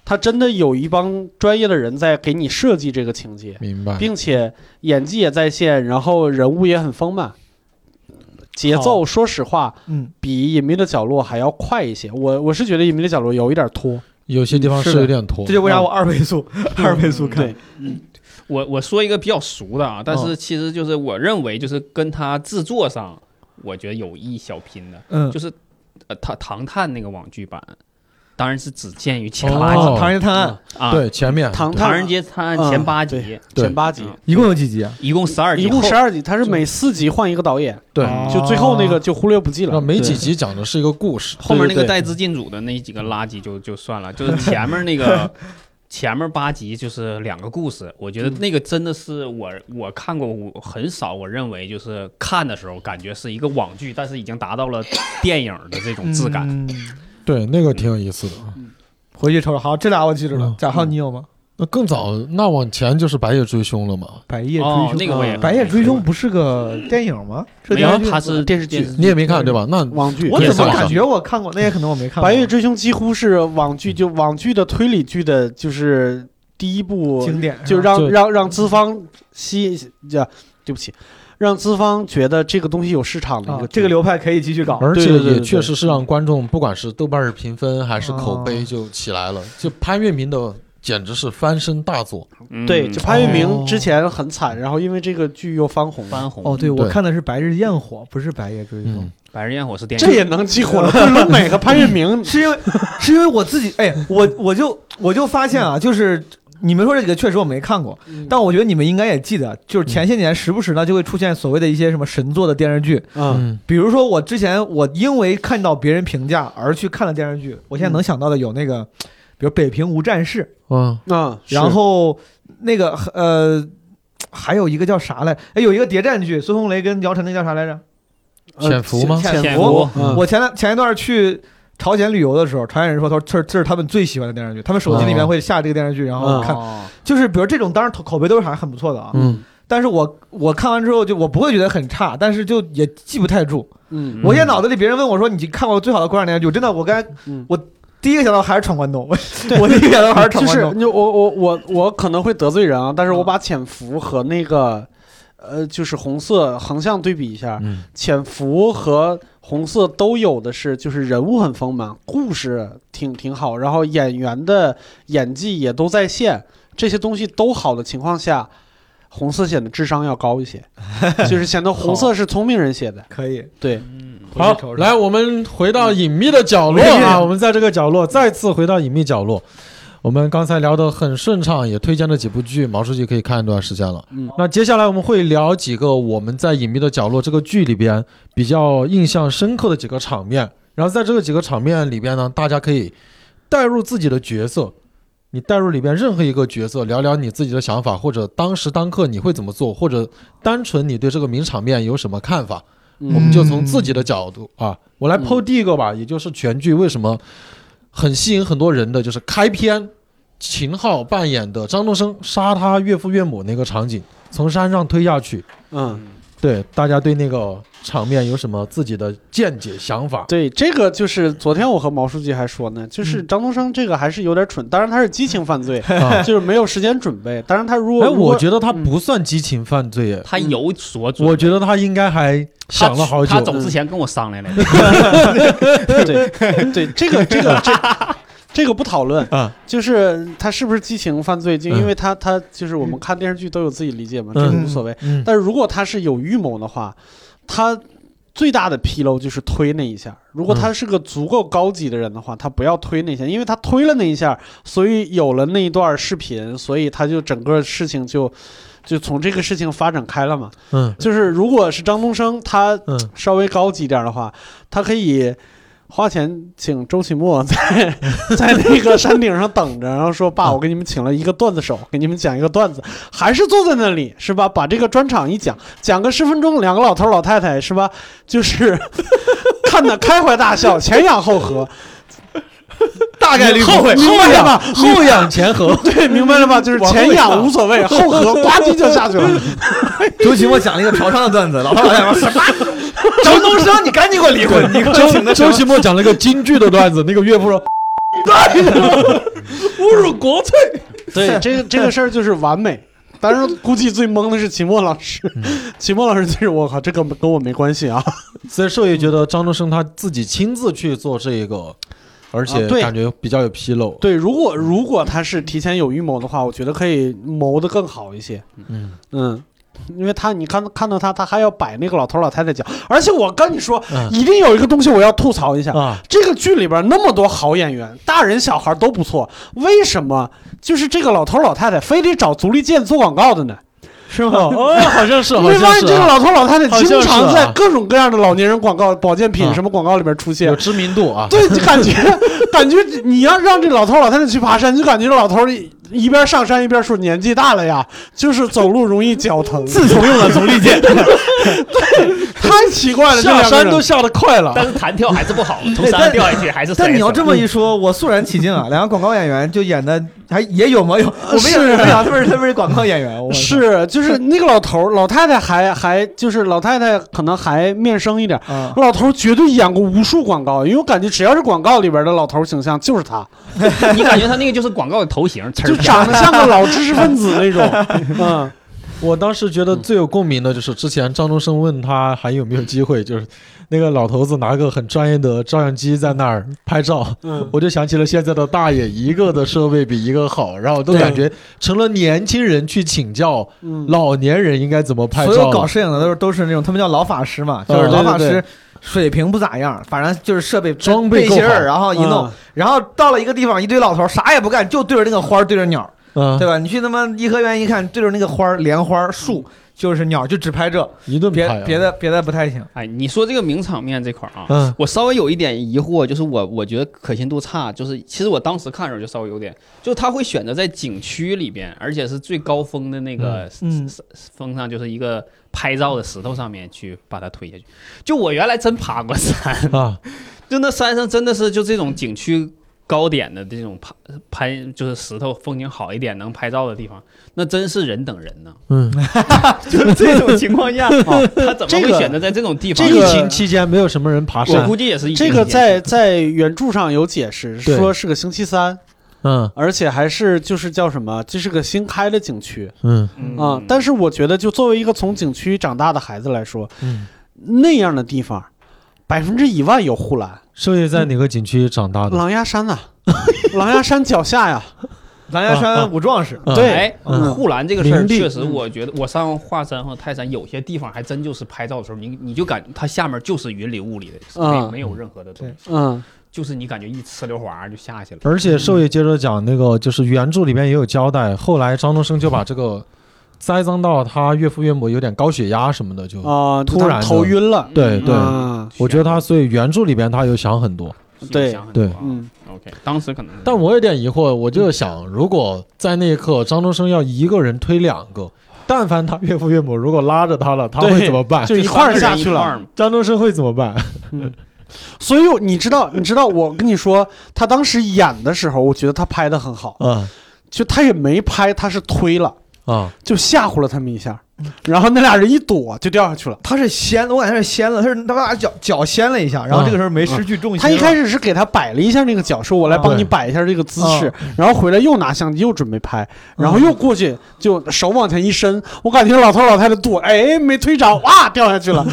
[SPEAKER 5] 它真的有一帮专业的人在给你设计这个情节，
[SPEAKER 2] 明
[SPEAKER 3] 嗯
[SPEAKER 2] 白。
[SPEAKER 5] 并且演技也在线，然后人物也很丰满，节奏说实话
[SPEAKER 3] 嗯，
[SPEAKER 5] 比《隐秘的角落》还要快一些。我我是觉得《隐秘的角落》有一点拖，
[SPEAKER 2] 有些地方
[SPEAKER 3] 是
[SPEAKER 2] 是
[SPEAKER 3] 的
[SPEAKER 2] 有点拖
[SPEAKER 3] 这。就为啥我二倍速， 二倍速看
[SPEAKER 5] 对。，
[SPEAKER 4] 我我说一个比较熟的啊，但
[SPEAKER 5] 嗯
[SPEAKER 4] 是其实就是我认为就是跟他制作上，我觉得有一小拼的，
[SPEAKER 3] 嗯，
[SPEAKER 4] 就是呃，唐唐探那个网剧版，当然是只限于前八集
[SPEAKER 3] 唐
[SPEAKER 2] 哦
[SPEAKER 3] 唐人街探
[SPEAKER 5] 嗯
[SPEAKER 3] 案
[SPEAKER 4] 啊，
[SPEAKER 2] 对，前面
[SPEAKER 5] 唐
[SPEAKER 4] 唐
[SPEAKER 5] 探
[SPEAKER 4] 人街探案》前八集，
[SPEAKER 2] 对
[SPEAKER 5] 前八集。
[SPEAKER 4] 嗯
[SPEAKER 3] 一共有几集啊？
[SPEAKER 4] 一共十二集，
[SPEAKER 5] 一共
[SPEAKER 4] 后
[SPEAKER 5] 十二集，它是每四集换一个导演，
[SPEAKER 2] 对，
[SPEAKER 3] 哦
[SPEAKER 5] 就最后那个就忽略不计
[SPEAKER 2] 那
[SPEAKER 5] 了。
[SPEAKER 2] 啊没几
[SPEAKER 5] 啊对
[SPEAKER 2] 集讲的是一个故事。
[SPEAKER 4] 后面那
[SPEAKER 5] 对
[SPEAKER 4] 个
[SPEAKER 5] 对对
[SPEAKER 4] 带资进组的那几个垃圾就就算了，就是前面那个前面八集就是两个故事，我觉得那个真的是我我看过我很少，我认为就是看的时候感觉是一个网剧，但是已经达到了电影的这种质感。
[SPEAKER 3] 嗯。
[SPEAKER 2] 对，那个挺有意思的。啊
[SPEAKER 3] 回去瞅瞅，好，这俩我记住了
[SPEAKER 2] 嗯。
[SPEAKER 3] 贾浩，你有吗？
[SPEAKER 2] 那更早，那往前就是《白夜追凶》了嘛？
[SPEAKER 3] 《白夜追
[SPEAKER 4] 哦
[SPEAKER 3] 凶》，
[SPEAKER 4] 那个我也
[SPEAKER 3] 《白夜追凶》不是个电影吗？是个
[SPEAKER 4] 没
[SPEAKER 3] 电
[SPEAKER 4] 有
[SPEAKER 3] 视，剧
[SPEAKER 4] 它是
[SPEAKER 5] 电视剧
[SPEAKER 2] 你也没看对吧？那
[SPEAKER 5] 网剧，
[SPEAKER 3] 我
[SPEAKER 4] 也
[SPEAKER 3] 怎
[SPEAKER 4] 算
[SPEAKER 3] 么
[SPEAKER 4] 是
[SPEAKER 3] 感觉我看过？那也可能我没看过。
[SPEAKER 5] 白夜追凶》几乎是网剧，就网剧的推理剧的，就是第一部，
[SPEAKER 3] 经典，啊
[SPEAKER 5] 就是
[SPEAKER 3] 吧
[SPEAKER 5] 让
[SPEAKER 2] 对
[SPEAKER 5] 让让资方吸，叫对不起，让资方觉得这个东西有市场的一
[SPEAKER 3] 啊
[SPEAKER 5] 个
[SPEAKER 3] 这
[SPEAKER 5] 剧
[SPEAKER 3] 个流派可以继续搞。
[SPEAKER 2] 而
[SPEAKER 5] 对
[SPEAKER 2] 且
[SPEAKER 5] 对对
[SPEAKER 2] 也
[SPEAKER 5] 对啊
[SPEAKER 2] 确实是让观众，不管是豆瓣儿评分还是口碑，
[SPEAKER 3] 哦
[SPEAKER 2] 就起来了，就潘粤明的简直是翻身大作。
[SPEAKER 4] 嗯
[SPEAKER 5] 对，就潘粤
[SPEAKER 3] 哦
[SPEAKER 5] 明之前很惨，然后因为这个剧又翻红了，
[SPEAKER 4] 翻红
[SPEAKER 3] 哦，对，我
[SPEAKER 2] 对
[SPEAKER 3] 看的是《白日焰火》，不是《白夜追凶》。
[SPEAKER 2] 嗯，
[SPEAKER 4] 白日焰火是电影
[SPEAKER 5] 这，也能激火了。桂纶镁和潘粤 明
[SPEAKER 3] 是因为是因为我自己，哎，我我就我就发现啊，就是你们说这几个确实我没看过，
[SPEAKER 5] 嗯
[SPEAKER 3] 但我觉得你们应该也记得，就是前些年时不时呢就会出现所谓的一些什么神作的电视剧，
[SPEAKER 5] 嗯，
[SPEAKER 2] 嗯，
[SPEAKER 3] 比如说我之前我因为看到别人评价而去看的电视剧，我现在能想到的有那个，比如《北平无战事》，
[SPEAKER 2] 啊，
[SPEAKER 5] 啊，是
[SPEAKER 3] 然后那个呃。还有一个叫啥来？哎，有一个谍战剧，孙红雷跟姚晨那叫啥来着？
[SPEAKER 5] 呃
[SPEAKER 2] 潜伏吗
[SPEAKER 5] 潜
[SPEAKER 4] 潜
[SPEAKER 5] 伏
[SPEAKER 4] 伏，
[SPEAKER 5] 嗯
[SPEAKER 3] 我前两前一段去朝鲜旅游的时候，朝鲜人说，他说这这是他们最喜欢的电视剧，他们手机里面会下这个电视剧，然
[SPEAKER 5] 嗯
[SPEAKER 3] 后看。
[SPEAKER 4] 哦
[SPEAKER 3] 就是比如这种，当然口碑都是还很不错的啊。
[SPEAKER 2] 嗯，
[SPEAKER 3] 但是我我看完之后就我不会觉得很差，但是就也记不太住。
[SPEAKER 5] 嗯
[SPEAKER 3] 我现在脑子里别人问我说你看过最好的国产电视剧，我真的我刚才
[SPEAKER 5] 嗯
[SPEAKER 3] 第一个想到还是闯关东，我 我第一个想到还是闯
[SPEAKER 5] 就
[SPEAKER 3] 关
[SPEAKER 5] 是
[SPEAKER 3] 东。
[SPEAKER 5] 就我我我我可能会得罪人啊，但是
[SPEAKER 3] 啊
[SPEAKER 5] 我把潜伏和那个。呃，就是红色横向对比一下，
[SPEAKER 2] 嗯
[SPEAKER 5] 潜伏和红色都有的是，就是人物很丰满，故事挺挺好，然后演员的演技也都在线，这些东西都好的情况下，红色显得智商要高一些，就是显得红色是聪明人写的。
[SPEAKER 3] 可以，
[SPEAKER 5] 对，
[SPEAKER 2] 好，来，我们回到隐秘的角落
[SPEAKER 3] 隐
[SPEAKER 2] 啊，
[SPEAKER 3] 秘
[SPEAKER 2] 我们在这个角落再次回到隐秘角落。我们刚才聊得很顺畅，也推荐了几部剧，毛书记可以看一段时间了。
[SPEAKER 5] 嗯，
[SPEAKER 2] 那接下来我们会聊几个我们在《隐秘的角落》这个剧里边比较印象深刻的几个场面，然后在这个几个场面里边呢，大家可以带入自己的角色，你带入里边任何一个角色，聊聊你自己的想法，或者当时当刻你会怎么做，或者单纯你对这个名场面有什么看法，嗯我们就
[SPEAKER 3] 嗯
[SPEAKER 2] 从自己的角度啊，我来剖第一个吧，也就是全剧为什么很吸引很多人的，就是开篇秦昊扮演的张东升杀他岳父岳母那个场景，从山上推下去。
[SPEAKER 5] 嗯。
[SPEAKER 2] 对，大家对那个场面有什么自己的见解、想法？
[SPEAKER 5] 对，这个就是昨天我和毛书记还说呢，就是张东升这个还是有点蠢，当然他是激情犯罪，
[SPEAKER 2] 啊
[SPEAKER 5] 就是没有时间准备。当然他如果
[SPEAKER 2] 哎，
[SPEAKER 5] 如果
[SPEAKER 2] 我觉得他不算激情犯罪，哎
[SPEAKER 4] 他有所准，
[SPEAKER 2] 我觉得他应该还
[SPEAKER 4] 他
[SPEAKER 2] 想了好久。
[SPEAKER 4] 他
[SPEAKER 3] 嗯
[SPEAKER 4] 走之前跟我商量了，
[SPEAKER 5] 对对，这个这个这这个不讨论
[SPEAKER 2] 啊，
[SPEAKER 5] 就是他是不是激情犯罪，就
[SPEAKER 2] 嗯
[SPEAKER 5] 因为他他就是我们看电视剧都有自己理解嘛，这个
[SPEAKER 2] 嗯
[SPEAKER 5] 无所谓。
[SPEAKER 2] 嗯，
[SPEAKER 5] 但是如果他是有预谋的话，他最大的纰漏就是推那一下。如果他
[SPEAKER 2] 嗯
[SPEAKER 5] 是个足够高级的人的话，他不要推那一下，因为他推了那一下，所以有了那一段视频，所以他就整个事情就就从这个事情发展开了嘛。
[SPEAKER 2] 嗯
[SPEAKER 5] 就是如果是张东升，他
[SPEAKER 2] 嗯，
[SPEAKER 5] 稍微高级一点的话，他可以花钱请周奇墨在在那个山顶上等着，然后说：“爸，我给你们请了一个段子手，给你们讲一个段子。”还是坐在那里是吧？把这个专场一讲，讲个十分钟，两个老头老太太是吧？就是 看得开怀大笑，前仰后 合，
[SPEAKER 3] 大概率
[SPEAKER 5] 后悔
[SPEAKER 2] 后
[SPEAKER 5] 明白了吧？
[SPEAKER 2] 仰后仰前合，
[SPEAKER 5] 对，明白了吧？就是
[SPEAKER 2] 往后
[SPEAKER 5] 前
[SPEAKER 2] 仰
[SPEAKER 5] 仰无所谓，后合呱唧就下去了。
[SPEAKER 3] 周奇墨讲了一个嫖娼的段子，老头老太太说什么？张东升，你赶紧给我离婚！你给我请
[SPEAKER 2] 周
[SPEAKER 3] 的什
[SPEAKER 2] 周
[SPEAKER 3] 么
[SPEAKER 2] 奇墨讲了一个京剧的段子，那个岳父说
[SPEAKER 3] 侮辱国粹。
[SPEAKER 5] 对，这个这个事儿就是完美。当然，估计最懵的是秦墨老师，
[SPEAKER 2] 嗯
[SPEAKER 5] 秦墨老师就是我靠，这个跟我没关系啊。
[SPEAKER 2] 所以兽爷觉得张东升他自己亲自去做这一个，而且
[SPEAKER 5] 啊对
[SPEAKER 2] 感觉比较有纰漏。
[SPEAKER 5] 对，如果如果他是提前有预谋的话，我觉得可以谋得更好一些。
[SPEAKER 2] 嗯
[SPEAKER 5] 嗯，因为他你看看到他，他还要摆那个老头老太太讲，而且我跟你说，
[SPEAKER 2] 嗯
[SPEAKER 5] 一定有一个东西我要吐槽一下。
[SPEAKER 2] 啊，
[SPEAKER 5] 这个剧里边那么多好演员，大人小孩都不错，为什么就是这个老头老太太非得找足力健做广告的呢？
[SPEAKER 2] 是 吗？哦，好像 是，
[SPEAKER 5] 你
[SPEAKER 2] 好
[SPEAKER 5] 会发
[SPEAKER 2] 像
[SPEAKER 5] 现
[SPEAKER 2] 是
[SPEAKER 5] 这个
[SPEAKER 2] 啊、
[SPEAKER 5] 老头老太
[SPEAKER 2] 好
[SPEAKER 5] 太
[SPEAKER 2] 像
[SPEAKER 5] 经
[SPEAKER 2] 是啊
[SPEAKER 5] 常在各种各样的老年人广告、保健
[SPEAKER 2] 啊
[SPEAKER 5] 品什么广告里边出现
[SPEAKER 2] 有，知名度啊。
[SPEAKER 5] 对，就感觉感觉你要让这老头老太太去爬山，就感觉这老头一一边上山一边说年纪大了呀，就是走路容易脚疼。
[SPEAKER 3] 自从用了足力健，
[SPEAKER 5] 太奇怪了，这
[SPEAKER 2] 下
[SPEAKER 5] 两个
[SPEAKER 2] 山
[SPEAKER 5] 人
[SPEAKER 2] 都下得快了，
[SPEAKER 4] 但是弹跳还是不 好，从山上掉下去还是摔
[SPEAKER 3] 但你要
[SPEAKER 4] 死
[SPEAKER 3] 这
[SPEAKER 2] 嗯
[SPEAKER 3] 么一说，我肃然起敬啊！两个广告演员就演的还也有模有，我没有
[SPEAKER 5] 是
[SPEAKER 3] 没想他们是他们是广告演员，我
[SPEAKER 5] 是就是那个老头老太太还还就是老太太可能还面生一点。
[SPEAKER 3] 啊，
[SPEAKER 5] 老头绝对演过无数广告，因为我感觉只要是广告里边的老头形象就是他，
[SPEAKER 4] 了。你 感觉他那个就是广告的头型，呲儿
[SPEAKER 5] 就长得像个老知识分子 那种。嗯，
[SPEAKER 2] 我当时觉得最有共鸣的就是之前张东升问他还有没有机会，就是那个老头子拿个很专业的照相机在那儿拍照，
[SPEAKER 5] 嗯
[SPEAKER 2] 我就想起了现在的大爷，一个的设备比一个好，然后都
[SPEAKER 5] 对
[SPEAKER 2] 感觉成了年轻人去请教
[SPEAKER 5] 嗯，
[SPEAKER 2] 老年人应该怎么拍
[SPEAKER 3] 所
[SPEAKER 2] 照啊
[SPEAKER 3] 有
[SPEAKER 2] 了
[SPEAKER 3] 搞摄影的都是都是那种，他们叫老法师嘛，就是
[SPEAKER 2] 嗯
[SPEAKER 3] 老法
[SPEAKER 2] 对对
[SPEAKER 3] 师水平不咋样，反正就是设备
[SPEAKER 2] 装备
[SPEAKER 3] 背
[SPEAKER 2] 够
[SPEAKER 3] 心
[SPEAKER 2] 好嗯
[SPEAKER 3] 儿，然后一弄，然后到了一个地方，一堆老头儿啥也不干，就对着那个花儿对着鸟儿，
[SPEAKER 2] 嗯
[SPEAKER 3] 对，吧？你去他妈颐和园一看，对着那个花儿莲花儿树就是鸟儿，就只拍这，
[SPEAKER 2] 一顿
[SPEAKER 3] 别
[SPEAKER 2] 拍啊
[SPEAKER 3] 别的别的不太行。
[SPEAKER 4] 哎，你说这个名场面这块儿啊，
[SPEAKER 2] 嗯
[SPEAKER 4] 我稍微有一点疑惑，就是我我觉得可信度差，就是其实我当时看的时候就稍微有点，就是他会选择在景区里边，而且是最高峰的那个
[SPEAKER 3] 嗯
[SPEAKER 4] 峰上，就是一个拍照的石头上面去把它推下去。就我原来真爬过山，
[SPEAKER 2] 啊，
[SPEAKER 4] 就那山上真的是就这种景区高点的这种拍拍，就是石头风景好一点能拍照的地方，那真是人等人呢。
[SPEAKER 2] 嗯，
[SPEAKER 4] 就是这种情况下， 哦、他怎么
[SPEAKER 5] 这
[SPEAKER 4] 会
[SPEAKER 5] 个
[SPEAKER 4] 选择在这种地方？
[SPEAKER 5] 这
[SPEAKER 2] 疫
[SPEAKER 5] 个
[SPEAKER 2] 情期间没有什么人爬
[SPEAKER 4] 我
[SPEAKER 2] 山，
[SPEAKER 4] 估计也是疫情
[SPEAKER 5] 这个
[SPEAKER 4] 期间
[SPEAKER 5] 在在原著上有解释，
[SPEAKER 2] 对
[SPEAKER 5] 说是个星期三，
[SPEAKER 2] 嗯
[SPEAKER 5] 而且还是就是叫什么，这是个新开的景区
[SPEAKER 2] 嗯
[SPEAKER 4] 嗯
[SPEAKER 5] 啊、但是我觉得，就作为一个从景区长大的孩子来说，
[SPEAKER 2] 嗯，
[SPEAKER 5] 那样的地方，百分之一万有护栏，
[SPEAKER 2] 剩下在哪个景区长大的？
[SPEAKER 5] 狼牙山呐、 狼牙山脚下呀，
[SPEAKER 3] 狼牙山五壮士，
[SPEAKER 2] 嗯，
[SPEAKER 4] 哎，
[SPEAKER 2] 嗯
[SPEAKER 4] 护栏这个事儿
[SPEAKER 2] 林地
[SPEAKER 4] 确实，我觉得我上华山和泰山有些地方还真就是拍照的时候，你你就感它下面就是云里雾里的，
[SPEAKER 5] 嗯
[SPEAKER 4] 没没有任何的东西，
[SPEAKER 5] 嗯，
[SPEAKER 4] 就是你感觉一呲溜滑就下去了。
[SPEAKER 2] 而且兽爷接着讲，那个就是原著里边也有交代，后来张东升就把这个栽赃到他岳父岳母有点高血压什么的，就
[SPEAKER 5] 啊、
[SPEAKER 3] 哦
[SPEAKER 2] 突
[SPEAKER 5] 就他
[SPEAKER 2] 然的
[SPEAKER 5] 头晕了，
[SPEAKER 2] 对对
[SPEAKER 5] 嗯
[SPEAKER 2] 我觉得他所以原著里边他有想很多，
[SPEAKER 5] 对
[SPEAKER 4] 想很多
[SPEAKER 2] 对
[SPEAKER 4] 啊
[SPEAKER 5] 嗯，
[SPEAKER 4] ，OK，当时可能是，
[SPEAKER 2] 但我有点疑惑，我就想，如果在那一刻张东升要一个人推两个，但凡他岳父岳母如果拉着 他了，他会
[SPEAKER 5] 对
[SPEAKER 2] 怎么办？
[SPEAKER 5] 就一块儿下去
[SPEAKER 4] 一块儿
[SPEAKER 5] 了。
[SPEAKER 4] 嘛
[SPEAKER 2] 张东升会怎么办？
[SPEAKER 5] 所以我你知道，你知道，我跟你说，他当时演的时候，我觉得他拍的很好，
[SPEAKER 2] 啊
[SPEAKER 5] 就他也没拍，他是推了，
[SPEAKER 2] 啊！
[SPEAKER 5] 就吓唬了他们一下，
[SPEAKER 2] 嗯
[SPEAKER 5] 然后那俩人一躲就掉下去了。
[SPEAKER 3] 他是掀，我感觉是掀了，他是他把脚脚掀了一下，然后这个时候没失去重心了。
[SPEAKER 5] 他一开始是给他摆了一下那个脚，说我来帮你
[SPEAKER 2] 啊对啊
[SPEAKER 5] 摆一下这个姿势，然后回来又拿相机又准备拍，然后又过去就手往前一伸，我感觉老头老太太躲，哎，没推着，哇，掉下 去了。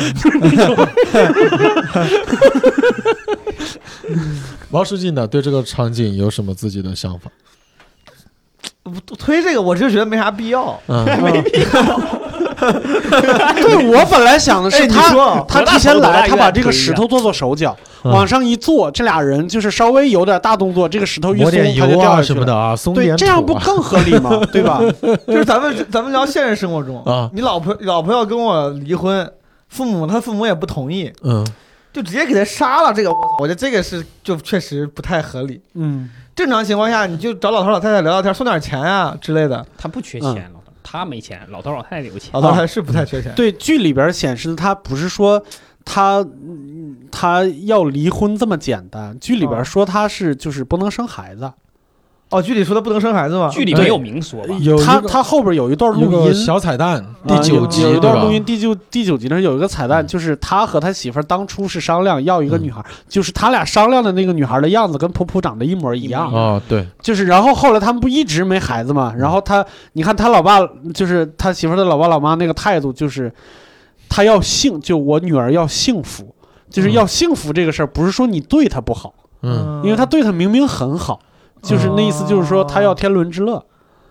[SPEAKER 2] 王书记呢，对这个场景有什么自己的想法？
[SPEAKER 3] 推这个，我就觉得没啥必要。
[SPEAKER 2] 嗯，
[SPEAKER 5] 对我本来想的
[SPEAKER 3] 哎
[SPEAKER 5] 是
[SPEAKER 3] 你
[SPEAKER 5] 他
[SPEAKER 3] 说啊
[SPEAKER 5] 他
[SPEAKER 4] 多大
[SPEAKER 5] 提前
[SPEAKER 4] 仇多大
[SPEAKER 5] 来，他
[SPEAKER 4] 怨
[SPEAKER 5] 把这个
[SPEAKER 4] 不一
[SPEAKER 5] 石
[SPEAKER 4] 样
[SPEAKER 5] 头做做手脚，
[SPEAKER 2] 嗯
[SPEAKER 5] 往上一坐，这俩人就是稍微有点大动作，这个石头一
[SPEAKER 2] 抹
[SPEAKER 5] 松，
[SPEAKER 2] 点
[SPEAKER 5] 他就
[SPEAKER 2] 油
[SPEAKER 5] 掉
[SPEAKER 2] 啊
[SPEAKER 5] 下去
[SPEAKER 2] 什么
[SPEAKER 5] 了。
[SPEAKER 2] 的啊，松
[SPEAKER 5] 对，
[SPEAKER 2] 点
[SPEAKER 5] 这样不
[SPEAKER 2] 土啊
[SPEAKER 5] 更合理 吗？对吧？
[SPEAKER 3] 就是咱们咱们聊现实生活中
[SPEAKER 2] 啊
[SPEAKER 3] 你老婆老婆要跟我离婚，父母他父母也不同意，
[SPEAKER 2] 嗯
[SPEAKER 3] 就直接给他杀了。这个我操，我觉得这个是就确实不太合理。
[SPEAKER 5] 嗯，
[SPEAKER 3] 正常情况下，你就找老头老太太聊聊天，送点钱啊之类的。
[SPEAKER 4] 他不缺钱，
[SPEAKER 5] 嗯
[SPEAKER 4] 老头儿他没钱，老头儿老太太有钱
[SPEAKER 3] 老。头
[SPEAKER 5] 啊
[SPEAKER 3] 老太太是不太缺钱，
[SPEAKER 5] 对，剧里边显示的他不是说他嗯他要离婚这么简单，剧里
[SPEAKER 2] 哦
[SPEAKER 5] 边说他是就是不能生孩子，
[SPEAKER 3] 哦，剧里说他不能生孩子
[SPEAKER 5] 啊
[SPEAKER 3] 吗？
[SPEAKER 4] 剧里没有明说吧？
[SPEAKER 2] 有一
[SPEAKER 5] 他
[SPEAKER 2] 个
[SPEAKER 5] 他后边有一段
[SPEAKER 2] 有
[SPEAKER 5] 录
[SPEAKER 2] 个
[SPEAKER 5] 音。
[SPEAKER 2] 小彩蛋，
[SPEAKER 5] 啊
[SPEAKER 2] 第九
[SPEAKER 5] 有
[SPEAKER 2] 集
[SPEAKER 5] 有一
[SPEAKER 2] 对
[SPEAKER 5] 段
[SPEAKER 2] 吧嗯
[SPEAKER 5] 录？音，第九第九集那儿有一个彩蛋，就是他和他媳妇儿当初是商量要一个女孩，就是他俩商量的那个女孩的样子跟普普长得一模一样，
[SPEAKER 2] 啊，对，
[SPEAKER 5] 就是然后后来他们不一直没孩子
[SPEAKER 2] 嗯
[SPEAKER 5] 嘛，然后他你看他老爸就是他媳妇儿的老爸老妈那个态度就是，他要幸就我女儿要幸福，就是要幸福这个事儿不是说你对她不好，
[SPEAKER 2] 嗯，
[SPEAKER 5] 因为他对她明明很好，就是那意思就是说他要天伦之乐，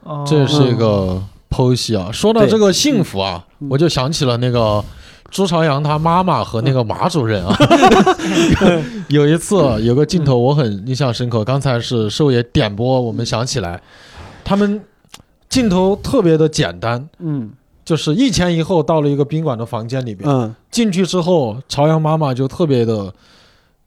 [SPEAKER 3] 哦
[SPEAKER 2] 这是一个剖析啊。说到
[SPEAKER 5] 对
[SPEAKER 2] 这个幸福啊，
[SPEAKER 5] 嗯
[SPEAKER 2] 我就想起了那个朱朝阳他妈妈和那个马主任 啊。有一次啊有个镜头
[SPEAKER 5] 嗯
[SPEAKER 2] 我很印象深刻，刚才是寿爷点播，我们想起来，他们镜头特别的简单，
[SPEAKER 5] 嗯
[SPEAKER 2] 就是一前一后到了一个宾馆的房间里边，
[SPEAKER 5] 嗯
[SPEAKER 2] 进去之后，朝阳妈妈就特别的。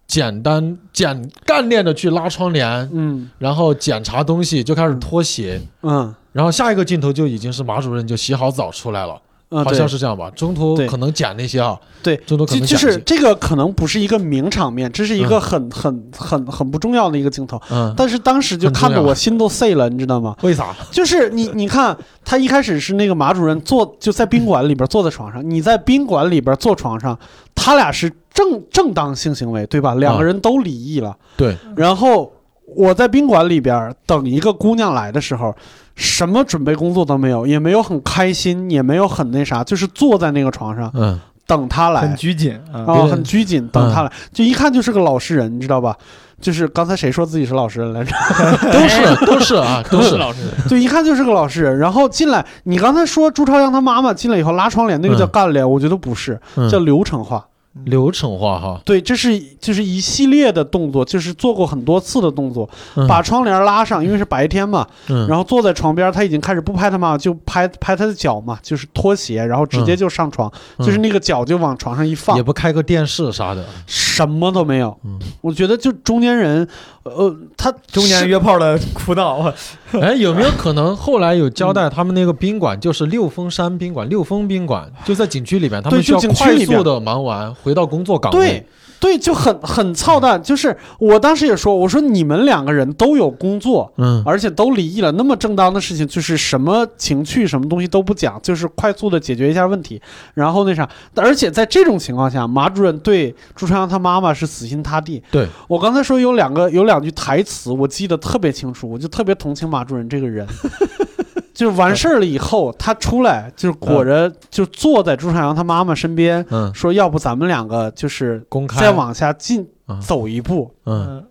[SPEAKER 2] 简单简干练的去拉窗帘，
[SPEAKER 5] 嗯
[SPEAKER 2] 然后检查东西，就开始脱鞋，
[SPEAKER 5] 嗯
[SPEAKER 2] 然后下一个镜头就已经是马主任就洗好澡出来了，
[SPEAKER 5] 嗯，
[SPEAKER 2] 好
[SPEAKER 5] 对
[SPEAKER 2] 像是这样吧？中途
[SPEAKER 5] 对
[SPEAKER 2] 可能剪了一些啊，
[SPEAKER 5] 对
[SPEAKER 2] 中途可
[SPEAKER 5] 就
[SPEAKER 2] 能
[SPEAKER 5] 就
[SPEAKER 2] 剪了一
[SPEAKER 5] 是
[SPEAKER 2] 些，
[SPEAKER 5] 这个可能不是一个名场面，这是一个很很很很不重要的一个镜头，
[SPEAKER 2] 嗯，
[SPEAKER 5] 但是当时就
[SPEAKER 2] 很重
[SPEAKER 5] 看得
[SPEAKER 2] 要
[SPEAKER 5] 我心都碎了，你知道吗？
[SPEAKER 2] 为啥？
[SPEAKER 5] 就是你，你看他一开始是那个马主任坐就在宾馆里边坐在床上，你在宾馆里边坐床上，他俩是正正当性行为，对吧？两个人都离异了。
[SPEAKER 2] 嗯对。
[SPEAKER 5] 然后我在宾馆里边等一个姑娘来的时候，什么准备工作都没有，也没有很开心，也没有很那啥，就是坐在那个床上
[SPEAKER 2] 嗯，
[SPEAKER 5] 等她来
[SPEAKER 3] 很。拘谨啊。
[SPEAKER 5] 啊、
[SPEAKER 2] 有点
[SPEAKER 5] 很拘谨，等
[SPEAKER 2] 嗯
[SPEAKER 5] 她来，就一看就是个老实人，你知道吧？就是刚才谁说自己是老实人来着？
[SPEAKER 4] 哎
[SPEAKER 2] 都 是都是啊，都是
[SPEAKER 4] 老师，
[SPEAKER 5] 对，一看就是个老实人。然后进来，你刚才说朱朝阳他妈妈进来以后拉窗帘，那个叫
[SPEAKER 2] 嗯
[SPEAKER 5] 干练，我觉得不是，
[SPEAKER 2] 嗯
[SPEAKER 5] 叫流程化。
[SPEAKER 2] 流程化哈，
[SPEAKER 5] 对，这是就是一系列的动作，就是做过很多次的动作，
[SPEAKER 2] 嗯
[SPEAKER 5] 把窗帘拉上，因为是白天嘛，
[SPEAKER 2] 嗯
[SPEAKER 5] 然后坐在床边，他已经开始不拍他妈妈，就拍拍他的脚嘛，就是脱鞋，然后直接就上床，
[SPEAKER 2] 嗯
[SPEAKER 5] 就是那个脚就往床上一放
[SPEAKER 2] 也，不开个电视啥 的，
[SPEAKER 5] 什么都没有。
[SPEAKER 2] 嗯
[SPEAKER 5] 我觉得就中间人，呃，他
[SPEAKER 3] 中年
[SPEAKER 5] 是
[SPEAKER 3] 约炮的苦恼，我
[SPEAKER 2] 哎，有没有可能后来有交代他们那个宾馆就是六峰山宾馆，六峰宾馆就在景区里边，他们
[SPEAKER 5] 对
[SPEAKER 2] 需要
[SPEAKER 5] 就景区
[SPEAKER 2] 快
[SPEAKER 5] 里边
[SPEAKER 2] 速的忙完，回到工作岗
[SPEAKER 5] 对
[SPEAKER 2] 位，。
[SPEAKER 5] 对，就很很操蛋。就是我当时也说，我说你们两个人都有工作，
[SPEAKER 2] 嗯
[SPEAKER 5] 而且都离异了，那么正当的事情就是什么情趣、什么东西都不讲，就是快速的解决一下问题，然后那啥。而且在这种情况下，马主任对朱朝阳他妈妈是死心塌地。
[SPEAKER 2] 对
[SPEAKER 5] 我刚才说有两个有两句台词，我记得特别清楚，我就特别同情马主任这个人。 就是完事儿了以后，他出来就是裹着，就坐在朱朝阳他妈妈身边，
[SPEAKER 2] 嗯，
[SPEAKER 5] 说要不咱们两个就是
[SPEAKER 2] 公开
[SPEAKER 5] 再往下进
[SPEAKER 2] 啊
[SPEAKER 5] 走一步。
[SPEAKER 2] 嗯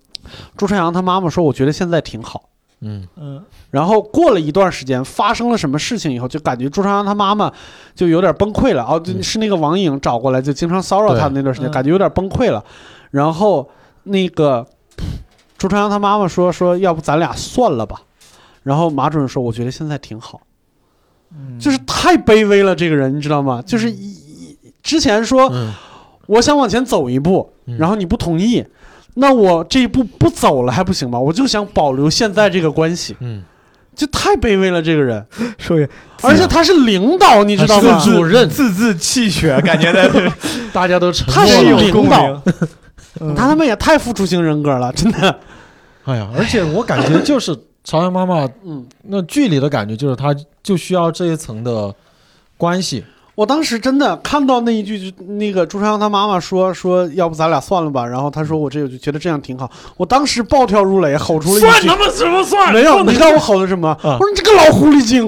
[SPEAKER 5] 朱朝阳他妈妈说，我觉得现在挺好。
[SPEAKER 2] 嗯
[SPEAKER 3] 嗯
[SPEAKER 5] 然后过了一段时间，发生了什么事情以后，就感觉朱朝阳他妈妈就有点崩溃了。哦，就
[SPEAKER 2] 嗯
[SPEAKER 5] 是那个王颖找过来，就经常骚扰他的那段时间，
[SPEAKER 3] 对嗯
[SPEAKER 5] 感觉有点崩溃了。然后那个朱朝阳他妈妈说说，要不咱俩算了吧。然后马主任说，我觉得现在挺好，
[SPEAKER 3] 嗯，
[SPEAKER 5] 就是太卑微了，这个人你知道吗？就是一一之前说
[SPEAKER 2] 嗯
[SPEAKER 5] 我想往前走一步，
[SPEAKER 2] 嗯
[SPEAKER 5] 然后你不同意，那我这一步不走了还不行吗？我就想保留现在这个关系，
[SPEAKER 2] 嗯，
[SPEAKER 5] 就太卑微了，这个人。
[SPEAKER 3] 说一
[SPEAKER 5] 而且他是领导，你知道吗
[SPEAKER 2] 啊他？是主任，
[SPEAKER 3] 字字泣血，感觉在
[SPEAKER 2] 大家都沉
[SPEAKER 5] 他是
[SPEAKER 2] 默了。
[SPEAKER 5] 有领导，
[SPEAKER 3] 嗯
[SPEAKER 5] 他他妈也太付出型人格了， 真的。
[SPEAKER 2] 哎呀，而且我感觉就是 朝阳妈妈
[SPEAKER 5] 嗯，
[SPEAKER 2] 那剧里的感觉，就是她就需要这一层的关系。
[SPEAKER 5] 我当时真的看到那一句，就那个朱朝阳他妈妈说说，要不咱俩算了吧。然后他说我这我就觉得这样挺好。我当时暴跳如雷，吼出了一句：“算他妈什么算？”没有，你知道我吼的什么？
[SPEAKER 3] 啊
[SPEAKER 5] 我说你这个老狐狸 精！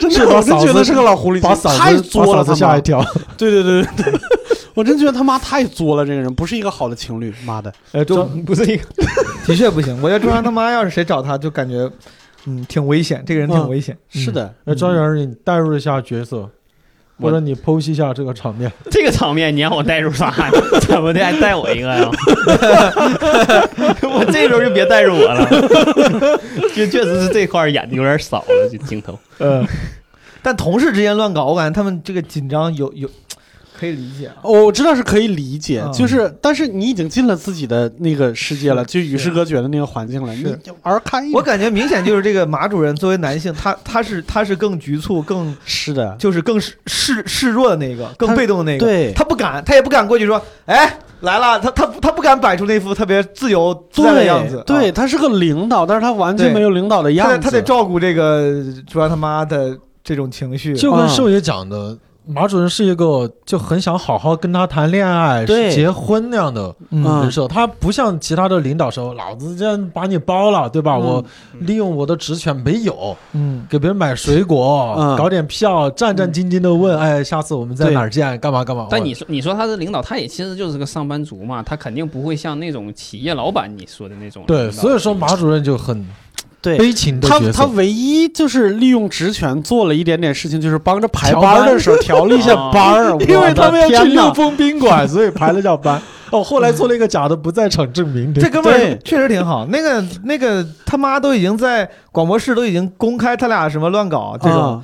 [SPEAKER 5] 真
[SPEAKER 2] 是
[SPEAKER 5] 的，
[SPEAKER 2] 把
[SPEAKER 5] 我真
[SPEAKER 2] 嫂
[SPEAKER 5] 觉得
[SPEAKER 2] 子
[SPEAKER 5] 是个老狐狸
[SPEAKER 2] 把
[SPEAKER 5] 精，
[SPEAKER 2] 嫂
[SPEAKER 5] 太
[SPEAKER 2] 子
[SPEAKER 5] 作了，
[SPEAKER 2] 把嫂
[SPEAKER 5] 他
[SPEAKER 2] 子吓
[SPEAKER 5] 妈
[SPEAKER 2] 一！跳。
[SPEAKER 5] 对对对对 对，我真觉得他妈太作了，这个人不是一个好的情侣，妈的！
[SPEAKER 3] 呃，
[SPEAKER 5] 就
[SPEAKER 3] 就不是一个， 的确不行。我觉得周安他妈要是谁找他，就感觉嗯挺危险，这个人挺危险。
[SPEAKER 5] 是的，
[SPEAKER 2] 那哎张元，你代入一下角色，或者你剖析一下这个场面。
[SPEAKER 4] 这个场面你让我带入啥？怎么的还带我一 个呀？我这时候就别带入我了，就 确实是这块儿演的有点少了，这镜头。
[SPEAKER 3] 嗯，但同事之间乱搞，我感觉他们这个紧张有有可以理解啊。
[SPEAKER 5] 哦我知道是可以理解，
[SPEAKER 3] 嗯
[SPEAKER 5] 就是但是你已经进了自己的那个世界了，
[SPEAKER 3] 是
[SPEAKER 5] 就与世隔绝的那个环境了，
[SPEAKER 3] 是
[SPEAKER 5] 你就玩开一
[SPEAKER 3] 我
[SPEAKER 5] 点。
[SPEAKER 3] 感觉明显就是这个马主任作为男性，他他是他是更局促、更
[SPEAKER 5] 是的，
[SPEAKER 3] 就是更示示示弱的那一个，更
[SPEAKER 5] 他
[SPEAKER 3] 被动的那个。
[SPEAKER 5] 对
[SPEAKER 3] 他不敢，他也不敢过去说，哎，来了，他他他不敢摆出那副特别自由自在的样子
[SPEAKER 5] 对，，对，
[SPEAKER 3] 啊
[SPEAKER 5] 他是个领导，但是他完全
[SPEAKER 3] 对
[SPEAKER 5] 没有领导的样
[SPEAKER 3] 他
[SPEAKER 5] 子
[SPEAKER 3] 得，他得照顾这个主要他妈的这种情绪，
[SPEAKER 2] 就跟秀爷讲的，马主任是一个就很想好好跟他谈恋爱、
[SPEAKER 5] 对
[SPEAKER 2] 结婚那样的
[SPEAKER 5] 嗯
[SPEAKER 2] 人设，他不像其他的领导说，老子这样把你包了，对吧？
[SPEAKER 5] 嗯
[SPEAKER 2] 我利用我的职权没有
[SPEAKER 3] 嗯
[SPEAKER 2] 给别人买水果，
[SPEAKER 5] 嗯
[SPEAKER 2] 搞点票，战战兢兢的问，哎，下次我们在
[SPEAKER 5] 对
[SPEAKER 2] 哪儿见？干嘛干嘛？
[SPEAKER 4] 但
[SPEAKER 2] 我
[SPEAKER 4] 你说，你说他是领导，他也其实就是个上班族嘛，他肯定不会像那种企业老板你说的那种。
[SPEAKER 2] 对，所以说马主任就很
[SPEAKER 5] 对。
[SPEAKER 2] 悲情的
[SPEAKER 5] 他
[SPEAKER 2] 角色，
[SPEAKER 5] 他唯一就是利用职权做了一点点事情，就是帮着排班儿的时候调了一下班儿，
[SPEAKER 2] 因为他们要去
[SPEAKER 5] 溜
[SPEAKER 2] 六峰宾馆， 所以排了下班。哦，后来做了一个假的不在场证明。对
[SPEAKER 3] 这哥们儿
[SPEAKER 5] 对
[SPEAKER 3] 确实挺好。那个那个他妈都已经在广播室都已经公开他俩什么乱搞这种，
[SPEAKER 5] 啊，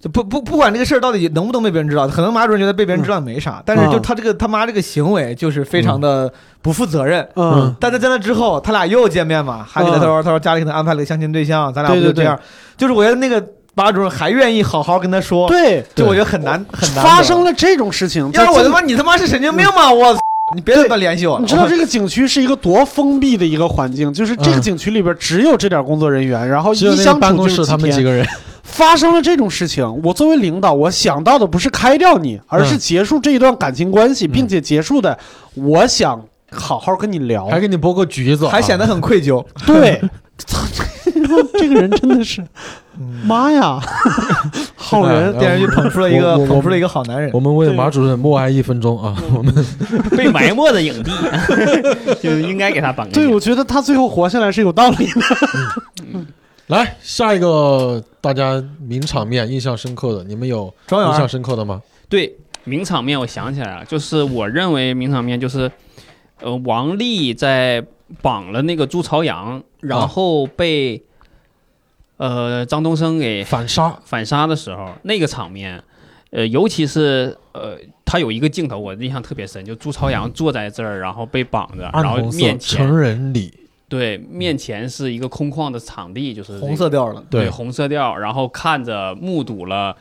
[SPEAKER 3] 就不不不管这个事儿到底能不能被别人知道，可能马主任觉得被别人知道没啥，但是就
[SPEAKER 5] 嗯
[SPEAKER 3] 他这个他妈这个行为就是非常的不负责任。
[SPEAKER 2] 啊
[SPEAKER 5] 嗯，
[SPEAKER 3] 但是在那之后，他俩又见面嘛，还给他
[SPEAKER 5] 嗯
[SPEAKER 3] 他说他说家里给他安排了个相亲对象，咱俩
[SPEAKER 5] 对
[SPEAKER 3] 不就
[SPEAKER 5] 对
[SPEAKER 3] 这样？就是我觉得那个马主任还愿意好好跟他说，
[SPEAKER 5] 对，
[SPEAKER 3] 就我觉得很难很难
[SPEAKER 5] 发生。了这种事情，
[SPEAKER 3] 要
[SPEAKER 5] 在
[SPEAKER 3] 是我
[SPEAKER 5] 这嗯
[SPEAKER 3] 他妈你他妈是神经病吗？我操你别他妈联系我 了！
[SPEAKER 5] 你知道这个景区是一个多封闭的一个环境，就是这个景区里边只有这点工作人员，然
[SPEAKER 2] 嗯
[SPEAKER 5] 后
[SPEAKER 2] 只有
[SPEAKER 5] 一
[SPEAKER 2] 那个
[SPEAKER 5] 相
[SPEAKER 2] 办
[SPEAKER 5] 处
[SPEAKER 2] 公
[SPEAKER 5] 就
[SPEAKER 2] 室
[SPEAKER 5] 是
[SPEAKER 2] 他们几
[SPEAKER 5] 天。
[SPEAKER 2] 个人，
[SPEAKER 5] 发生了这种事情，我作为领导，我想到的不是开掉你，而
[SPEAKER 2] 嗯
[SPEAKER 5] 是结束这一段感情关系，并且结束的，我想好好跟你聊。
[SPEAKER 2] 还给你剥个橘子啊，
[SPEAKER 3] 还显得很愧 疚。
[SPEAKER 5] 对，这个人真的是，
[SPEAKER 3] 嗯
[SPEAKER 5] 妈呀，好人
[SPEAKER 2] 嗯
[SPEAKER 3] 电视剧捧出了一个
[SPEAKER 2] 我我
[SPEAKER 3] 捧出了一个好男人
[SPEAKER 2] 我。们为
[SPEAKER 5] 对
[SPEAKER 2] 马主任默哀一分钟啊！
[SPEAKER 4] 嗯
[SPEAKER 2] 我们
[SPEAKER 4] 被埋没的影帝， 就应该给他绑个
[SPEAKER 5] 对，
[SPEAKER 4] 影
[SPEAKER 5] 我觉得他最后活下来是有道理的。
[SPEAKER 2] 来下一个大家名场面印象深刻的，你们有
[SPEAKER 3] 庄
[SPEAKER 2] 印象
[SPEAKER 3] 园
[SPEAKER 2] 深刻的吗？
[SPEAKER 4] 对，名场面我想起来了，就是我认为名场面就是，呃，王丽在绑了那个朱朝阳，
[SPEAKER 2] 啊
[SPEAKER 4] 然后被、呃张东升给
[SPEAKER 2] 反杀，
[SPEAKER 4] 反杀的时候，那个场面，呃，尤其是呃，他有一个镜头我印象特别深，就朱朝阳坐在这儿，然后被绑着，
[SPEAKER 2] 暗
[SPEAKER 4] 然后
[SPEAKER 2] 红色
[SPEAKER 4] 面前
[SPEAKER 2] 成人礼，
[SPEAKER 4] 对面前是一个空旷的场地，就是这个
[SPEAKER 3] 红色调了，
[SPEAKER 4] 对
[SPEAKER 2] 对
[SPEAKER 4] 红色调，然后看着目睹了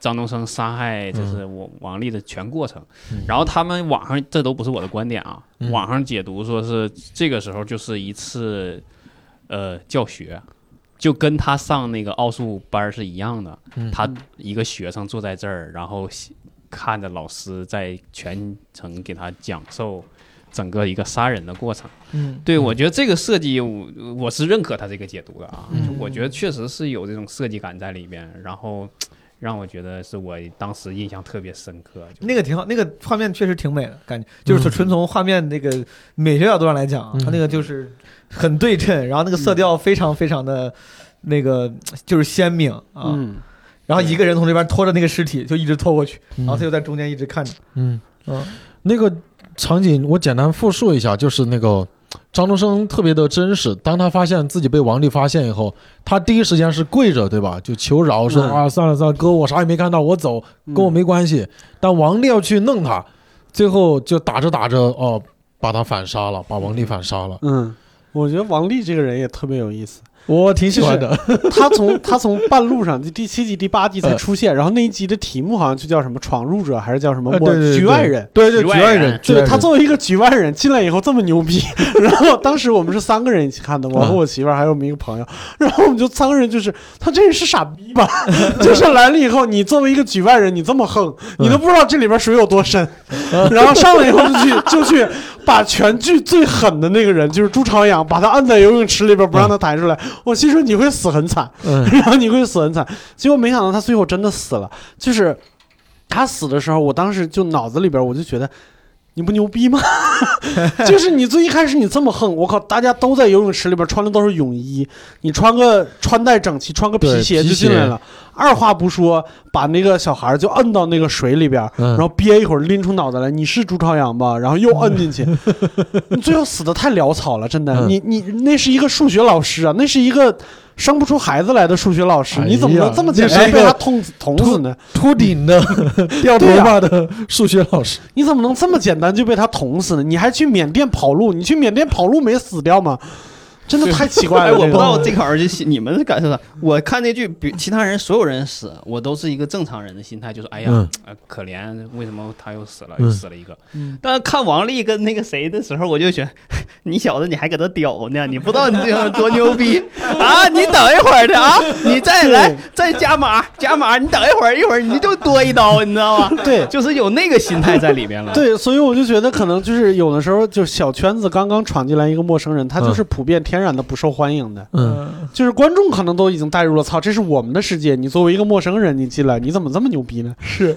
[SPEAKER 4] 张东升杀害就是我王丽的全过程
[SPEAKER 2] 嗯。
[SPEAKER 4] 然后他们网上这都不是我的观点啊
[SPEAKER 2] 嗯，
[SPEAKER 4] 网上解读说是这个时候就是一次呃教学，就跟他上那个奥数班是一样的
[SPEAKER 2] 嗯。
[SPEAKER 4] 他一个学生坐在这儿，然后看着老师在全程给他讲授整个一个杀人的过程。
[SPEAKER 3] 嗯，
[SPEAKER 4] 对，我觉得这个设计我我是认可他这个解读的啊，
[SPEAKER 3] 嗯
[SPEAKER 4] 就我觉得确实是有这种设计感在里边，然后让我觉得是我当时印象特别深刻。就
[SPEAKER 3] 那个挺好，那个画面确实挺美的，感
[SPEAKER 5] 嗯
[SPEAKER 3] 觉就是纯从画面那个美学角度上来讲啊，
[SPEAKER 2] 嗯
[SPEAKER 3] 它那个就是很对称，然后那个色调非常非常的那个就是鲜明啊。
[SPEAKER 5] 嗯，
[SPEAKER 3] 然后一个人从这边拖着那个尸体就一直拖过去，
[SPEAKER 2] 嗯
[SPEAKER 3] 然后他就在中间一直看着。
[SPEAKER 2] 嗯，
[SPEAKER 3] 嗯
[SPEAKER 2] 那个场景我简单复述一下，就是那个张东升特别的真实。当他发现自己被王丽发现以后，他第一时间是跪着，对吧？就求饶说、
[SPEAKER 5] 嗯
[SPEAKER 2] 啊，算了算了，哥，我啥也没看到，我走，跟我没关系。但王丽要去弄他，最后就打着打着哦，把他反杀了，把王丽反杀了。
[SPEAKER 5] 嗯。我觉得王丽这个人也特别有意思，
[SPEAKER 2] 我挺喜欢的，
[SPEAKER 5] 他从 他从半路上就第七集、第八集才出现，然后那一集的题目好像就叫什么“闯入者”还是叫什么
[SPEAKER 2] 呃
[SPEAKER 5] “我
[SPEAKER 2] 对对对
[SPEAKER 5] 局外人”，
[SPEAKER 2] 对对，
[SPEAKER 4] 局
[SPEAKER 2] 局
[SPEAKER 4] 外
[SPEAKER 2] 外
[SPEAKER 4] 人
[SPEAKER 2] 人，局外
[SPEAKER 5] 对
[SPEAKER 2] 人
[SPEAKER 5] 他作为一个局外人进来以后这么牛逼， 然后当时我们是三个人一起看的，我和我媳妇儿还有我们一个朋友，然后我们就三个人就是他这人是傻逼吧？ 就是来了以后，你作为一个局外人，你这么横，你都不知道这里边水有多深，然后上来以后就去就去把全剧最狠的那个人，就是朱朝阳，把他按在游泳池里边不让他弹出来，我心说你会死很惨，
[SPEAKER 2] 嗯
[SPEAKER 5] 然后你会死很惨。结果没想到他最后真的死了，就是他死的时候，我当时就脑子里边我就觉得。你不牛 逼吗？就是你最一开始你这么横，我靠！大家都在游泳池里边穿的都是泳衣，你穿个穿戴整齐，穿个皮
[SPEAKER 2] 对
[SPEAKER 5] 鞋
[SPEAKER 2] 皮
[SPEAKER 5] 就进
[SPEAKER 2] 鞋
[SPEAKER 5] 来了，二话不说把那个小孩就摁到那个水里边，
[SPEAKER 2] 嗯，
[SPEAKER 5] 然后憋一会儿拎出脑袋来，你是朱朝阳吧？然后又摁 进去，你最后死的太潦草了，真的。
[SPEAKER 2] 嗯
[SPEAKER 5] 你你那是一个数学老师啊，那是一个生不出孩子来的数学老师，
[SPEAKER 2] 哎呀
[SPEAKER 5] 你怎么能这么简
[SPEAKER 2] 那
[SPEAKER 5] 单
[SPEAKER 2] 是一
[SPEAKER 5] 被
[SPEAKER 2] 个
[SPEAKER 5] 他捅死捅死呢？啊
[SPEAKER 2] 秃顶的掉头发的数学老师，
[SPEAKER 5] 你怎么能这么简单就被他捅死呢？你还去缅甸跑路？你去缅甸跑路没死掉吗？真的太奇怪
[SPEAKER 4] 哎，
[SPEAKER 5] 了，
[SPEAKER 4] 我不
[SPEAKER 5] 这
[SPEAKER 4] 知
[SPEAKER 5] 个
[SPEAKER 4] 道这个儿子你们的感受啥？我看那剧比其他人所有人死，我都是一个正常人的心态，就是哎呀，
[SPEAKER 2] 嗯
[SPEAKER 4] 呃可怜，为什么他又死了，
[SPEAKER 2] 嗯
[SPEAKER 4] 又死了一个。但是看王丽跟那个谁的时候，我就觉得 你小子你还搁这屌呢，你不知道你这样多 牛逼啊！你等一会儿的啊，你再来再加码加码，你等一会儿，一会儿你就多一刀，你知道吗？
[SPEAKER 5] 对
[SPEAKER 4] 就是有那个心态在里边了。，
[SPEAKER 5] 对，所以我就觉得可能就是有的时候，就是小圈子刚刚闯进来一个陌生人，
[SPEAKER 4] 嗯
[SPEAKER 5] 他就是普遍天然的不受欢迎的。
[SPEAKER 2] 嗯，
[SPEAKER 5] 就是观众可能都已经带入了，操，这是我们的世界。你作为一个陌生人，你进来，你怎么这么牛逼呢？
[SPEAKER 3] 是。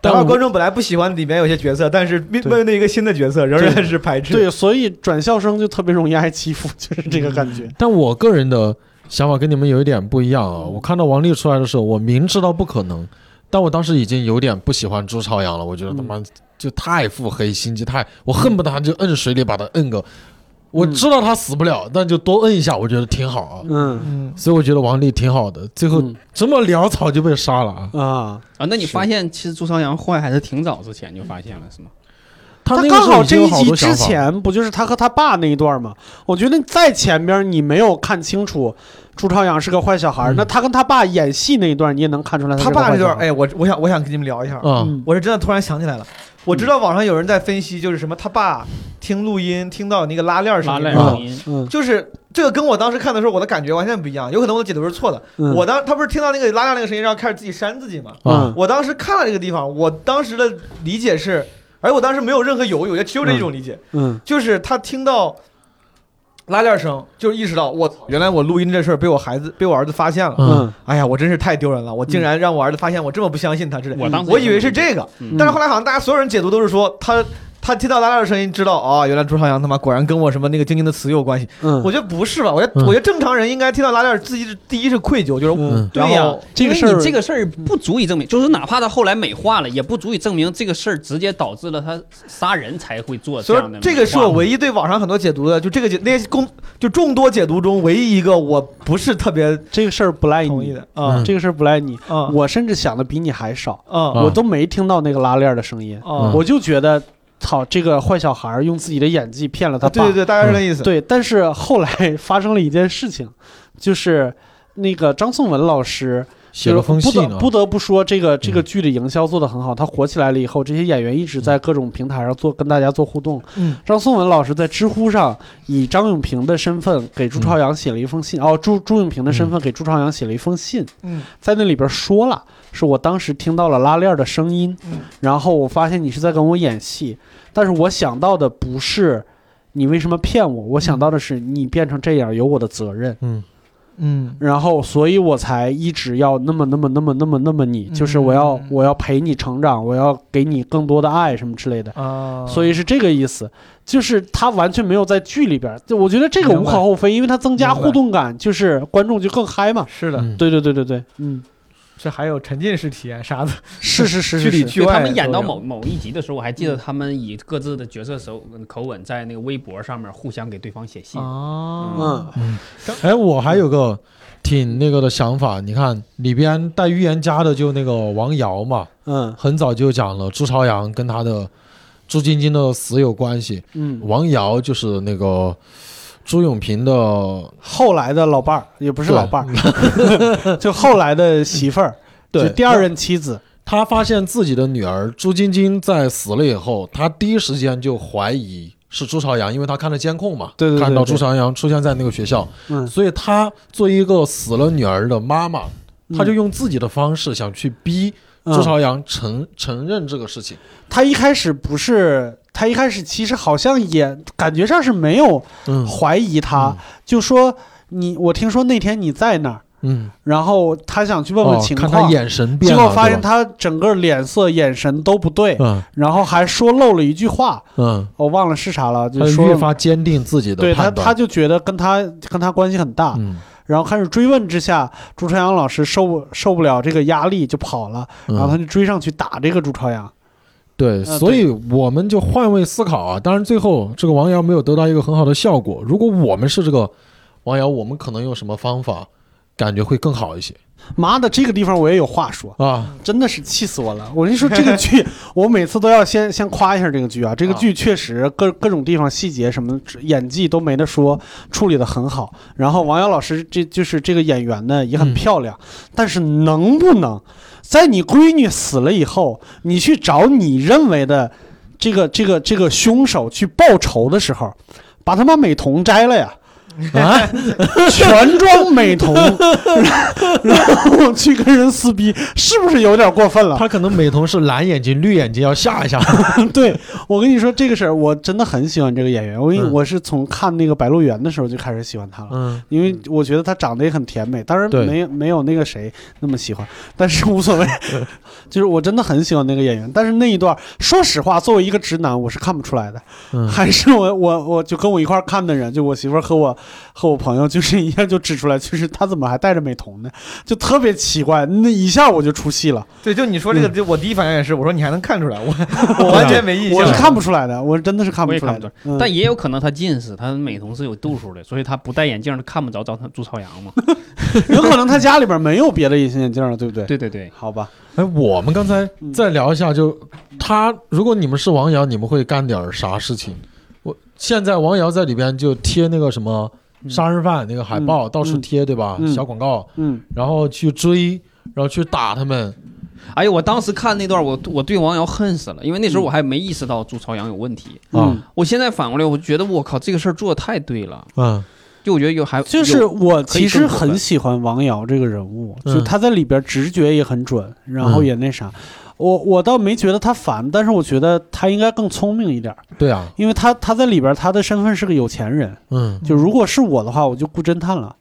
[SPEAKER 5] 但
[SPEAKER 3] 哪
[SPEAKER 5] 我
[SPEAKER 3] 怕观众本来不喜欢里面有些角色，但是面
[SPEAKER 5] 对
[SPEAKER 3] 面对一个新的角色，仍然是排斥。
[SPEAKER 5] 对，所以转校生就特别容易挨欺负，就是这个感觉。
[SPEAKER 2] 但我个人的想法跟你们有一点不一样
[SPEAKER 5] 嗯
[SPEAKER 2] 啊。我看到王丽出来的时候，我明知道不可能，但我当时已经有点不喜欢朱朝阳了。我觉得他妈
[SPEAKER 5] 嗯
[SPEAKER 2] 就太腹黑、心机太，我恨不得他就摁水里把他摁个。
[SPEAKER 5] 嗯
[SPEAKER 2] 我知道他死不了，但就多摁一下，我觉得挺好啊。
[SPEAKER 5] 嗯
[SPEAKER 3] 嗯，
[SPEAKER 2] 所以我觉得王丽挺好的，最后
[SPEAKER 5] 嗯
[SPEAKER 2] 这么潦草就被杀了啊！
[SPEAKER 5] 啊，
[SPEAKER 4] 啊，那你发现其实朱朝阳坏还是挺早之前就发现了，是吗？
[SPEAKER 2] 那个
[SPEAKER 5] 刚
[SPEAKER 2] 时候
[SPEAKER 5] 好
[SPEAKER 2] 已
[SPEAKER 5] 这
[SPEAKER 2] 经有
[SPEAKER 5] 一
[SPEAKER 2] 好
[SPEAKER 5] 集
[SPEAKER 2] 多想
[SPEAKER 5] 之
[SPEAKER 2] 法，
[SPEAKER 5] 前不就是他和他爸那一段吗？我觉得在前边你没有看清楚朱朝阳是个坏小孩，
[SPEAKER 2] 嗯啊
[SPEAKER 5] 那他跟他爸演戏那一段，你也能看出来
[SPEAKER 3] 他
[SPEAKER 5] 是个
[SPEAKER 3] 爸
[SPEAKER 5] 坏
[SPEAKER 3] 这
[SPEAKER 5] 小
[SPEAKER 3] 段，
[SPEAKER 5] 孩。
[SPEAKER 3] 哎，我我想我想跟你们聊一下，
[SPEAKER 2] 嗯，
[SPEAKER 5] 嗯
[SPEAKER 3] 我是真的突然想起来了，我知道网上有人在分析，就是什么他爸听录音听到那个拉链儿声
[SPEAKER 4] 拉
[SPEAKER 3] 音，
[SPEAKER 4] 赖
[SPEAKER 5] 啊
[SPEAKER 4] 声音，
[SPEAKER 5] 嗯
[SPEAKER 3] 就是这个跟我当时看的时候我的感觉完全不一样，有可能我的解读是错的。
[SPEAKER 5] 嗯，
[SPEAKER 3] 我当他不是听到那个拉链那个声音，然后开始自己扇自己嘛？
[SPEAKER 2] 啊
[SPEAKER 5] 嗯
[SPEAKER 3] 我当时看了这个地方，我当时的理解是，而我当时没有任何犹豫，我觉得只有这一种理解，
[SPEAKER 5] 嗯
[SPEAKER 3] 就是他听到拉链声，就意识到我原来我录音这事儿被我孩子被我儿子发现了。
[SPEAKER 5] 嗯
[SPEAKER 3] 哎呀，我真是太丢人了！我竟然让我儿子发现我这么不相信他之类的，
[SPEAKER 4] 我当时
[SPEAKER 3] 我以为是这个，
[SPEAKER 4] 嗯
[SPEAKER 3] 但是后来好像大家所有人解读都是说他他听到拉链的声音，知道啊、哦，原来朱朝阳他妈果然跟我什么那个晶晶的词有关系。
[SPEAKER 5] 嗯，
[SPEAKER 3] 我觉得不是吧？我觉得、
[SPEAKER 2] 嗯
[SPEAKER 3] 我觉得正常人应该听到拉链，自己是第一是愧疚，就是、
[SPEAKER 2] 嗯
[SPEAKER 3] 对
[SPEAKER 4] 对呀、
[SPEAKER 3] 呀、
[SPEAKER 5] 这个
[SPEAKER 4] 因
[SPEAKER 5] 事
[SPEAKER 4] 为
[SPEAKER 5] 儿
[SPEAKER 4] 你这个事儿不足以证明，就是哪怕他后来美化了，也不足以证明这个事儿直接导致了他杀人才会做这
[SPEAKER 3] 所以
[SPEAKER 4] 样的美化。
[SPEAKER 3] 这个是我唯一对网上很多解读的，就这个解那些公就众多解读中唯一一个我不是特别
[SPEAKER 5] 这个事儿不赖
[SPEAKER 3] 同意
[SPEAKER 5] 你
[SPEAKER 3] 的，啊
[SPEAKER 2] 嗯
[SPEAKER 5] 这个事儿不赖你，
[SPEAKER 3] 啊
[SPEAKER 5] 我甚至想的比你还少。
[SPEAKER 3] 啊
[SPEAKER 2] 啊
[SPEAKER 5] 我都没听到那个拉链儿的声音，
[SPEAKER 3] 啊！
[SPEAKER 5] 我就觉得，操，这个坏小孩儿用自己的演技骗了他
[SPEAKER 3] 啊
[SPEAKER 5] 爸。
[SPEAKER 3] 对对对，大概是这个意思。
[SPEAKER 5] 对但是后来发生了一件事情，就是那个张颂文老师
[SPEAKER 2] 写了封信啊嗯
[SPEAKER 5] 不得不得不说，这个这个剧的营销做得很好，它火起来了以后，这些演员一
[SPEAKER 2] 嗯
[SPEAKER 5] 直在各种平台上做跟大家做互动。
[SPEAKER 3] 嗯，
[SPEAKER 5] 张颂文老师在知乎上以张永平的身份给朱
[SPEAKER 2] 嗯
[SPEAKER 5] 朝阳写了一封信，哦，朱朱永平的身份给朱朝阳写了一封信，
[SPEAKER 3] 嗯，
[SPEAKER 5] 在那里边说了，是我当时听到了拉链的声音，
[SPEAKER 3] 嗯
[SPEAKER 5] 然后我发现你是在跟我演戏，但是我想到的不是你为什么骗我，我想到的是你变成这样有我的责任。
[SPEAKER 2] 嗯
[SPEAKER 3] 嗯
[SPEAKER 5] 然后，所以我才一直要那么、那么、那么、那么、那么你，就是我要
[SPEAKER 3] 嗯，
[SPEAKER 5] 我要陪你成长，我要给你更多的爱什么之类的，
[SPEAKER 3] 啊，
[SPEAKER 5] 所以是这个意思。就是他完全没有在剧里边儿，就我觉得这个
[SPEAKER 3] 明白
[SPEAKER 5] 无可厚非，因为它增加
[SPEAKER 3] 明白
[SPEAKER 5] 互动感，就是观众就更嗨嘛。
[SPEAKER 3] 是的，
[SPEAKER 2] 嗯，
[SPEAKER 5] 对对对对对，嗯，
[SPEAKER 3] 这还有沉浸式体验啥的，
[SPEAKER 5] 是是是
[SPEAKER 3] 剧
[SPEAKER 5] 是
[SPEAKER 3] 里
[SPEAKER 5] 是，
[SPEAKER 3] 剧
[SPEAKER 4] 就
[SPEAKER 3] 外
[SPEAKER 4] 他们演到
[SPEAKER 3] 都有
[SPEAKER 4] 某某一集的时候，我还记得他们以各自的角色手口吻在那个微博上面互相给对方写信。
[SPEAKER 3] 哦
[SPEAKER 5] 嗯，
[SPEAKER 2] 哎，我还有个挺那个的想法，你看里边带预言家的就那个王瑶嘛，
[SPEAKER 5] 嗯
[SPEAKER 2] 很早就讲了朱朝阳跟他的朱晶晶的死有关系，
[SPEAKER 5] 嗯，
[SPEAKER 2] 王瑶就是那个朱永平的
[SPEAKER 5] 后来的老伴儿也不是
[SPEAKER 2] 对
[SPEAKER 5] 老伴儿， 就后来的媳妇儿，
[SPEAKER 2] 对
[SPEAKER 5] 就第二任妻子，
[SPEAKER 2] 他发现自己的女儿朱晶晶在死了以后，他第一时间就怀疑是朱朝阳，因为他看了监控嘛，
[SPEAKER 5] 对对对
[SPEAKER 2] 看到
[SPEAKER 5] 对
[SPEAKER 2] 朱朝阳出现在那个学校，
[SPEAKER 5] 嗯，
[SPEAKER 2] 所以他作为一个死了女儿的妈妈，
[SPEAKER 5] 嗯
[SPEAKER 2] 他就用自己的方式想去逼朱
[SPEAKER 5] 嗯
[SPEAKER 2] 朝阳承、承认这个事情。
[SPEAKER 5] 他一开始不是，他一开始其实好像也感觉上是没有
[SPEAKER 2] 嗯
[SPEAKER 5] 怀疑他，就说你，我听说那天你在那儿，
[SPEAKER 2] 嗯，
[SPEAKER 5] 然后他想去问问
[SPEAKER 2] 哦
[SPEAKER 5] 情
[SPEAKER 2] 看
[SPEAKER 5] 况，
[SPEAKER 2] 他眼神变
[SPEAKER 5] 结
[SPEAKER 2] 了，
[SPEAKER 5] 果发现
[SPEAKER 2] 对吧
[SPEAKER 5] 他整个脸色、眼神都不对，
[SPEAKER 2] 嗯
[SPEAKER 5] 然后还说漏了一句话，
[SPEAKER 2] 嗯，
[SPEAKER 5] 我忘了是啥了，
[SPEAKER 2] 他
[SPEAKER 5] 就
[SPEAKER 2] 就越
[SPEAKER 5] 说。
[SPEAKER 2] 发坚定自己
[SPEAKER 5] 对
[SPEAKER 2] 的
[SPEAKER 5] 他，
[SPEAKER 2] 判
[SPEAKER 5] 他
[SPEAKER 2] 断。
[SPEAKER 5] 就觉得跟他跟他关系很大，
[SPEAKER 2] 嗯
[SPEAKER 5] 然后开始追问之下，朱朝阳老师受不受不了这个压力就跑了，然后
[SPEAKER 2] 嗯
[SPEAKER 5] 他，就追上去打这个朱朝阳。
[SPEAKER 2] 对，
[SPEAKER 5] 呃
[SPEAKER 2] 所以我们就换位思考啊。当然，最后这个王瑶没有得到一个很好的效果。如果我们是这个王瑶，我们可能用什么方法，感觉会更好一些
[SPEAKER 5] 妈的，这个地方我也有话说，
[SPEAKER 2] 啊？
[SPEAKER 5] 真的是气死我了！我跟你说，这个剧我每次都要先先夸一下这个剧啊，这个剧确实各各种地方细节什么演技都没得说，处理的很好。然后王瑶老师这就是这个演员呢也很
[SPEAKER 2] 嗯
[SPEAKER 5] 漂亮，但是能不能在你闺女死了以后，你去找你认为的这个这个这个凶手去报仇的时候，把他妈美瞳摘了呀？
[SPEAKER 2] 啊，
[SPEAKER 5] 全装美 瞳，然后去跟人撕逼，是不是有点过分了？
[SPEAKER 2] 他可能美瞳是蓝眼睛、绿眼睛，要吓一吓。
[SPEAKER 5] 对我跟你说这个事儿，我真的很喜欢这个演员。我跟你、
[SPEAKER 2] 嗯
[SPEAKER 5] 我是从看那个《白鹿原》的时候就开始喜欢他了，
[SPEAKER 2] 嗯，
[SPEAKER 5] 因为我觉得他长得也很甜美，当然
[SPEAKER 2] 对
[SPEAKER 5] 没没有那个谁那么喜欢，但是无 所谓。就是我真的很喜欢那个演员，但是那一段，说实话，作为一个直男，我是看不出来的。
[SPEAKER 2] 嗯
[SPEAKER 5] 还是我我我就跟我一块儿看的人，就我媳妇儿和我和我朋友，就是一下就指出来，就是他怎么还戴着美瞳呢？就特别奇怪，那一下我就出戏了，
[SPEAKER 3] 对，就你说这个，就我第一反应也是，我说你还能看出来，我我完全没印象，
[SPEAKER 5] 我是看不出来的，我真的是看
[SPEAKER 4] 我
[SPEAKER 5] 不
[SPEAKER 4] 也
[SPEAKER 5] 出来
[SPEAKER 4] 看不
[SPEAKER 5] 的
[SPEAKER 4] 出。
[SPEAKER 5] 嗯
[SPEAKER 4] 但也有可能他近视，他美瞳是有度数的，所以他不戴眼镜他看不着张朱朝阳嘛。
[SPEAKER 5] 有可能他家里边没有别的隐形眼镜了，对不对？
[SPEAKER 4] 对对对，
[SPEAKER 5] 好吧，
[SPEAKER 2] 哎，我们刚才再聊一下就，他，如果你们是王瑶，你们会干点啥事情？我现在王瑶在里边就贴那个什么杀人犯那个海报，
[SPEAKER 5] 嗯
[SPEAKER 2] 到处贴，对吧？
[SPEAKER 5] 嗯
[SPEAKER 2] 小广告，
[SPEAKER 5] 嗯，
[SPEAKER 2] 然后去追，然后去打他们。
[SPEAKER 4] 哎呦，我当时看那段，我我对王瑶恨死了，因为那时候我还没意识到朱朝阳有问题。
[SPEAKER 5] 嗯，
[SPEAKER 4] 我现在反过来，我觉得我靠，这个事儿做的太对了。
[SPEAKER 2] 嗯
[SPEAKER 4] 就我觉得有还
[SPEAKER 5] 就是
[SPEAKER 4] 有
[SPEAKER 5] 我其
[SPEAKER 4] 可以
[SPEAKER 5] 实
[SPEAKER 4] 更过分
[SPEAKER 5] 很喜欢王瑶这个人物，
[SPEAKER 2] 嗯
[SPEAKER 5] 就他在里边直觉也很准，然
[SPEAKER 3] 嗯
[SPEAKER 5] 后也那啥。我我倒没觉得他烦，但是我觉得他应该更聪明一点，
[SPEAKER 2] 对啊，
[SPEAKER 5] 因为他他在里边他的身份是个有钱人，
[SPEAKER 2] 嗯，
[SPEAKER 5] 就如果是我的话，我就雇侦探了。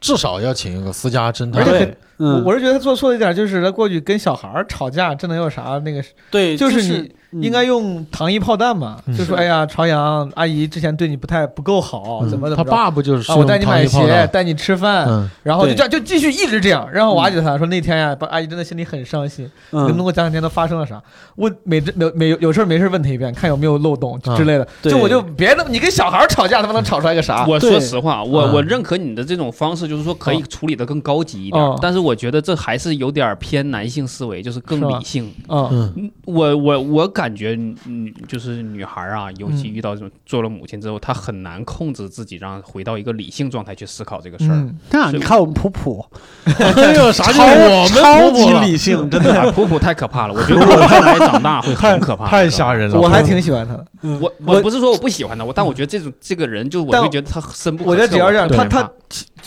[SPEAKER 2] 至少要请一个私家侦探。
[SPEAKER 3] 而且
[SPEAKER 5] 对，
[SPEAKER 3] 我
[SPEAKER 5] 嗯，
[SPEAKER 3] 我是觉得他做错一点，就是他过去跟小孩儿吵架，这能有啥那个？
[SPEAKER 5] 对，
[SPEAKER 3] 就是
[SPEAKER 5] 是嗯
[SPEAKER 3] 应该用糖衣炮弹嘛，
[SPEAKER 2] 嗯
[SPEAKER 3] 就说哎呀，朝阳阿姨之前对你不太不够好，
[SPEAKER 2] 嗯
[SPEAKER 3] 怎么怎
[SPEAKER 2] 他
[SPEAKER 3] 么着。
[SPEAKER 2] 爸不就是
[SPEAKER 3] 啊！我带你买
[SPEAKER 2] 用糖衣
[SPEAKER 3] 鞋，
[SPEAKER 2] 炮弹
[SPEAKER 3] 带你吃饭，
[SPEAKER 2] 嗯，
[SPEAKER 3] 然后就
[SPEAKER 5] 对
[SPEAKER 3] 这样就继续一直这样。然后我瓦解他说那天呀，把阿姨真的心里很伤心，能不
[SPEAKER 5] 嗯，
[SPEAKER 3] 能给我讲讲那天都发生了啥？我每每每有有事儿没事儿问他一遍，看有没有漏洞
[SPEAKER 2] 啊
[SPEAKER 3] 之类的。
[SPEAKER 5] 对
[SPEAKER 3] 就我就别那么，你跟小孩儿吵架，他妈能吵出来个啥？
[SPEAKER 4] 我
[SPEAKER 5] 对
[SPEAKER 4] 说实话，我
[SPEAKER 2] 嗯
[SPEAKER 4] 我认可你的这种方式，就是说可以
[SPEAKER 3] 嗯
[SPEAKER 4] 处理的更高级一点
[SPEAKER 3] 嗯。
[SPEAKER 4] 但是我觉得这还是有点偏男性思维，就是更
[SPEAKER 3] 是吧
[SPEAKER 4] 理性。
[SPEAKER 3] 啊，
[SPEAKER 2] 嗯
[SPEAKER 4] 嗯我我我感觉，嗯，就是女孩啊，尤其
[SPEAKER 3] 嗯
[SPEAKER 4] 遇到这种做了母亲之后，她很难控制自己，让回到一个理性状态去思考这个事儿。
[SPEAKER 3] 嗯，
[SPEAKER 5] 那
[SPEAKER 4] 是
[SPEAKER 5] 你看我们普普，
[SPEAKER 2] 这有哎啥叫我们啊
[SPEAKER 5] 超
[SPEAKER 2] 婆婆
[SPEAKER 5] 级
[SPEAKER 2] 了
[SPEAKER 5] 理性，真
[SPEAKER 4] 真的，普普太可怕了，我 觉得我将来长大会
[SPEAKER 2] 太
[SPEAKER 4] 很可怕，
[SPEAKER 2] 太吓人了。
[SPEAKER 3] 我还挺喜欢他的。
[SPEAKER 4] 我
[SPEAKER 3] 我
[SPEAKER 4] 我不是说我不喜欢他，我但我觉得这种这个人，就我
[SPEAKER 3] 但
[SPEAKER 4] 会觉得他深不可测。
[SPEAKER 3] 我觉得只要这样，
[SPEAKER 4] 特
[SPEAKER 3] 他
[SPEAKER 4] 别
[SPEAKER 3] 他
[SPEAKER 4] 怕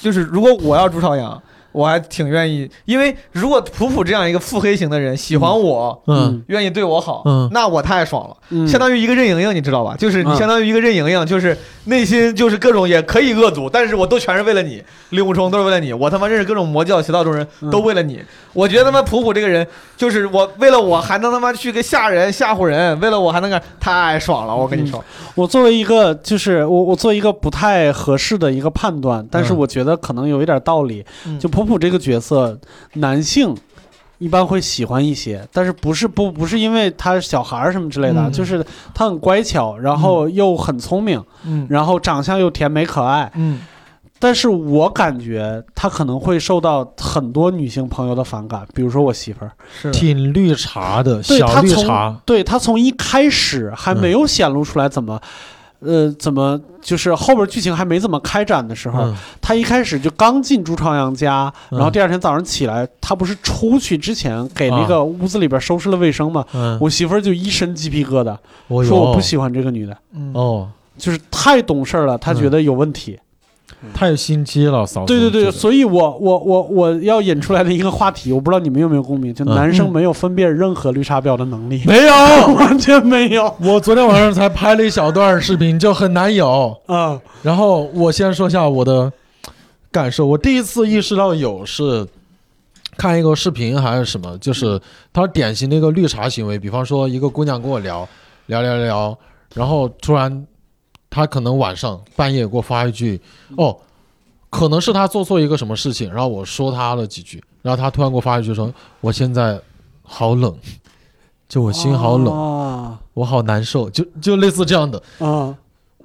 [SPEAKER 3] 就是如果我要朱朝阳，我还挺愿意，因为如果普普这样一个腹黑型的人喜欢我，
[SPEAKER 2] 嗯，
[SPEAKER 3] 愿意对我好，
[SPEAKER 2] 嗯
[SPEAKER 3] 那我太爽了，
[SPEAKER 5] 嗯
[SPEAKER 3] 相当于一个任盈盈，你知道吧？就是你
[SPEAKER 5] 嗯
[SPEAKER 3] 相当于一个任盈盈，就是内心就是各种也可以恶毒，但是我都全是为了你，令狐冲都是为了你，我他妈认识各种魔教邪道中人
[SPEAKER 5] 嗯
[SPEAKER 3] 都为了你，我觉得他妈普普这个人就是我为了我还能他妈去个吓人吓唬人，为了我还能干，太爽了，我跟你说，
[SPEAKER 5] 我作为一个，就是我我做一个不太合适的一个判断，但是
[SPEAKER 2] 嗯
[SPEAKER 5] 我觉得可能有一点道理。
[SPEAKER 3] 嗯
[SPEAKER 5] 就普普这个角色，男性一般会喜欢一些，但是不是不不是因为他是小孩儿什么之类的，啊
[SPEAKER 3] 嗯
[SPEAKER 5] 就是他很乖巧，然后又很聪明，
[SPEAKER 3] 嗯
[SPEAKER 5] 然后长相又甜美可爱。
[SPEAKER 3] 嗯
[SPEAKER 5] 但是我感觉他可能会受到很多女性朋友的反感，比如说我媳妇儿，
[SPEAKER 3] 是
[SPEAKER 2] 挺绿茶的，
[SPEAKER 5] 对
[SPEAKER 2] 小
[SPEAKER 5] 他
[SPEAKER 2] 绿
[SPEAKER 5] 从
[SPEAKER 2] 茶。嗯
[SPEAKER 5] 对他从一开始还没有显露出来怎么，呃，怎么就是后边剧情还没怎么开展的时候，
[SPEAKER 2] 嗯
[SPEAKER 5] 他一开始就刚进朱朝阳家，
[SPEAKER 2] 嗯
[SPEAKER 5] 然后第二天早上起来，他不是出去之前给那个屋子里边收拾了卫生吗？
[SPEAKER 2] 嗯，哎
[SPEAKER 5] 我媳妇儿就一身鸡皮疙瘩，
[SPEAKER 2] 我
[SPEAKER 5] 说我
[SPEAKER 2] 有
[SPEAKER 5] 不喜欢这个女的，
[SPEAKER 3] 嗯
[SPEAKER 2] 哦，
[SPEAKER 5] 就是太懂事儿了，
[SPEAKER 2] 嗯
[SPEAKER 5] 她觉得有问题。
[SPEAKER 2] 太心机了，嫂子。
[SPEAKER 5] 对对对，
[SPEAKER 2] 这个
[SPEAKER 5] 所以我我我我要引出来的一个话题，我不知道你们有没有共鸣，就
[SPEAKER 2] 嗯
[SPEAKER 5] 男生没有分辨任何绿茶婊的能力，
[SPEAKER 2] 没有。
[SPEAKER 5] 完全没有。
[SPEAKER 2] 我昨天晚上才拍了一小段视频，就很难有。
[SPEAKER 5] 啊，
[SPEAKER 2] 然后我先说下我的感受，我第一次意识到有是看一个视频还是什么，就是他典型的一个绿茶行为，比方说一个姑娘跟我聊聊聊聊，然后突然他可能晚上半夜给我发一句，哦，可能是他做错一个什么事情，然后我说他了几句，然后他突然给我发一句说，我现在好冷，就我心好冷，
[SPEAKER 5] 啊
[SPEAKER 2] 我好难受，就就类似这样的。
[SPEAKER 5] 啊，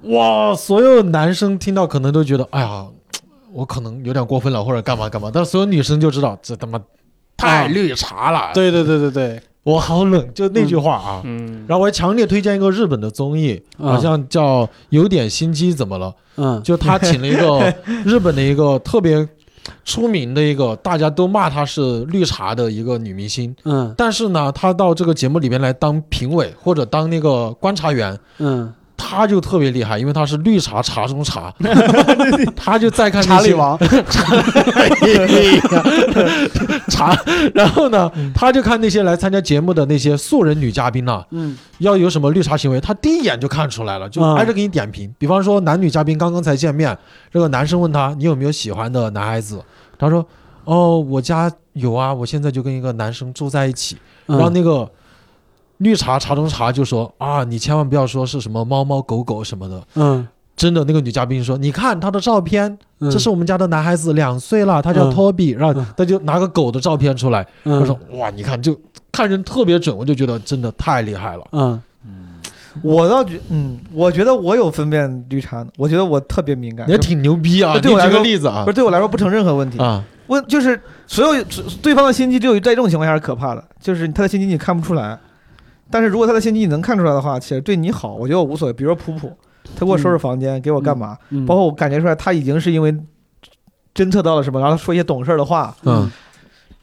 [SPEAKER 2] 哇，所有男生听到可能都觉得，哎呀，我可能有点过分了，或者干嘛干嘛。但是所有女生就知道，这他妈太哎绿茶了。，
[SPEAKER 5] 对对对对对，
[SPEAKER 2] 我好冷，就那句话啊。
[SPEAKER 4] 嗯，
[SPEAKER 2] 然后我还强烈推荐一个日本的综艺，
[SPEAKER 5] 嗯
[SPEAKER 2] 好像叫《有点心机怎么了》，
[SPEAKER 5] 嗯
[SPEAKER 2] 就他请了一 个日本的一个特别出名的一个，大家都骂她是绿茶的一个女明星。
[SPEAKER 5] 嗯
[SPEAKER 2] 但是呢，她到这个节目里面来当评委或者当那个观察员，
[SPEAKER 5] 嗯，
[SPEAKER 2] 他就特别厉害，因为他是绿茶茶中茶， 他就再看那
[SPEAKER 5] 查理
[SPEAKER 2] 些
[SPEAKER 5] 王，
[SPEAKER 2] 茶，然后呢，
[SPEAKER 5] 嗯
[SPEAKER 2] 他就看那些来参加节目的那些素人女嘉宾呐、
[SPEAKER 5] 嗯
[SPEAKER 2] 要有什么绿茶行为，他第一眼就看出来了，就
[SPEAKER 5] 嗯
[SPEAKER 2] 挨着给你点评。比方说男女嘉宾刚刚才见面，这个男生问他你有没有喜欢的男孩子，他说哦我家有啊，我现在就跟一个男生住在一起。然后
[SPEAKER 5] 嗯
[SPEAKER 2] 那个绿茶茶中茶就说啊你千万不要说是什么猫猫狗狗什么的，
[SPEAKER 5] 嗯，
[SPEAKER 2] 真的，那个女嘉宾说：“你看他的照片，
[SPEAKER 5] 嗯
[SPEAKER 2] 这是我们家的男孩子，两岁了，他叫
[SPEAKER 5] 嗯
[SPEAKER 2] 托比。”然后
[SPEAKER 5] 嗯
[SPEAKER 2] 他就拿个狗的照片出来，他说
[SPEAKER 5] 嗯：“
[SPEAKER 2] 哇，你看，就看人特别准，我就觉得真的太厉害了。
[SPEAKER 5] 嗯
[SPEAKER 3] 我倒觉，嗯，我觉得我有分辨绿茶呢，我觉得我特别敏感，
[SPEAKER 2] 你还挺牛逼啊！
[SPEAKER 3] 嗯对
[SPEAKER 2] 你
[SPEAKER 3] 我来
[SPEAKER 2] 举个
[SPEAKER 3] 说
[SPEAKER 2] 例子啊
[SPEAKER 3] 不是对我来说不成任何问题。
[SPEAKER 2] 啊，
[SPEAKER 3] 我就是所有对方的心机，只有在这种情况下是可怕的，就是他的心机你看不出来，但是如果他的心机你能看出来的话，且对你好，我觉得我无所谓。比如说普普，他给我收拾房间，给我干嘛，
[SPEAKER 5] 嗯，
[SPEAKER 3] 包括我感觉出来他已经是因为侦测到了什么，然后他说一些懂事儿的话，
[SPEAKER 2] 嗯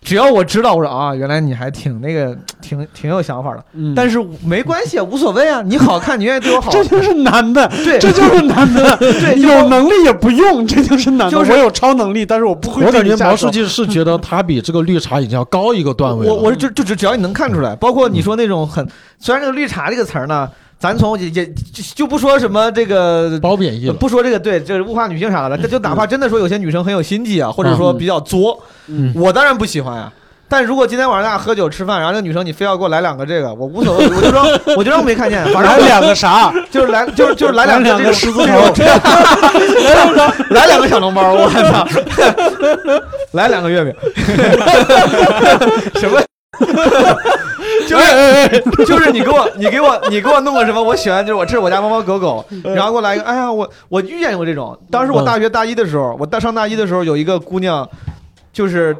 [SPEAKER 3] 只要我知道，我说啊，原来你还挺那个，挺挺有想法的，
[SPEAKER 5] 嗯，
[SPEAKER 3] 但
[SPEAKER 5] 是
[SPEAKER 3] 是没关系，无所谓啊，你好看，你愿意对我好，
[SPEAKER 5] 这就是男的，
[SPEAKER 3] 对，
[SPEAKER 5] 这就是 男的，
[SPEAKER 3] 对，就
[SPEAKER 5] 有能力也不用，这就是男的。
[SPEAKER 3] 就是
[SPEAKER 5] 我有超能力，但是我不会
[SPEAKER 2] 我
[SPEAKER 5] 对
[SPEAKER 2] 感
[SPEAKER 5] 你
[SPEAKER 2] 觉
[SPEAKER 5] 下
[SPEAKER 2] 毛
[SPEAKER 5] 手
[SPEAKER 2] 书。记是觉得他比这个绿茶已经要高一个段位了。
[SPEAKER 3] 我我就就只只要你能看出来，包括你说那种很，虽然这个“绿茶”这个词儿呢，咱从也也就就不说什么这个。
[SPEAKER 2] 褒贬义了，
[SPEAKER 3] 不说这个对，这个物化女性啥的，这就哪怕真的说有些女生很有心计啊，或者说比较作，
[SPEAKER 5] 嗯
[SPEAKER 3] 我当然不喜欢呀、但如果今天晚上大家喝酒吃饭，然后那个女生你非要给我来两个这个，我无所谓，我就装我就装没看见，反
[SPEAKER 5] 来
[SPEAKER 3] 正
[SPEAKER 5] 两 个啥？
[SPEAKER 3] 就是来就是就是来两
[SPEAKER 5] 两
[SPEAKER 3] 个
[SPEAKER 5] 个
[SPEAKER 3] 这
[SPEAKER 5] 狮
[SPEAKER 3] 种
[SPEAKER 5] 子头，
[SPEAKER 3] 来两个小笼包，我操！ 来两个月饼，什 么？哎就是就是你给我你给我你给我弄个什么？我喜欢就是我这是我家猫猫狗狗，然后给我来一个，哎呀，我我遇见过嗯这种。当时我大学大一的时候，我大上大一的时候有一个姑娘，就是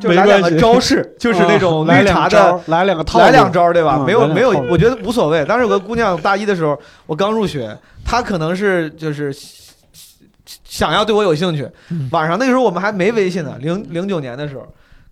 [SPEAKER 3] 就来两个
[SPEAKER 5] 没关系
[SPEAKER 3] 招式，就是那
[SPEAKER 2] 嗯
[SPEAKER 3] 种
[SPEAKER 5] 来
[SPEAKER 3] 绿
[SPEAKER 5] 两
[SPEAKER 3] 茶
[SPEAKER 5] 招
[SPEAKER 3] 的
[SPEAKER 5] 儿，来两个套路，
[SPEAKER 3] 来两招对吧？
[SPEAKER 5] 嗯
[SPEAKER 3] 没有
[SPEAKER 5] 来两
[SPEAKER 3] 没有
[SPEAKER 5] 套，路
[SPEAKER 3] 我觉得无所谓。当时有个姑娘，大一的时候，我刚入学，她可能是就是想要对我有兴趣。
[SPEAKER 5] 嗯
[SPEAKER 3] 晚上那个时候我们还没微信呢，零零九年的时候。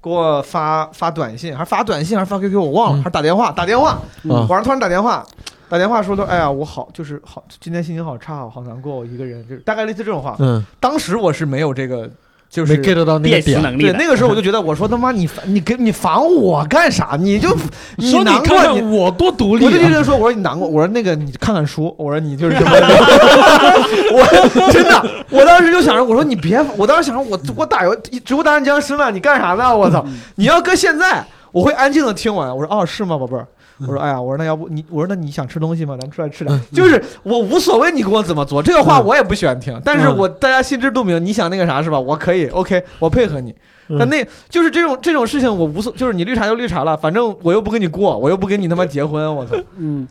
[SPEAKER 3] 给我发发短信，还是发短信，还是发 QQ，我忘了，
[SPEAKER 2] 嗯
[SPEAKER 3] 还是打电话，打电话，
[SPEAKER 2] 嗯
[SPEAKER 3] 晚上突然打电话，打电话说的，哎呀，我好，就是好，今天心情好差，我啊好难过，我一个人，就是大概类似这种话。
[SPEAKER 2] 嗯，
[SPEAKER 3] 当时我是没有这个，就是
[SPEAKER 2] 没 get 到那个
[SPEAKER 4] 辨识
[SPEAKER 2] 点，
[SPEAKER 4] 能力
[SPEAKER 3] 对，
[SPEAKER 4] 的。
[SPEAKER 3] 那个时候我就觉得，我说他妈你烦你给你烦我干啥？你就你
[SPEAKER 2] 说你
[SPEAKER 3] 难
[SPEAKER 2] 看
[SPEAKER 3] 过
[SPEAKER 2] 看我多独立
[SPEAKER 3] 我就一
[SPEAKER 2] 啊，
[SPEAKER 3] 直说，我说你难过，我说那个你看看书，我说你就是 这么，我真的，我当时就想着，我说你别，我当时想着我我打游直播达人僵尸呢，你干啥呢？我
[SPEAKER 2] 嗯
[SPEAKER 3] 操，你要搁现在，我会安静的听完。我说哦，是吗，宝贝儿？
[SPEAKER 2] 嗯
[SPEAKER 3] 我说哎呀，我说那要不你，我说那你想吃东西吗？咱出来吃点。就是我无所谓你给我怎么做，这个话
[SPEAKER 2] 嗯
[SPEAKER 3] 我也不喜欢听，但是我大家心知肚明，你想那个啥是吧？我可
[SPEAKER 2] 嗯
[SPEAKER 3] 以，OK，我配合你。但那就是这种这种事情，我无所，就是你绿茶就绿茶了，反正我又不跟你过，我又不跟你他妈结婚，我操！
[SPEAKER 5] 嗯，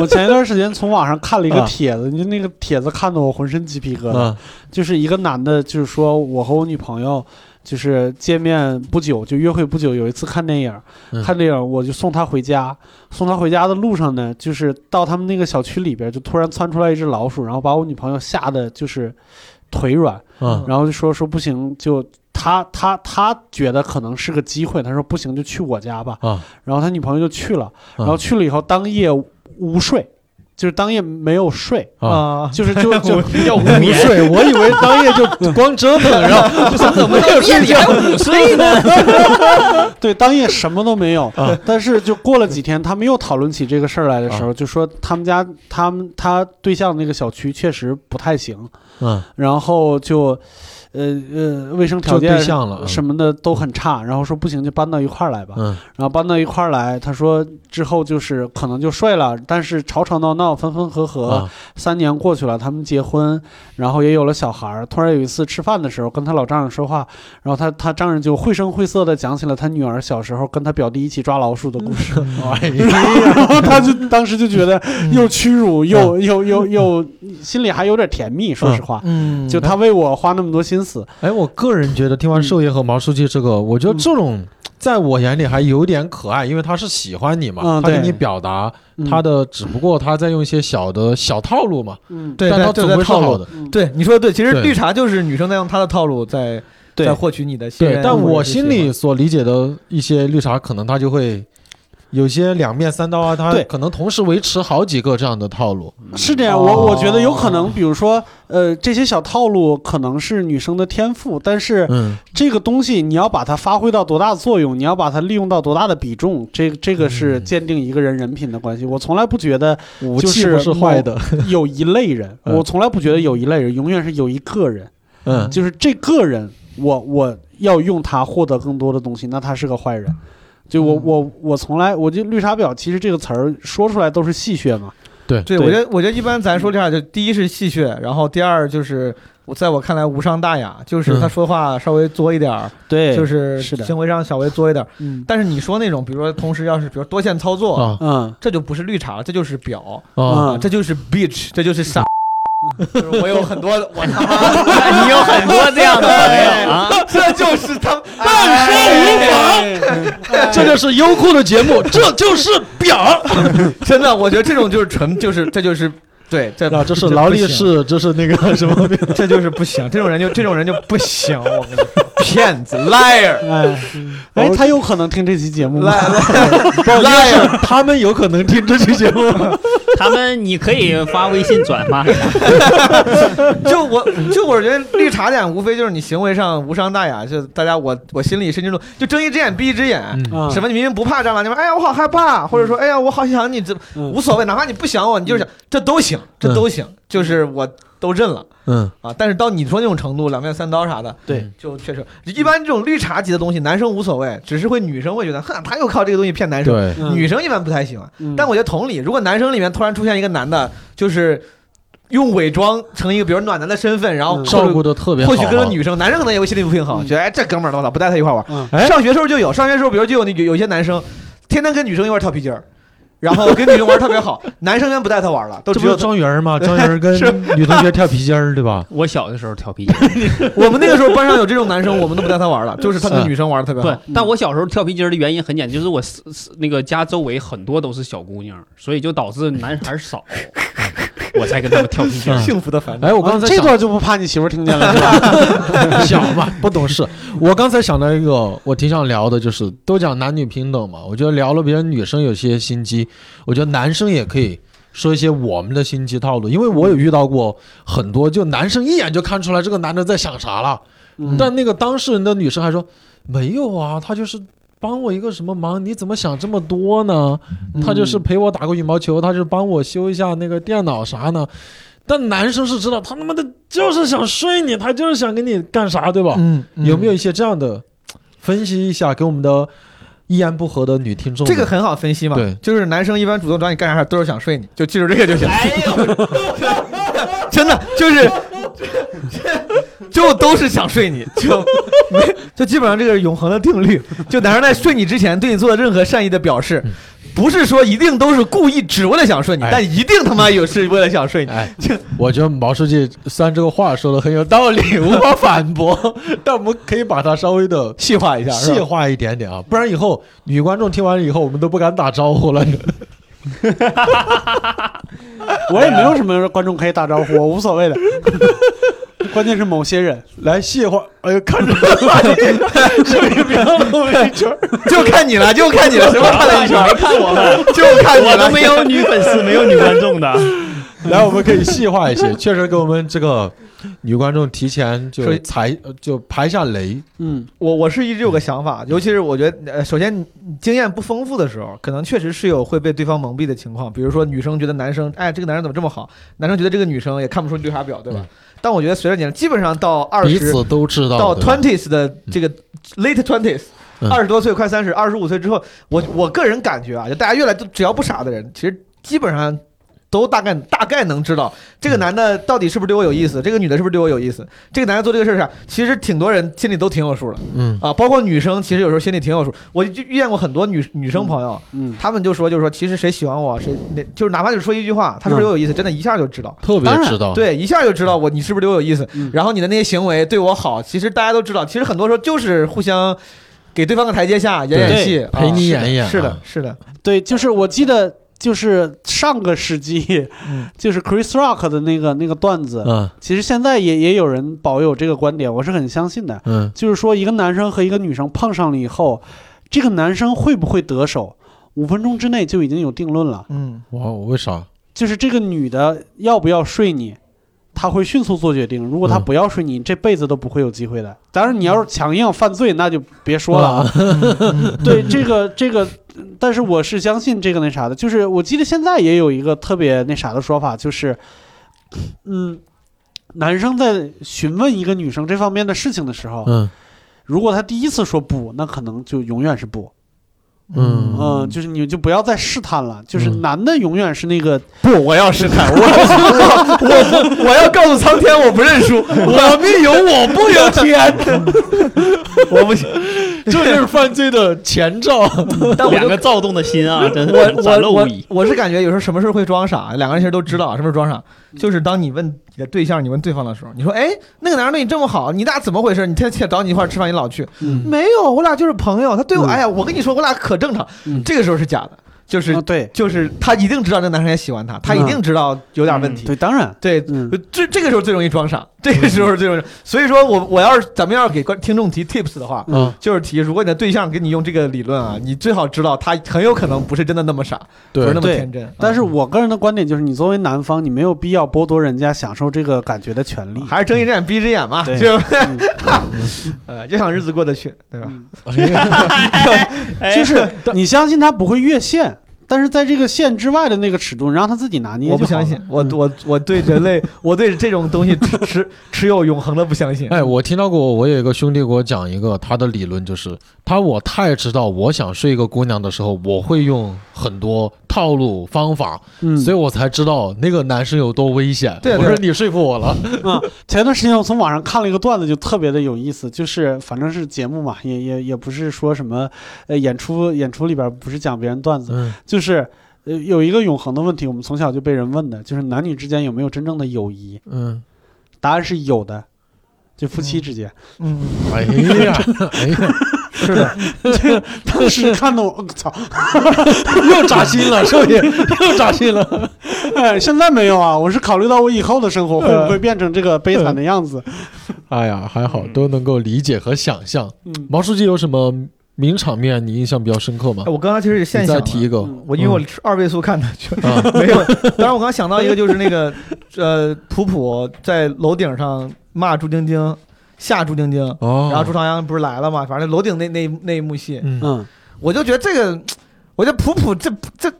[SPEAKER 5] 我前一段时间从网上看了一个
[SPEAKER 2] 啊
[SPEAKER 5] 帖子，就那个帖子看得我浑身鸡皮疙瘩。
[SPEAKER 2] 嗯
[SPEAKER 5] 就是一个男的，就是说我和我女朋友就是见面不久，就约会不久，有一次看电影，
[SPEAKER 2] 嗯
[SPEAKER 5] 看电影我就送她回家，送她回家的路上呢，就是到他们那个小区里边，就突然窜出来一只老鼠，然后把我女朋友吓得就是腿软，
[SPEAKER 2] 嗯
[SPEAKER 5] 然后就说说不行就。他他他觉得可能是个机会，他说不行就去我家吧，
[SPEAKER 2] 啊
[SPEAKER 5] 然后他女朋友就去了，
[SPEAKER 2] 嗯
[SPEAKER 5] 然后去了以后当夜无睡，就是当夜没有睡，
[SPEAKER 2] 啊，
[SPEAKER 3] 啊，
[SPEAKER 5] 就是就 就
[SPEAKER 3] 要无
[SPEAKER 2] 午睡，嗯我以为当夜就光折腾，然后就想怎么到夜里还午睡呢？
[SPEAKER 5] 对，当夜什么都没有
[SPEAKER 2] 啊，
[SPEAKER 5] 但是就过了几天，他们又讨论起这个事儿来的时候，就说他们家他们他对象那个小区确实不太行，
[SPEAKER 2] 嗯
[SPEAKER 5] 然后就，呃呃，卫生条
[SPEAKER 2] 就
[SPEAKER 5] 件
[SPEAKER 2] 对象了嗯
[SPEAKER 5] 什么的都很差，然后说不行就搬到一块儿来吧，
[SPEAKER 2] 嗯
[SPEAKER 5] 然后搬到一块儿来，他说之后就是可能就睡了，但是吵吵闹闹，分分合合，
[SPEAKER 2] 啊
[SPEAKER 5] 三年过去了，他们结婚，然后也有了小孩儿。突然有一次吃饭的时候，跟他老丈人说话，然后他他丈人就绘声绘色的讲起了他女儿小时候跟他表弟一起抓老鼠的 故事，
[SPEAKER 2] 哎呀
[SPEAKER 5] 然后他就当时就觉得
[SPEAKER 2] 嗯
[SPEAKER 5] 又屈辱又又又又心里还有点甜蜜，说实话，
[SPEAKER 2] 嗯
[SPEAKER 5] 就他为我花那么多心思，
[SPEAKER 2] 哎，我个人觉得听完寿爷和毛书记这个，我觉得这种在我眼里还有点可爱，因为他是喜欢你嘛，
[SPEAKER 5] 嗯
[SPEAKER 2] 他给
[SPEAKER 5] 对
[SPEAKER 2] 你表达
[SPEAKER 5] 嗯
[SPEAKER 2] 他的，只不过他在用一些小的小套路嘛，
[SPEAKER 5] 嗯
[SPEAKER 3] 对
[SPEAKER 2] 但他
[SPEAKER 3] 对
[SPEAKER 2] 总
[SPEAKER 3] 对
[SPEAKER 2] 会
[SPEAKER 3] 对
[SPEAKER 2] 是
[SPEAKER 3] 套
[SPEAKER 2] 好
[SPEAKER 3] 路。
[SPEAKER 2] 的。
[SPEAKER 3] 对，你说的对，其实
[SPEAKER 2] 对
[SPEAKER 3] 绿茶就是女生在用她的套路在
[SPEAKER 5] 对
[SPEAKER 3] 在获取你的信
[SPEAKER 2] 对
[SPEAKER 3] 任，
[SPEAKER 2] 但
[SPEAKER 3] 或者
[SPEAKER 2] 我
[SPEAKER 3] 是
[SPEAKER 2] 心
[SPEAKER 3] 喜
[SPEAKER 2] 里
[SPEAKER 3] 欢
[SPEAKER 2] 所理解的一些绿茶，可能他就会有些两面三刀啊，他
[SPEAKER 5] 对
[SPEAKER 2] 可能同时维持好几个这样的套路。
[SPEAKER 5] 是这样，
[SPEAKER 3] 哦
[SPEAKER 5] 我我觉得有可能，比如说，呃，这些小套路可能是女生的天赋，但是
[SPEAKER 2] 嗯，
[SPEAKER 5] 这个东西你要把它发挥到多大作用，你要把它利用到多大的比重，这这个是鉴定一个人人品的关系。我从来不觉得
[SPEAKER 2] 嗯武
[SPEAKER 5] 就
[SPEAKER 2] 器
[SPEAKER 5] 是
[SPEAKER 2] 不是坏的。
[SPEAKER 5] 有一类人，
[SPEAKER 2] 嗯
[SPEAKER 5] 我从来不觉得有一类人，永远是有一个人，
[SPEAKER 2] 嗯
[SPEAKER 5] 就是这个人，我我要用他获得更多的东西，那他是个坏人。就我
[SPEAKER 3] 嗯
[SPEAKER 5] 我我从来我就绿茶婊，其实这个词儿说出来都是戏谑嘛。
[SPEAKER 3] 对，
[SPEAKER 5] 对
[SPEAKER 3] 我觉得我觉得一般咱说绿茶就第一是戏谑，然后第二就是我在我看来无伤大雅，就是
[SPEAKER 2] 嗯
[SPEAKER 3] 她说话稍微作一点儿，
[SPEAKER 5] 对
[SPEAKER 3] 就是
[SPEAKER 5] 是
[SPEAKER 3] 是
[SPEAKER 5] 的
[SPEAKER 3] 行为上稍微作一点儿。
[SPEAKER 5] 嗯
[SPEAKER 3] 但是你说那种，比如说同时要是比如多线操作，
[SPEAKER 2] 啊
[SPEAKER 5] 嗯
[SPEAKER 3] 这就不是绿茶了，这就是婊
[SPEAKER 2] 啊
[SPEAKER 5] 嗯
[SPEAKER 3] 啊，这就是 bitch，这就是傻。 就是我有很多，我他妈
[SPEAKER 4] 你有很多这样的朋友啊，
[SPEAKER 3] 这就是他，
[SPEAKER 2] 但是无妨， 这就是优酷的节目，这就是表。
[SPEAKER 3] 真的，我觉得这种就是纯，就是这就是对，这
[SPEAKER 2] 啊，这是劳力，士，这是那个什么？
[SPEAKER 3] 这不行这就是不行，这种人就这种人就不行，我跟你说， 骗子，liar，
[SPEAKER 5] 哎 哎，他有可能听这期节
[SPEAKER 2] 嗯
[SPEAKER 5] 目吗？
[SPEAKER 3] liar，liar，
[SPEAKER 2] 他们有可能听这期节目。
[SPEAKER 4] 他们你可以发微信转发给他，
[SPEAKER 3] 就我就我觉得绿茶点无非就是你行为上无伤大雅，就大家我我心里深知道，就睁一只眼闭一只眼。
[SPEAKER 5] 嗯
[SPEAKER 3] 什么？你明明不怕蟑螂，你说哎呀我好害怕，或者说哎呀我好想你，这
[SPEAKER 5] 嗯
[SPEAKER 3] 无所谓，哪怕你不想我，你就是想这都行，这都行，就是我都认了
[SPEAKER 2] 嗯
[SPEAKER 3] 啊。但是到你说那种程度，两面三刀啥的，
[SPEAKER 5] 对，
[SPEAKER 3] 就确实，一般这种绿茶级的东西，男生无所谓，只是会女生会觉得，哼，他又靠这个东西骗男生。
[SPEAKER 2] 对，
[SPEAKER 5] 嗯
[SPEAKER 3] 女生一般不太喜欢，
[SPEAKER 5] 嗯
[SPEAKER 3] 但我觉得同理，如果男生里面突然出现一个男的，就是用伪装成一个比如暖男的身份，然后
[SPEAKER 5] 嗯
[SPEAKER 3] 或
[SPEAKER 2] 照
[SPEAKER 3] 者
[SPEAKER 2] 顾的特别好。
[SPEAKER 3] 或许跟着，女生，男生可能也会心里不平衡，
[SPEAKER 5] 嗯
[SPEAKER 3] 觉得哎这哥们儿多好，不带他一块玩。
[SPEAKER 5] 嗯
[SPEAKER 2] 哎
[SPEAKER 3] 上学时候就有，上学时候比如就有那有有些男生天天跟女生一块跳皮筋儿，然后跟女生玩特别好，男生先不带她玩了，都
[SPEAKER 2] 这
[SPEAKER 3] 只
[SPEAKER 2] 不
[SPEAKER 3] 有
[SPEAKER 2] 是
[SPEAKER 3] 她
[SPEAKER 2] 张元儿 吗？张元儿跟女同学跳皮筋儿，对 吧？
[SPEAKER 4] 我小的时候调皮筋，
[SPEAKER 3] 我们那个时候班上有这种男生，我们都不带他玩了，就是他跟
[SPEAKER 2] 是
[SPEAKER 3] 女生玩的特别好。
[SPEAKER 4] 不，嗯但我小时候跳皮筋儿的原因很简单，就是我四四那个家周围很多都是小姑娘，所以就导致男孩儿少， 我才跟他们跳皮筋儿。
[SPEAKER 3] 幸福的烦恼。
[SPEAKER 2] 哎，我刚才
[SPEAKER 5] 这
[SPEAKER 2] 想
[SPEAKER 5] 段就不怕你媳妇儿听见了，是吧？
[SPEAKER 2] 小 嘛，不懂事。我刚才想到一个，我挺想聊的，就是都讲男女平等嘛，我觉得聊了别人女生有些心机，我觉得男生也可以说一些我们的心机套路，因为我有遇到过很多，就男生一眼就看出来这个男的在想啥了，
[SPEAKER 5] 嗯
[SPEAKER 2] 但那个当事人的女生还说没有啊，他就是。帮我一个什么忙？你怎么想这么多呢？他就是陪我打个羽毛球，他就是帮我修一下那个电脑啥呢？但男生是知道，他他妈的就是想睡你，他就是想跟你干啥，对吧？
[SPEAKER 3] 嗯，
[SPEAKER 2] 有没有一些这样的分析一下，给我们的一言不合的女听众？
[SPEAKER 3] 这个很好分析嘛？
[SPEAKER 2] 对
[SPEAKER 3] 就是男生一般主动找你干啥事儿都是想睡你，就记住这个就行。
[SPEAKER 4] 哎呦，
[SPEAKER 3] 真的就是，就都是想睡你，就没就基本上这个是永恒的定律。就男生在睡你之前对你做的任何善意的表示，不是说一定都是故意只为了想睡你，
[SPEAKER 2] 哎
[SPEAKER 3] 但一定他妈有是为了想睡你。
[SPEAKER 2] 哎，我觉得毛书记虽然这个话说的很有道理，无法反驳， 但我们可以把它稍微的
[SPEAKER 3] 细化一下，是
[SPEAKER 2] 细
[SPEAKER 3] 吧？
[SPEAKER 2] 化一点点啊，不然以后女观众听完以后，我们都不敢打招呼了。
[SPEAKER 5] 我也没有什么观众可以打招呼，我无所谓的。 关键是某些人，
[SPEAKER 2] 来细化，哎呦，看着这个别露一圈儿，
[SPEAKER 3] 就看你了，就看你了，什么看了一圈？看我们，就看你
[SPEAKER 6] 我
[SPEAKER 3] 了
[SPEAKER 6] 都。没有女粉丝，没有女观众的。
[SPEAKER 2] 来，我们可以细化一些，确实给我们这个女观众提前
[SPEAKER 3] 说
[SPEAKER 2] 就踩呃就排下雷。
[SPEAKER 5] 嗯，
[SPEAKER 3] 我我是一直有个想法，尤其是我觉得，呃，首先你经验不丰富的时候，可能确实是有会被对方蒙蔽的情况。比如说，女生觉得男生，哎，这个男生怎么这么好？男生觉得这个女生也看不出绿茶婊，对吧？
[SPEAKER 2] 嗯
[SPEAKER 3] 但我觉得随着年龄，基本上到二
[SPEAKER 2] 彼
[SPEAKER 3] 十
[SPEAKER 2] 此都知道
[SPEAKER 3] 到
[SPEAKER 2] 对吧
[SPEAKER 3] twenties 的这个 late twenties，
[SPEAKER 2] 嗯
[SPEAKER 3] 二十多岁快三十，二十五岁之后，我我个人感觉啊，就大家越来都只要不傻的人，其实基本上。都大概大概能知道
[SPEAKER 2] 嗯
[SPEAKER 3] 这个男的到底是不是对我有意思，这个女的是不是对我有意思，这个男的做这个事儿上，其实挺多人心里都挺有数的。
[SPEAKER 2] 嗯
[SPEAKER 3] 啊，包括女生，其实有时候心里挺有数。我就遇见过很多女女生朋友，
[SPEAKER 5] 嗯
[SPEAKER 3] 她们就说，就是说，其实谁喜欢我，谁那就是哪怕就说一句话，她说对
[SPEAKER 5] 嗯
[SPEAKER 3] 我有意思，真的一下就知道，
[SPEAKER 2] 特别
[SPEAKER 5] 当然
[SPEAKER 2] 知道，
[SPEAKER 3] 啊对，一下就知道我你是不是对我有意思
[SPEAKER 5] 嗯。
[SPEAKER 3] 然后你的那些行为对我好，其实大家都知道。其实很多时候就是互相给对方个台阶下，演演
[SPEAKER 5] 对
[SPEAKER 3] 戏，啊
[SPEAKER 2] 陪你演一演
[SPEAKER 3] 是的
[SPEAKER 2] 啊，
[SPEAKER 3] 是的，
[SPEAKER 5] 对，就是我记得，就是上个世纪，
[SPEAKER 3] 嗯
[SPEAKER 5] 就是 Chris Rock 的那个那个段子，
[SPEAKER 2] 嗯
[SPEAKER 5] 其实现在也也有人保有这个观点，我是很相信的。
[SPEAKER 2] 嗯，
[SPEAKER 5] 就是说，一个男生和一个女生碰上了以后，这个男生会不会得手，五分钟之内就已经有定论了。
[SPEAKER 3] 嗯
[SPEAKER 2] 哇，为啥？
[SPEAKER 5] 就是这个女的要不要睡你，她会迅速做决定。如果她
[SPEAKER 2] 嗯
[SPEAKER 5] 不要睡你，这辈子都不会有机会的。当然，你要是强硬犯罪，那就别说了啊。 对这个这个，但是我是相信这个那啥的。就是我记得现在也有一个特别那啥的说法，就是，嗯，男生在询问一个女生这方面的事情的时候，
[SPEAKER 2] 嗯
[SPEAKER 5] 如果她第一次说不，那可能就永远是不。
[SPEAKER 2] 嗯
[SPEAKER 5] 嗯、就是你就不要再试探了。就是
[SPEAKER 2] 嗯
[SPEAKER 5] 男的永远是那个
[SPEAKER 3] 不，我要试探，我我我我要告诉苍天，我不认输，我命由我不由天，我不行。
[SPEAKER 2] 这就是犯罪的前 兆。
[SPEAKER 3] 但我就
[SPEAKER 6] 两个躁动的心啊，真
[SPEAKER 3] 我
[SPEAKER 6] 是展
[SPEAKER 3] 我
[SPEAKER 6] 露无
[SPEAKER 3] 我
[SPEAKER 6] 遗。
[SPEAKER 3] 我是感觉有时候什么事儿会装傻，两个人其实都知道什么时候装傻，
[SPEAKER 5] 嗯
[SPEAKER 3] 就是当你问你的对象，你问对方的时候，你说哎，那个男人对你这么好，你俩怎么回事？你天天找你一块儿吃饭，你老去，
[SPEAKER 5] 嗯
[SPEAKER 3] 没有，我俩就是朋友，他对我，
[SPEAKER 5] 嗯
[SPEAKER 3] 哎呀，我跟你说，我俩可正常，
[SPEAKER 5] 嗯
[SPEAKER 3] 这个时候是假的，就是、
[SPEAKER 5] 啊，对
[SPEAKER 3] 就是他一定知道这个男生也喜欢他，他
[SPEAKER 5] 嗯
[SPEAKER 3] 一定知道有点问题，
[SPEAKER 5] 对，当然，
[SPEAKER 3] 对。
[SPEAKER 5] 嗯，
[SPEAKER 3] 这这个时候最容易装傻，这个时候最容易。所以说我我要是咱们要是给观听众提 tips 的话，
[SPEAKER 2] 嗯，
[SPEAKER 3] 就是提如果你的对象跟你用这个理论啊，你最好知道他很有可能不是真的那么傻，不
[SPEAKER 2] 对
[SPEAKER 3] 是那，么
[SPEAKER 5] 对
[SPEAKER 3] 天真。
[SPEAKER 5] 但
[SPEAKER 3] 嗯
[SPEAKER 5] 是我个人的观点就是，你作为男方，你没有必要剥夺人家享受这个感觉的权利。
[SPEAKER 3] 还是睁一只眼闭一只眼嘛，
[SPEAKER 5] 对
[SPEAKER 3] 就
[SPEAKER 5] 嗯
[SPEAKER 3] 呃，就想日子过得去，对吧？
[SPEAKER 5] 就是你相信他不会越线，但是在这个线之外的那个尺度，你让他自己拿捏。
[SPEAKER 3] 我不相信，，我
[SPEAKER 5] 嗯
[SPEAKER 3] 我我对人类，我对这种东西持持持有永恒的不 相信。
[SPEAKER 2] 哎，我听到过，我有一个兄弟给我讲一个他的理论，就是他我太知道我想睡一个姑娘的时候，我会用很多套路方法，
[SPEAKER 5] 嗯，
[SPEAKER 2] 所以我才知道那个男生有多危险。
[SPEAKER 3] 对
[SPEAKER 2] 我
[SPEAKER 3] 对
[SPEAKER 2] 说你说服我了。
[SPEAKER 5] 啊，前段时间我从网上看了一个段子，就特别的有意思，就是反正是节目嘛，也也也不是说什么，呃，演出演出里边不是讲别人段子，
[SPEAKER 2] 嗯
[SPEAKER 5] 就是呃，有一个永恒的问题，我们从小就被人问的，就是男女之间有没有真正的友谊？
[SPEAKER 2] 嗯，
[SPEAKER 5] 答案是有的，就夫妻之间。
[SPEAKER 3] 嗯，
[SPEAKER 2] 哎呀，哎呀，
[SPEAKER 3] 是的，
[SPEAKER 5] 当时看的我，我操！
[SPEAKER 2] 又扎心 了，少爷又扎心了。
[SPEAKER 5] 哎，现在没有啊，我是考虑到我以后的生活会不会变成这个悲惨的样子。 嗯
[SPEAKER 2] 哎呀，还好都能够理解和想象。
[SPEAKER 5] 嗯，
[SPEAKER 2] 毛书记有什么名场面你印象比较深刻吗？
[SPEAKER 3] 哎我刚才其实也现
[SPEAKER 2] 你
[SPEAKER 3] 想
[SPEAKER 2] 再
[SPEAKER 3] 了
[SPEAKER 2] 提一个
[SPEAKER 5] 嗯
[SPEAKER 3] 我因为我是二位数看的，就
[SPEAKER 2] 啊，
[SPEAKER 3] 没有。当然，我刚想到一个，就是那个呃，普普在楼顶上骂朱晶晶，吓朱晶晶，
[SPEAKER 2] 哦，
[SPEAKER 3] 然后朱朝阳不是来了嘛？反正楼顶那那那一幕戏，
[SPEAKER 2] 嗯，
[SPEAKER 5] 嗯，
[SPEAKER 3] 我就觉得这个，我觉得普普这这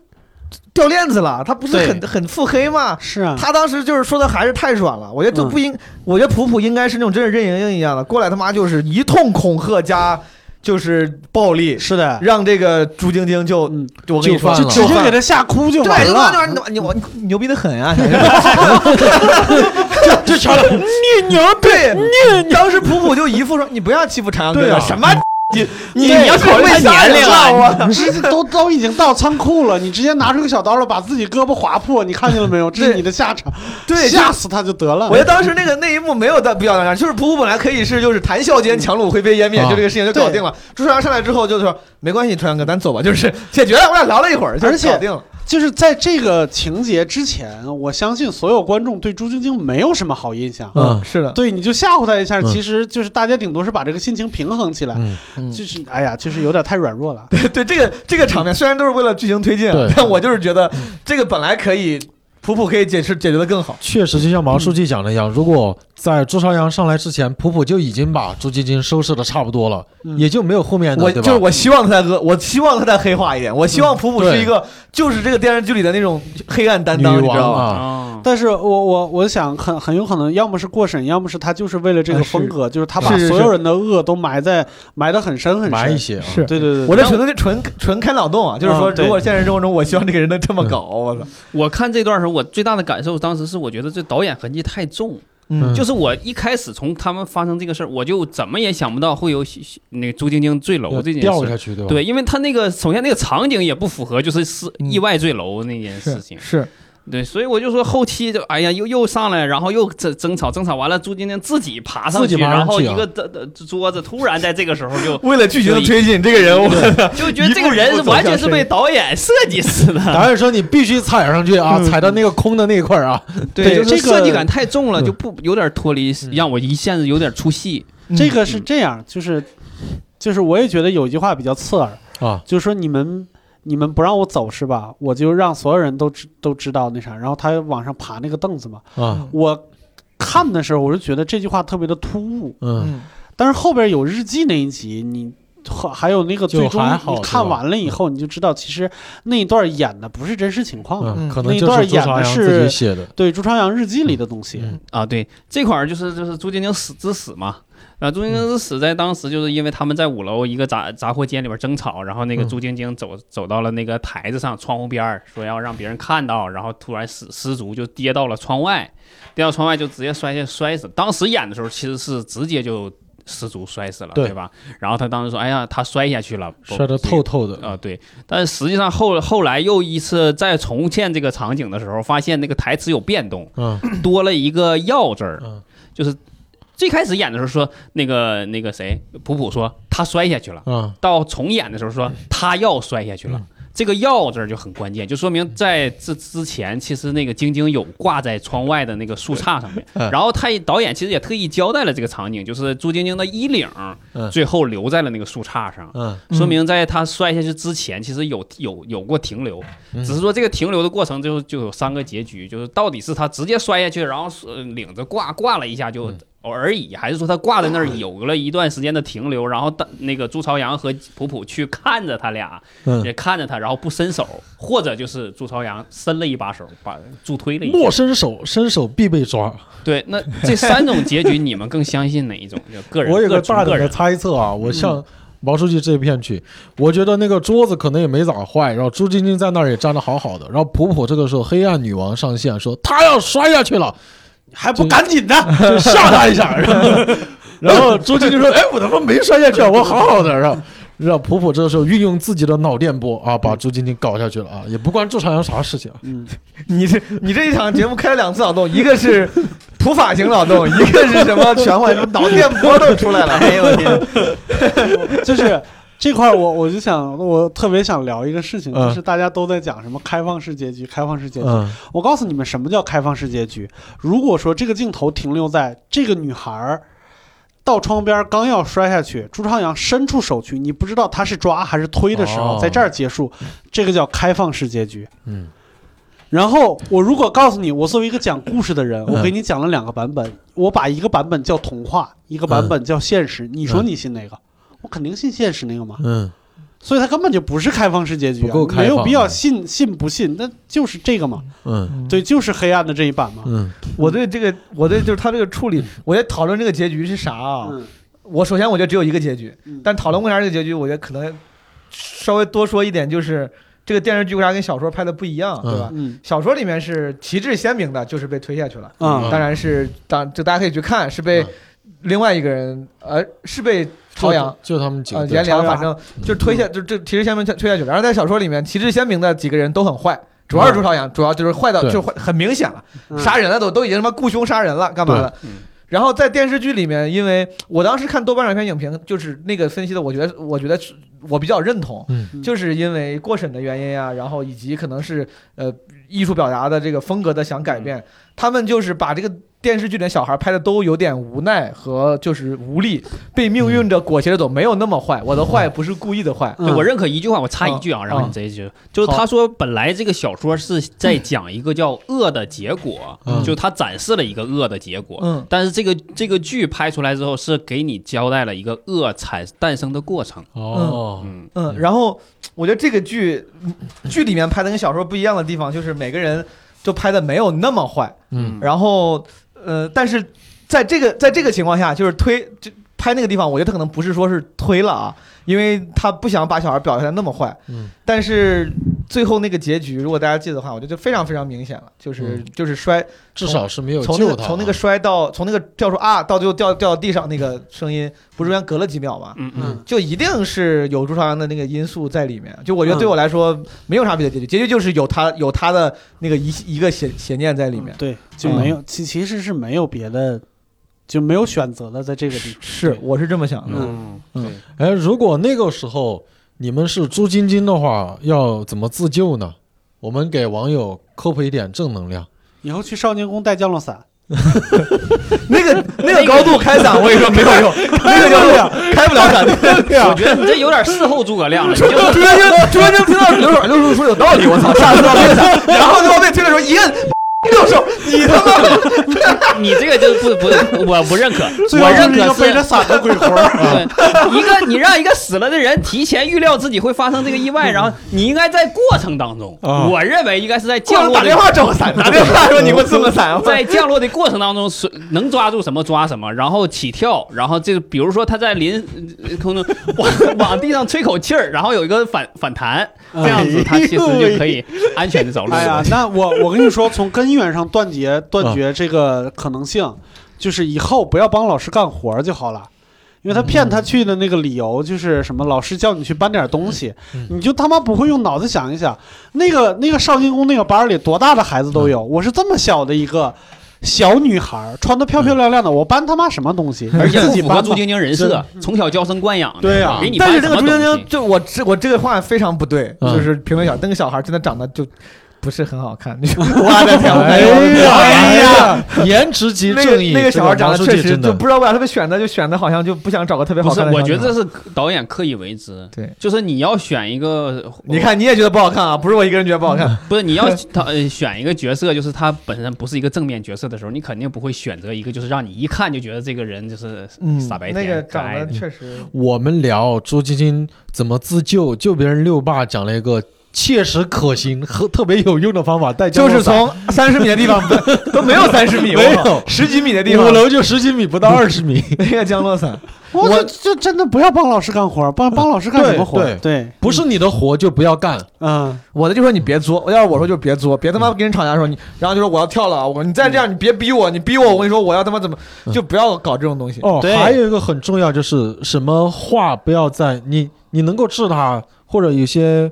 [SPEAKER 3] 掉链子了，他不是
[SPEAKER 5] 对
[SPEAKER 3] 很很腹黑吗？
[SPEAKER 5] 是啊，
[SPEAKER 3] 他当时就是说的还是太软了，我觉得就不应，我觉得普普应该是那种真是任盈盈一样的，过来他妈就是一通恐吓加就是暴力，
[SPEAKER 5] 是的，
[SPEAKER 3] 让这个朱晶晶就
[SPEAKER 5] 嗯，
[SPEAKER 3] 就我跟你说
[SPEAKER 2] 就范了
[SPEAKER 5] 直接给他吓哭就
[SPEAKER 3] 对，
[SPEAKER 5] 完
[SPEAKER 3] 这帮
[SPEAKER 5] 了。
[SPEAKER 3] 就是你你我你牛逼的很啊！
[SPEAKER 2] 这全了。
[SPEAKER 3] 你牛逼，你当时普普就一副说你不要欺负长阳哥
[SPEAKER 5] 对
[SPEAKER 3] 了
[SPEAKER 5] 啊
[SPEAKER 3] 什么
[SPEAKER 6] 你你要考虑他年龄啊，
[SPEAKER 3] 啊！
[SPEAKER 5] 直接都都已经到仓库了，你直接拿出个小刀了，把自己胳膊划破，你看见了没有？这是
[SPEAKER 3] 对
[SPEAKER 5] 你的下场，
[SPEAKER 3] 对，就
[SPEAKER 5] 吓死他就得了。
[SPEAKER 3] 我觉得当时那个那一幕没有的必要当然，就是普普本来可以是就是谈笑间强弩灰飞烟灭，
[SPEAKER 2] 啊
[SPEAKER 3] 就这个事情就搞定了。朱朝阳上来之后就说没关系，朝阳哥，咱走吧，就是解决了，我俩聊了一会儿，就
[SPEAKER 5] 而且
[SPEAKER 3] 搞定了。
[SPEAKER 5] 就是在这个情节之前，我相信所有观众对朱晶晶没有什么好印象。
[SPEAKER 2] 嗯
[SPEAKER 3] 是的，
[SPEAKER 5] 对，你就吓唬他一下，
[SPEAKER 2] 嗯
[SPEAKER 5] 其实就是大家顶多是把这个心情平衡起来，
[SPEAKER 2] 嗯，
[SPEAKER 3] 嗯
[SPEAKER 5] 就是哎呀，就是有点太软弱了。
[SPEAKER 3] 对这个这个场面虽然都是为了剧情推进啊
[SPEAKER 2] 对，
[SPEAKER 3] 但我就是觉得这个本来可以普普可以解释解决的更好。
[SPEAKER 2] 确实就像毛书记讲的一样，如果在朱朝阳上来之前，普普就已经把朱晶晶收拾的差不多了，
[SPEAKER 5] 嗯
[SPEAKER 2] 也就没有后面
[SPEAKER 3] 我
[SPEAKER 2] 的，对
[SPEAKER 3] 就是
[SPEAKER 2] 吧？
[SPEAKER 3] 我希望他再恶，我希望他再黑化一点。我希望普普
[SPEAKER 2] 对
[SPEAKER 3] 是一个，就是这个电视剧里的那种黑暗担
[SPEAKER 2] 女
[SPEAKER 3] 当，你知
[SPEAKER 2] 王
[SPEAKER 3] 道吗？
[SPEAKER 2] 啊，
[SPEAKER 4] 啊，
[SPEAKER 5] 但是我我我想很很有可能，要么是过审，要么是他就是为了这
[SPEAKER 3] 啊
[SPEAKER 5] 个
[SPEAKER 3] 是
[SPEAKER 5] 风格，就是他把
[SPEAKER 3] 是是
[SPEAKER 5] 所有人的恶都埋在埋得很深很
[SPEAKER 2] 埋一
[SPEAKER 5] 深。
[SPEAKER 2] 些啊，
[SPEAKER 3] 是
[SPEAKER 5] 对对对，
[SPEAKER 3] 我
[SPEAKER 5] 对
[SPEAKER 3] 这纯粹纯纯开脑洞啊，就是说，
[SPEAKER 5] 嗯对
[SPEAKER 3] 如果现实生活中，我希望这个人能这么搞，
[SPEAKER 2] 嗯
[SPEAKER 3] 我操，
[SPEAKER 4] 我看这段时候，我最大的感受当时是，我觉得这导演痕迹太重。
[SPEAKER 2] 嗯
[SPEAKER 4] 就是我一开始从他们发生这个事儿，我就怎么也想不到会有喜喜那个朱晶晶坠楼
[SPEAKER 2] 要
[SPEAKER 4] 这件
[SPEAKER 2] 掉
[SPEAKER 4] 事。
[SPEAKER 2] 下去，对吧？
[SPEAKER 4] 对，因为他那个首先那个场景也不符合，就是是
[SPEAKER 3] 嗯
[SPEAKER 4] 意外坠楼那件事情。
[SPEAKER 3] 是
[SPEAKER 4] 对，所以我就说后期就哎呀，又又上来，然后又争争吵，争吵完了，朱晶晶自己爬上
[SPEAKER 2] 自己
[SPEAKER 4] 去，
[SPEAKER 2] 爬上
[SPEAKER 4] 然后
[SPEAKER 2] 去
[SPEAKER 4] 一
[SPEAKER 2] 啊
[SPEAKER 4] 个的的桌子突然在这个时候就
[SPEAKER 3] 为了剧情的推进，这个人我
[SPEAKER 4] 就觉得这个人是完全是被导演设计死的，
[SPEAKER 2] 导演说你必须踩上去啊，踩到那个空的那一块儿啊，
[SPEAKER 5] 对
[SPEAKER 4] 就是
[SPEAKER 5] 这个
[SPEAKER 4] 设计感太重了，
[SPEAKER 2] 嗯
[SPEAKER 4] 就不有点脱离，让我一下子有点出戏。
[SPEAKER 5] 这个是这样，就是就是我也觉得有一句话比较刺耳，
[SPEAKER 2] 啊，
[SPEAKER 5] 就是说你们你们不让我走是吧？我就让所有人都知都知道那啥，然后他往上爬那个凳子嘛。
[SPEAKER 2] 啊，
[SPEAKER 5] 我看的时候我就觉得这句话特别的突兀，
[SPEAKER 2] 嗯，
[SPEAKER 3] 嗯
[SPEAKER 5] 但是后边有日记那一集，你还还有那个
[SPEAKER 2] 就
[SPEAKER 5] 最终
[SPEAKER 2] 还好嗯
[SPEAKER 5] 你看完了以后，你就知道其实那一段演的不是真实情况的。
[SPEAKER 2] 嗯
[SPEAKER 3] 嗯
[SPEAKER 2] 可能
[SPEAKER 5] 那
[SPEAKER 2] 就
[SPEAKER 5] 段
[SPEAKER 2] 是朱
[SPEAKER 5] 演
[SPEAKER 2] 朝
[SPEAKER 5] 的
[SPEAKER 2] 阳
[SPEAKER 5] 是
[SPEAKER 2] 自己写的，
[SPEAKER 5] 对，朱朝阳日记里的东西，
[SPEAKER 2] 嗯
[SPEAKER 4] 啊，对这块儿就是就是朱晶晶死之死嘛，啊，朱晶
[SPEAKER 2] 嗯
[SPEAKER 4] 晶之死在当时就是因为他们在五楼一个杂杂货间里边争吵，然后那个
[SPEAKER 2] 嗯
[SPEAKER 4] 朱晶晶走走到了那个台子上窗户边儿，说要让别人看到，然后突然失失足就跌到了窗外，跌到窗外就直接摔下摔死。当时演的时候其实是直接就失足摔死了，
[SPEAKER 2] 对
[SPEAKER 4] 对吧？然后他当时说，哎呀，他摔下去了，不
[SPEAKER 2] 摔得透透的，
[SPEAKER 4] 啊、对，但是实际上后后来又一次再重现这个场景的时候，发现那个台词有变动，
[SPEAKER 2] 嗯
[SPEAKER 4] 多了一个“要”字儿
[SPEAKER 2] 嗯，
[SPEAKER 4] 就是最开始演的时候说那个那个谁普普说他摔下去了，
[SPEAKER 2] 啊，
[SPEAKER 4] 到重演的时候说他要摔下去了。
[SPEAKER 2] 嗯
[SPEAKER 4] 这个“要”字儿就很关键，就说明在这之前，其实那个晶晶有挂在窗外的那个树杈上面。
[SPEAKER 2] 嗯
[SPEAKER 4] 然后他也导演其实也特意交代了这个场景，就是朱晶晶的衣领儿
[SPEAKER 2] 嗯
[SPEAKER 4] 最后留在了那个树杈上。
[SPEAKER 2] 嗯
[SPEAKER 3] 嗯
[SPEAKER 4] 说明在他摔下去之前，其实有有有过停留，
[SPEAKER 2] 嗯
[SPEAKER 4] 只是说这个停留的过程就就有三个结局，就是到底是他直接摔下去，然后是呃领子挂挂了一下就哦
[SPEAKER 2] 嗯
[SPEAKER 4] 而已，还是说他挂在那儿有了一段时间的停留，然后当那个朱朝阳和普普去看着他俩，
[SPEAKER 2] 嗯，
[SPEAKER 4] 也看着他，然后不伸手，或者就是朱朝阳伸了一把手，把助推了一
[SPEAKER 2] 莫
[SPEAKER 4] 下。
[SPEAKER 2] 伸手，伸手必被抓。
[SPEAKER 4] 对，那这三种结局，你们更相信哪一种？就个人，
[SPEAKER 2] 我有
[SPEAKER 4] 个
[SPEAKER 2] 个
[SPEAKER 4] 纯
[SPEAKER 2] 大
[SPEAKER 4] 个
[SPEAKER 2] 胆的
[SPEAKER 4] 人，嗯
[SPEAKER 2] 猜测啊，我向毛书记这片去，我觉得那个桌子可能也没咋坏，然后朱晶晶在那儿也站得好好的，然后普普这个时候黑暗女王上线说她要摔下去了，
[SPEAKER 5] 还不赶紧的，
[SPEAKER 2] 就 吓她一下，然后然后朱晶晶说哎我他妈没摔下去啊，我好好的，然后让普普这时候运用自己的脑电波啊，把朱晶晶搞下去了啊，也不关注朝阳啥事情啊。
[SPEAKER 5] 嗯，
[SPEAKER 3] 你这你这一场节目开了两次脑洞，一个是普法型脑洞，一个是什么全换，什么脑电波都出 来了。哎呦我天！
[SPEAKER 5] 就是这块儿我我就想，我特别想聊一个事情，
[SPEAKER 2] 嗯
[SPEAKER 5] 就是大家都在讲什么开放式结局，开放式结局。
[SPEAKER 2] 嗯
[SPEAKER 5] 我告诉你们什么叫开放式结局。如果说这个镜头停留在这个女孩儿到窗边儿刚要摔下去，朱朝阳伸出手去，你不知道他是抓还是推的时候，
[SPEAKER 2] 哦
[SPEAKER 5] 在这儿结束，这个叫开放式结局。
[SPEAKER 2] 嗯，
[SPEAKER 5] 然后我如果告诉你，我作为一个讲故事的人，
[SPEAKER 2] 嗯
[SPEAKER 5] 我给你讲了两个版本，我把一个版本叫童话，一个版本叫现实，你说你信哪个？我肯定信现实那个嘛，
[SPEAKER 2] 嗯，
[SPEAKER 5] 所以它根本就不是开放式结局、
[SPEAKER 2] 不
[SPEAKER 5] 啊
[SPEAKER 2] 够，开放
[SPEAKER 5] 没有必要信信不信，那就是这个嘛，
[SPEAKER 2] 嗯
[SPEAKER 5] 对，就是黑暗的这一版嘛。
[SPEAKER 2] 嗯
[SPEAKER 3] 我对这个，我对就是他这个处理，我觉得讨论这个结局是啥啊？
[SPEAKER 5] 嗯，
[SPEAKER 3] 我首先我觉得只有一个结局，
[SPEAKER 5] 嗯
[SPEAKER 3] 但讨论为啥这个结局，我觉得可能稍微多说一点，就是这个电视剧为啥跟小说拍的不一样，啊对吧？
[SPEAKER 5] 嗯
[SPEAKER 3] 小说里面是旗帜鲜明的，就是被推下去了。
[SPEAKER 5] 啊
[SPEAKER 3] 嗯当然是当这大家可以去看，是被
[SPEAKER 2] 嗯
[SPEAKER 3] 另外一个人，呃，是被朝阳。
[SPEAKER 2] 就他们几
[SPEAKER 3] 呃，
[SPEAKER 2] 个对，
[SPEAKER 3] 颜良
[SPEAKER 5] 朝阳
[SPEAKER 3] 反正就是推下，就这旗帜鲜明推推下去了。然后在小说里面，旗帜鲜明的几个人都很坏，主要是朱朝阳，主要就是坏到
[SPEAKER 2] 嗯对
[SPEAKER 3] 就是坏很明显了，
[SPEAKER 5] 嗯
[SPEAKER 3] 杀人了都都已经他妈雇凶杀人了，干嘛的
[SPEAKER 4] 对嗯？
[SPEAKER 3] 然后在电视剧里面，因为我当时看豆瓣上一篇影评，就是那个分析的，我觉得我觉得是我比较认同，
[SPEAKER 2] 嗯
[SPEAKER 3] 就是因为过审的原因啊，然后以及可能是呃艺术表达的这个风格的想改变，他们就是把这个电视剧里的小孩拍的都有点无奈和就是无力，被命运着裹挟着走，没有那么坏，我的坏不是故意的坏，
[SPEAKER 4] 对我认可一句话，我插一句啊，
[SPEAKER 3] 嗯嗯
[SPEAKER 4] 然后你这一句，就是他说本来这个小说是在讲一个叫恶的结果，
[SPEAKER 2] 嗯
[SPEAKER 4] 就他展示了一个恶的结果，
[SPEAKER 3] 嗯
[SPEAKER 4] 但是这个这个剧拍出来之后是给你交代了一个恶产诞生的过程，
[SPEAKER 2] 哦，
[SPEAKER 4] 嗯，
[SPEAKER 3] 嗯，然后我觉得这个剧嗯剧里面拍的跟小说不一样的地方，就是每个人就拍的没有那么坏，
[SPEAKER 2] 嗯
[SPEAKER 3] 然后呃，但是在这个在这个情况下，就是推就拍那个地方，我觉得他可能不是说是推了啊，因为他不想把小孩表现的那么坏，
[SPEAKER 2] 嗯，
[SPEAKER 3] 但是最后那个结局，如果大家记得的话，我觉得就非常非常明显了，就是、
[SPEAKER 2] 嗯
[SPEAKER 3] 就是摔
[SPEAKER 2] 至少是没有
[SPEAKER 3] 从那
[SPEAKER 2] 救
[SPEAKER 3] 个
[SPEAKER 2] 他啊，
[SPEAKER 3] 从那个摔到从那个掉出啊到最后掉掉到地上那个声音，不是中间隔了几秒吗？
[SPEAKER 4] 嗯
[SPEAKER 5] 嗯
[SPEAKER 3] 就一定是有朱朝阳的那个因素在里面。就我觉得对我来说没有啥别的结局，结局就是有他有他的那个一一个邪邪念在里面。嗯
[SPEAKER 5] 对，就没有其其实是没有别的，就没有选择的，在这个地方。
[SPEAKER 3] 是，我是这么想的。
[SPEAKER 5] 嗯，
[SPEAKER 2] 哎，如果那个时候你们是朱晶晶的话，要怎么自救呢？我们给网友科普一点正能 量。
[SPEAKER 5] 以后去少年宫带降落伞，
[SPEAKER 3] 那个那个高度开伞，我跟你说没有 用，那个就是开不了啊伞。
[SPEAKER 4] 啊我觉得你这有点事后诸葛亮了， 你就
[SPEAKER 3] 朱元璋，朱元璋听到刘手，刘手说有道理，我操，下次要变伞，然后就往被推的时候一摁，六手，你他妈的，
[SPEAKER 4] 你这个就不不，我不认可，
[SPEAKER 5] 最
[SPEAKER 4] 我
[SPEAKER 5] 后就
[SPEAKER 4] 认
[SPEAKER 5] 是一
[SPEAKER 4] 可
[SPEAKER 5] 个背
[SPEAKER 4] 是
[SPEAKER 5] 着伞的鬼魂儿。
[SPEAKER 4] 对，一个你让一个死了的人提前预料自己会发生这个意
[SPEAKER 3] 嗯
[SPEAKER 4] 外，然后你应该在过程当中，
[SPEAKER 2] 啊
[SPEAKER 4] 我认为应该是在
[SPEAKER 3] 叫
[SPEAKER 4] 降
[SPEAKER 3] 人
[SPEAKER 4] 落
[SPEAKER 3] 打
[SPEAKER 4] 的
[SPEAKER 3] 电话找个伞，打电话说你给我送个
[SPEAKER 2] 嗯
[SPEAKER 3] 伞，
[SPEAKER 4] 在降落的过程当中是能抓住什么抓什么，然后起跳，然后这比如说他在临呃空中往往地上吹口气儿，然后有一个反反弹，这样子他其实就可以安全的啊着陆。
[SPEAKER 5] 哎呀，那 我我跟你说，从根源上断绝断绝这个可能性，就是以后不要帮老师干活儿就好了。因为他骗他去的那个理由就是什么，老师叫你去搬点东西，
[SPEAKER 2] 嗯
[SPEAKER 5] 你就他妈不会用脑子想一想。那个那个少年宫那个班儿里多大的孩子都
[SPEAKER 4] 嗯
[SPEAKER 5] 有，我是这么小的一个小女孩儿，穿的漂漂亮亮的，我搬他妈什么东西？
[SPEAKER 4] 嗯而且
[SPEAKER 5] 自己
[SPEAKER 4] 符合
[SPEAKER 5] 搬
[SPEAKER 4] 朱
[SPEAKER 5] 吧。
[SPEAKER 4] 晶晶人设，从小娇生惯养的，
[SPEAKER 5] 对呀
[SPEAKER 4] 给你
[SPEAKER 3] 但是
[SPEAKER 4] 搬
[SPEAKER 3] 这
[SPEAKER 4] 什么
[SPEAKER 3] 个朱
[SPEAKER 4] 东
[SPEAKER 3] 元璋
[SPEAKER 4] 西，
[SPEAKER 3] 就我这我这个话非常不对，
[SPEAKER 2] 嗯
[SPEAKER 3] 就是评论小那个小孩真的长得就不是很好看，
[SPEAKER 4] 啊
[SPEAKER 3] 我的天，
[SPEAKER 2] 哎
[SPEAKER 3] 哎哎呀。
[SPEAKER 2] 呀，颜值即
[SPEAKER 3] 那个
[SPEAKER 2] 正义，
[SPEAKER 3] 那个小孩长得
[SPEAKER 2] 这个王书记
[SPEAKER 3] 确实
[SPEAKER 2] 真
[SPEAKER 3] 就
[SPEAKER 2] 的
[SPEAKER 3] 不知道为啥他被选的，就选的好像就不想找个特别
[SPEAKER 4] 不
[SPEAKER 3] 好
[SPEAKER 4] 是
[SPEAKER 3] 看的。，
[SPEAKER 4] 我觉得这是导演刻意为之。
[SPEAKER 3] 对，
[SPEAKER 4] 就是你要选一个，
[SPEAKER 3] 你看你也觉得不好看啊，不是我一个人觉得不好
[SPEAKER 2] 嗯
[SPEAKER 3] 看。
[SPEAKER 4] 不是你要他呃选一个角色，就是他本身不是一个正面角色的时候，你肯定不会选择一个就是让你一看就觉得这个人就是
[SPEAKER 3] 嗯，
[SPEAKER 4] 傻白甜、
[SPEAKER 3] 那个
[SPEAKER 4] 可
[SPEAKER 3] 长
[SPEAKER 4] 爱
[SPEAKER 3] 得
[SPEAKER 4] 的。
[SPEAKER 3] 确实，
[SPEAKER 2] 我们聊朱晶晶怎么自救，救别人六爸，讲了一个切实可行和特别有用的方法带降
[SPEAKER 3] 就
[SPEAKER 2] 落伞。
[SPEAKER 3] 是从三十米的地方都没有三十米，
[SPEAKER 2] 没有
[SPEAKER 3] 我靠十几米的地
[SPEAKER 2] 五
[SPEAKER 3] 方，
[SPEAKER 2] 楼就十几米，
[SPEAKER 3] 嗯
[SPEAKER 2] 不到二十米。
[SPEAKER 3] 那个降落伞，
[SPEAKER 5] 我
[SPEAKER 2] 我
[SPEAKER 5] 这这真的不要帮老师干活儿，帮帮老师干什么活儿？
[SPEAKER 2] 对
[SPEAKER 5] 对，
[SPEAKER 2] 不是你的活就不要干，
[SPEAKER 5] 嗯，
[SPEAKER 3] 我的就说你别作，要是我说就是别作，别他妈跟人吵架的时候你，然后就说我要跳了，啊我你再这样你别逼我，你逼我，我跟你说我要他妈怎么，就不要搞这种东西。
[SPEAKER 2] 哦，
[SPEAKER 5] 对
[SPEAKER 2] 还有一个很重要就是什么话不要在你你能够治他，或者有些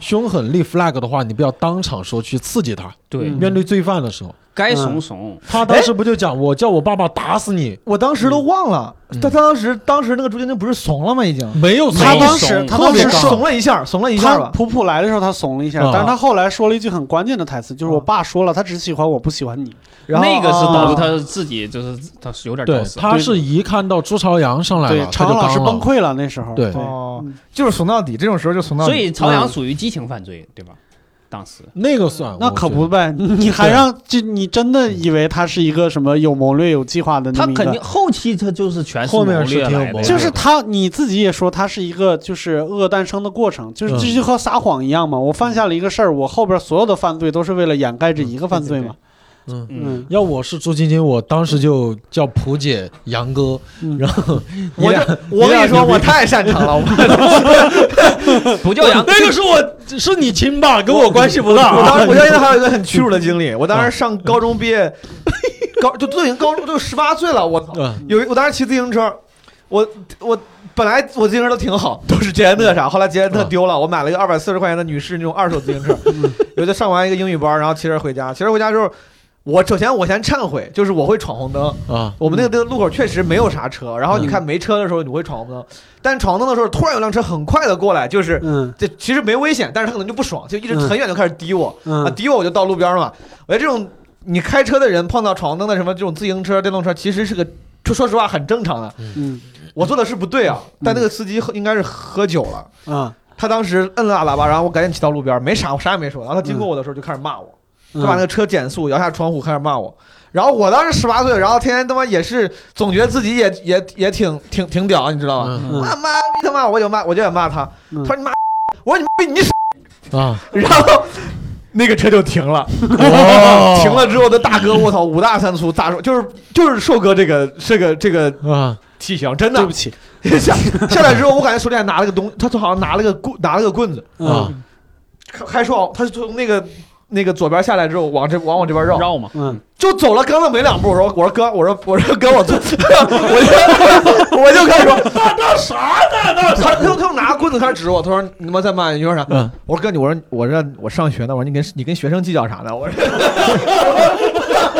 [SPEAKER 2] 凶狠立 flag 的话，你不要当场说去刺激他。
[SPEAKER 4] 对，
[SPEAKER 5] 嗯
[SPEAKER 2] 面对罪犯的时候，
[SPEAKER 4] 该怂怂，
[SPEAKER 3] 嗯
[SPEAKER 2] 他当时不就讲我叫我爸爸打死你，
[SPEAKER 3] 我当时都忘了，他当时当时那个朱晶晶不是怂了吗？已经，
[SPEAKER 2] 没有
[SPEAKER 5] 他
[SPEAKER 2] 怂
[SPEAKER 5] 当时他
[SPEAKER 2] 特
[SPEAKER 5] 当
[SPEAKER 2] 别
[SPEAKER 5] 时
[SPEAKER 2] 杠
[SPEAKER 3] 怂了一下，怂了一下
[SPEAKER 5] 他
[SPEAKER 3] 吧。
[SPEAKER 5] 普普来的时候他怂了一下
[SPEAKER 2] 啊，
[SPEAKER 5] 但是他后来说了一句很关键的台词，就是我爸说了，他只喜欢我不喜欢你。
[SPEAKER 3] 然后
[SPEAKER 4] 那个是导
[SPEAKER 3] 啊
[SPEAKER 4] 致他自己就是他是有点
[SPEAKER 2] 对
[SPEAKER 4] 找，死，
[SPEAKER 2] 他是一看到朱朝阳上来
[SPEAKER 5] 对
[SPEAKER 2] 了，，他
[SPEAKER 5] 常
[SPEAKER 2] 就
[SPEAKER 5] 老师
[SPEAKER 2] 刚
[SPEAKER 5] 崩
[SPEAKER 2] 了。
[SPEAKER 5] 溃了那时候。
[SPEAKER 2] 对
[SPEAKER 5] 对，
[SPEAKER 3] 哦
[SPEAKER 5] 嗯
[SPEAKER 3] 就是怂到底，这种时候就怂到底。
[SPEAKER 4] 所以朝阳属于激情犯罪，对吧？当时
[SPEAKER 2] 那个算
[SPEAKER 5] 那
[SPEAKER 2] 我
[SPEAKER 5] 可
[SPEAKER 2] 觉得
[SPEAKER 5] 不 呗，你还让这你真的以为他是一个什么有谋略、有计划的那
[SPEAKER 4] 他
[SPEAKER 5] 么一个
[SPEAKER 4] 肯定后期他就是全
[SPEAKER 2] 后面
[SPEAKER 4] 谋
[SPEAKER 2] 是
[SPEAKER 4] 略
[SPEAKER 2] 挺有
[SPEAKER 4] 来的
[SPEAKER 2] 谋
[SPEAKER 4] 呀，
[SPEAKER 2] 略
[SPEAKER 5] 就是他你自己也说，他是一个就是恶诞生的过程，就是
[SPEAKER 2] 嗯
[SPEAKER 5] 这就和撒谎一样嘛。我犯下了一个事儿，我后边所有的犯罪都是为了掩盖这一个犯罪嘛。
[SPEAKER 2] 嗯。
[SPEAKER 4] 嗯，
[SPEAKER 2] 要我是朱晶晶，我当时就叫蒲姐、杨哥，
[SPEAKER 5] 嗯
[SPEAKER 2] 然后你
[SPEAKER 3] 我
[SPEAKER 2] 俩
[SPEAKER 3] 就我跟你说，我太擅长 了，我
[SPEAKER 4] 不叫杨，
[SPEAKER 2] 那个是我是你亲爸，跟我关系不大
[SPEAKER 3] 我当
[SPEAKER 2] 啊。
[SPEAKER 3] 时我到现在还有一个很屈辱的经历，我当时上高中毕业，高就都已经高中就十八岁了，我操！
[SPEAKER 2] 嗯
[SPEAKER 3] 有一我当时骑自行车，我我本来我自行车都挺好，都是捷安特啥，后来捷安特丢了，我买了一个二百四十块钱的女士那种二手自行车，有就上完一个英语班，然后骑车回家，骑车回家之后。我首先我先忏悔，就是我会闯红灯。
[SPEAKER 2] 啊，
[SPEAKER 3] 我们那个那个路口确实没有啥车，然后你看没车的时候你会闯红灯，但闯红灯的时候突然有辆车很快的过来，就是
[SPEAKER 5] 嗯
[SPEAKER 3] 这其实没危险，但是他可能就不爽，就一直
[SPEAKER 5] 嗯
[SPEAKER 3] 很远就开始滴我，啊，
[SPEAKER 5] 嗯
[SPEAKER 3] 敌我我就到路边儿了嘛。我觉得这种你开车的人碰到闯红灯的什么这种自行车、电动车，其实是个说说实话很正常的。
[SPEAKER 5] 嗯
[SPEAKER 3] 我做的是不对啊，但那个司机喝应该是喝酒了，
[SPEAKER 5] 啊
[SPEAKER 3] 他当时摁了喇叭，然后我赶紧骑到路边儿，没啥，我啥也没说。然后他经过我的时候就开始骂我，
[SPEAKER 5] 嗯
[SPEAKER 3] 就把那个车减速，摇下窗户开始骂我。然后我当时十八岁，然后天天他妈也是总觉得自己也也也挺挺挺屌，你知道吗？
[SPEAKER 2] 嗯
[SPEAKER 5] 嗯
[SPEAKER 3] 啊妈逼他妈，我就骂我就想骂他，
[SPEAKER 5] 嗯
[SPEAKER 3] 他说你妈，我说你妈逼你
[SPEAKER 2] 啊，
[SPEAKER 3] 然后那个车就停了，
[SPEAKER 5] 哦
[SPEAKER 3] 停了之后的大哥，我操，五大三粗，大说就是就是瘦哥这个这个这个
[SPEAKER 2] 啊，
[SPEAKER 3] 体型，真
[SPEAKER 5] 对
[SPEAKER 3] 的
[SPEAKER 5] 不起
[SPEAKER 3] 下下来之后，我感觉手里还拿了个东，他好像拿了个棍，拿了个棍子，
[SPEAKER 2] 啊
[SPEAKER 5] 嗯
[SPEAKER 3] 还说他是从那个。那个左边下来之后，往这往我这边绕，
[SPEAKER 4] 绕嘛，
[SPEAKER 5] 嗯
[SPEAKER 3] 就走了刚刚没两步，我说我说哥，我说我说哥， 我错，我就我就开始说那那啥呢？那他他他拿棍子开始指着我，他说你他妈再骂一句说啥？
[SPEAKER 2] 嗯
[SPEAKER 3] 我说哥你，我说我说我上学呢，我说你跟你跟学生计较啥呢？ 我说。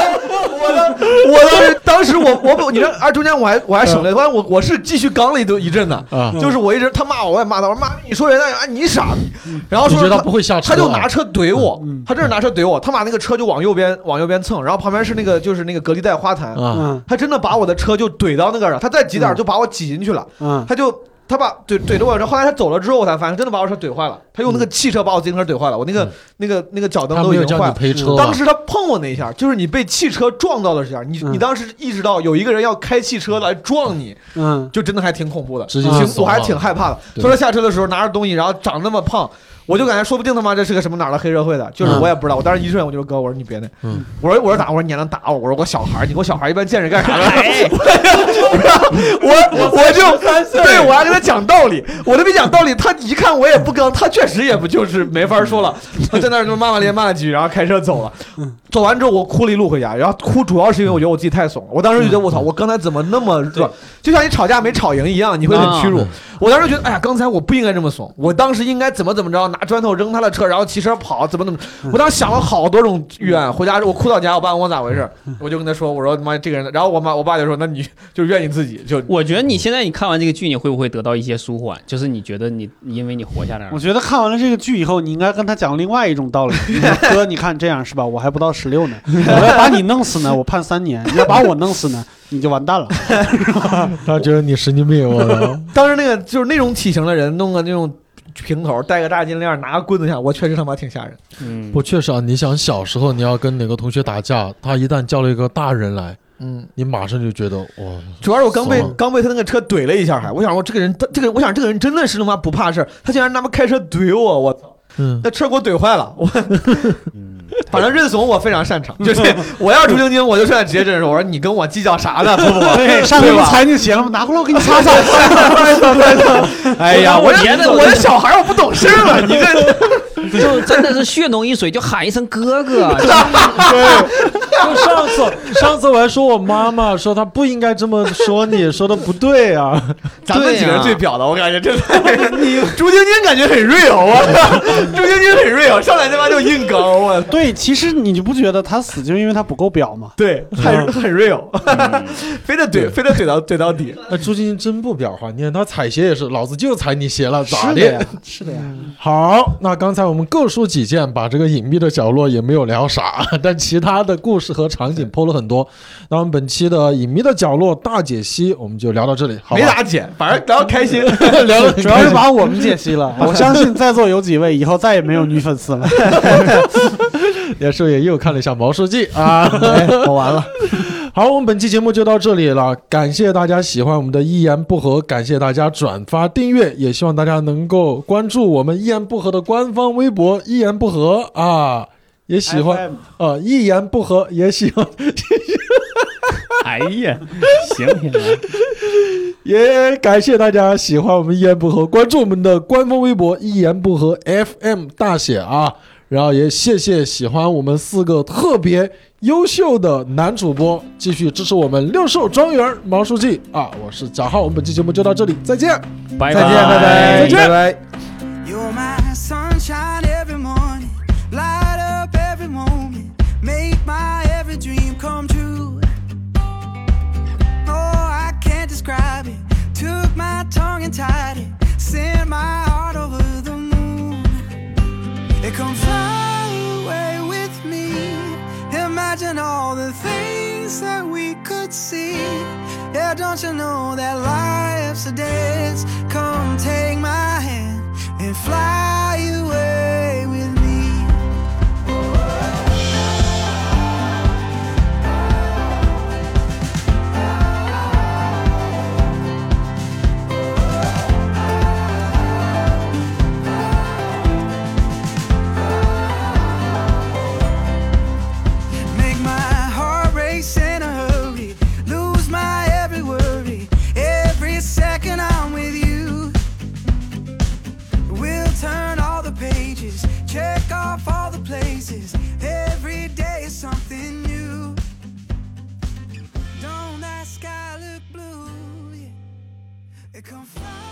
[SPEAKER 3] 我当时，当时我我你知道，而中间我还我还
[SPEAKER 5] 嗯
[SPEAKER 3] 省略，完我我是继续刚了一顿一阵的，
[SPEAKER 2] 啊，
[SPEAKER 3] 就是我一直他骂我，我也骂他，我说妈你说人家啊你傻逼，然后
[SPEAKER 2] 你
[SPEAKER 3] 说
[SPEAKER 2] 觉得他不会下车
[SPEAKER 3] 他
[SPEAKER 2] 啊？
[SPEAKER 3] 就拿车怼我
[SPEAKER 5] 嗯，
[SPEAKER 3] 他真是拿车怼我，他把那个车就往右边往右边蹭，然后旁边是那个就是那个隔离带花坛，
[SPEAKER 2] 啊
[SPEAKER 5] 嗯
[SPEAKER 3] 他真的把我的车就怼到那个了，他再挤点儿就把我挤进去了，
[SPEAKER 5] 嗯
[SPEAKER 3] 他就他把怼怼着我，然后后来他走了之后，我才发现真的把我车怼坏了。他用那个汽车把我自行车怼坏了，我那个、
[SPEAKER 2] 嗯
[SPEAKER 3] 那个那个脚蹬
[SPEAKER 2] 他
[SPEAKER 3] 都
[SPEAKER 2] 没有
[SPEAKER 3] 已经
[SPEAKER 2] 叫
[SPEAKER 3] 坏
[SPEAKER 2] 你
[SPEAKER 3] 了。
[SPEAKER 2] 赔车吧，啊
[SPEAKER 3] 当时他碰我那一下，就是你被汽车撞到的时候，你
[SPEAKER 5] 嗯
[SPEAKER 3] 你当时意识到有一个人要开汽车来撞你，
[SPEAKER 5] 嗯
[SPEAKER 3] 就真的还挺恐怖的，
[SPEAKER 2] 直接
[SPEAKER 5] 嗯
[SPEAKER 2] 就
[SPEAKER 3] 挺
[SPEAKER 2] 怂
[SPEAKER 3] 我还
[SPEAKER 2] 啊了
[SPEAKER 3] 挺害怕的。
[SPEAKER 2] 对
[SPEAKER 3] 所以说下车的时候拿着东西，然后长那么胖，我就感觉说不定他妈这是个什么哪儿的黑社会的，就是
[SPEAKER 5] 嗯
[SPEAKER 3] 我也不知道。我当时一瞬我就说哥，我说你别那，
[SPEAKER 2] 嗯
[SPEAKER 3] 我说我说打，我说你还能打我，我说我小孩儿，你给我小孩儿一般见识干 啥呢？
[SPEAKER 4] 哎，
[SPEAKER 3] 我我就对我还跟他讲道理，我都没讲道理，他一看我也不刚，他确实也不就是没法说了， 他在那儿就骂骂咧咧骂了几句，然后开车走了。走完之后我哭了一路回家，然后哭主要是因为我觉得我自己太怂了，我当时就觉得我操，我刚才怎么那么弱，就像你吵架没吵赢一样，你会很屈辱
[SPEAKER 2] 啊。
[SPEAKER 3] 我当时觉得，哎呀，刚才我不应该这么怂，我当时应该怎么怎么着，拿砖头扔他的车，然后骑车跑，怎么怎么。我当时想了好多种冤，回家之后我哭到家，我爸问我咋回事，我就跟他说，我说他妈这个人，然后我妈我爸就说，那你就怨你自己，就
[SPEAKER 4] 我觉得你现在你看完这个剧，你会不会得到一些舒缓？就是你觉得你因为你活下来
[SPEAKER 5] 我
[SPEAKER 4] 了，
[SPEAKER 5] 觉得看完了这个剧以后，你应该跟他讲另外一种道理。你说哥，你看这样是吧？ 我还不到十六呢，我要把你弄死呢，我判三年；你要把我弄死呢，你就完蛋了。
[SPEAKER 2] 他觉得你神经病，我操
[SPEAKER 3] 当时那个就是那种体型的人，弄个那种平头，戴个大金链，拿个棍子下，我确实他妈挺吓人。
[SPEAKER 4] 嗯，
[SPEAKER 2] 不确实啊，你想小时候你要跟哪个同学打架，他一旦叫了一个大人来，
[SPEAKER 3] 嗯，
[SPEAKER 2] 你马上就觉得哇，
[SPEAKER 3] 主要是我刚被
[SPEAKER 2] 怂了
[SPEAKER 3] 刚被他那个车怼了一下，还我想我这个人，这个我想这个人真的是他妈不怕事儿，他竟然他妈开车怼我，我操！
[SPEAKER 2] 嗯
[SPEAKER 3] 那车给我怼坏了，我
[SPEAKER 4] 嗯，
[SPEAKER 3] 反正认怂我非常擅 长，就是我要是朱晶晶，我就上来直接认怂，我说你跟我计较啥呢？不 不不，
[SPEAKER 5] 对，上回
[SPEAKER 3] 对
[SPEAKER 5] 不
[SPEAKER 3] 吧
[SPEAKER 5] 踩你鞋了吗？拿过来我给你擦擦。
[SPEAKER 3] 哎呀，
[SPEAKER 4] 我
[SPEAKER 3] 我
[SPEAKER 4] 别的啊
[SPEAKER 3] 这我这小孩儿我不懂事儿 了，你这
[SPEAKER 4] 就真的是血浓于水，就喊一声哥哥。
[SPEAKER 2] 就上次，上次我还说我妈妈说她不应该这么说 你，说的不对啊。
[SPEAKER 3] 咱们
[SPEAKER 4] 对呀
[SPEAKER 3] 几个人最表的，我感觉真的。 你 朱晶晶感觉很 real 啊，朱晶晶很 real，上来他妈就硬刚，我
[SPEAKER 5] 对，其实你就不觉得他死，就因为他不够表吗？
[SPEAKER 3] 对，很很 real，
[SPEAKER 4] 嗯
[SPEAKER 3] 非得
[SPEAKER 2] 对
[SPEAKER 3] 怼，非得怼到怼到底。
[SPEAKER 2] 那哎朱晶晶真不表话，你看她踩鞋也是，老子就踩你鞋了，咋
[SPEAKER 5] 是的
[SPEAKER 2] 的
[SPEAKER 5] 呀？，嗯是的呀。
[SPEAKER 2] 好，那刚才我们各抒己见，把这个隐蔽的角落也没有聊啥， 但其他的故事和场景剖了很多。那我们本期的隐秘的角落大解析，我们就聊到这里，好吧？
[SPEAKER 3] 没咋剪，反正聊得开心。
[SPEAKER 2] 聊 得很开心
[SPEAKER 5] 主要是把我们解析了。我相信在座有几位以后再也没有女粉丝了。
[SPEAKER 2] 也是也又看了一下《毛书记》 啊。
[SPEAKER 5] 哎我完了，
[SPEAKER 2] 好，我们本期节目就到这里了，感谢大家喜欢我们的《一言不合》，感谢大家转发订阅，也希望大家能够关注我们《一言不合》的官方微博“一言不合”啊，也喜欢
[SPEAKER 5] FM
[SPEAKER 2] 呃，一言不合也喜欢
[SPEAKER 4] 哎呀，行行，
[SPEAKER 2] 也感谢大家喜欢我们一言不合，关注我们的官方微博“一言不合 FM” 大写啊，然后也谢谢喜欢我们四个特别优秀的男主播，继续支持我们六兽庄园毛书记啊，我是贾浩，我们本期节目就到这里，再见。
[SPEAKER 4] 拜
[SPEAKER 3] 再见， 拜拜，
[SPEAKER 2] 再见
[SPEAKER 3] 拜拜。
[SPEAKER 7] You're my sunshine every morning, light up every moment, make my every dream come true. Oh, I can't describe it. Took my tongue and tied it, sent my heart over the moon. And come fly away with me. Imagine all the things that we could see. Yeah, don't you know that life's a dance? Come take my hand and fly away with me. Make my heart race in a hurry. Lose my every worry. Every second I'm with you. We'll turn all the pages, check off all the places. Every day is something new. Don't that sky look blue? Yeah. It come fly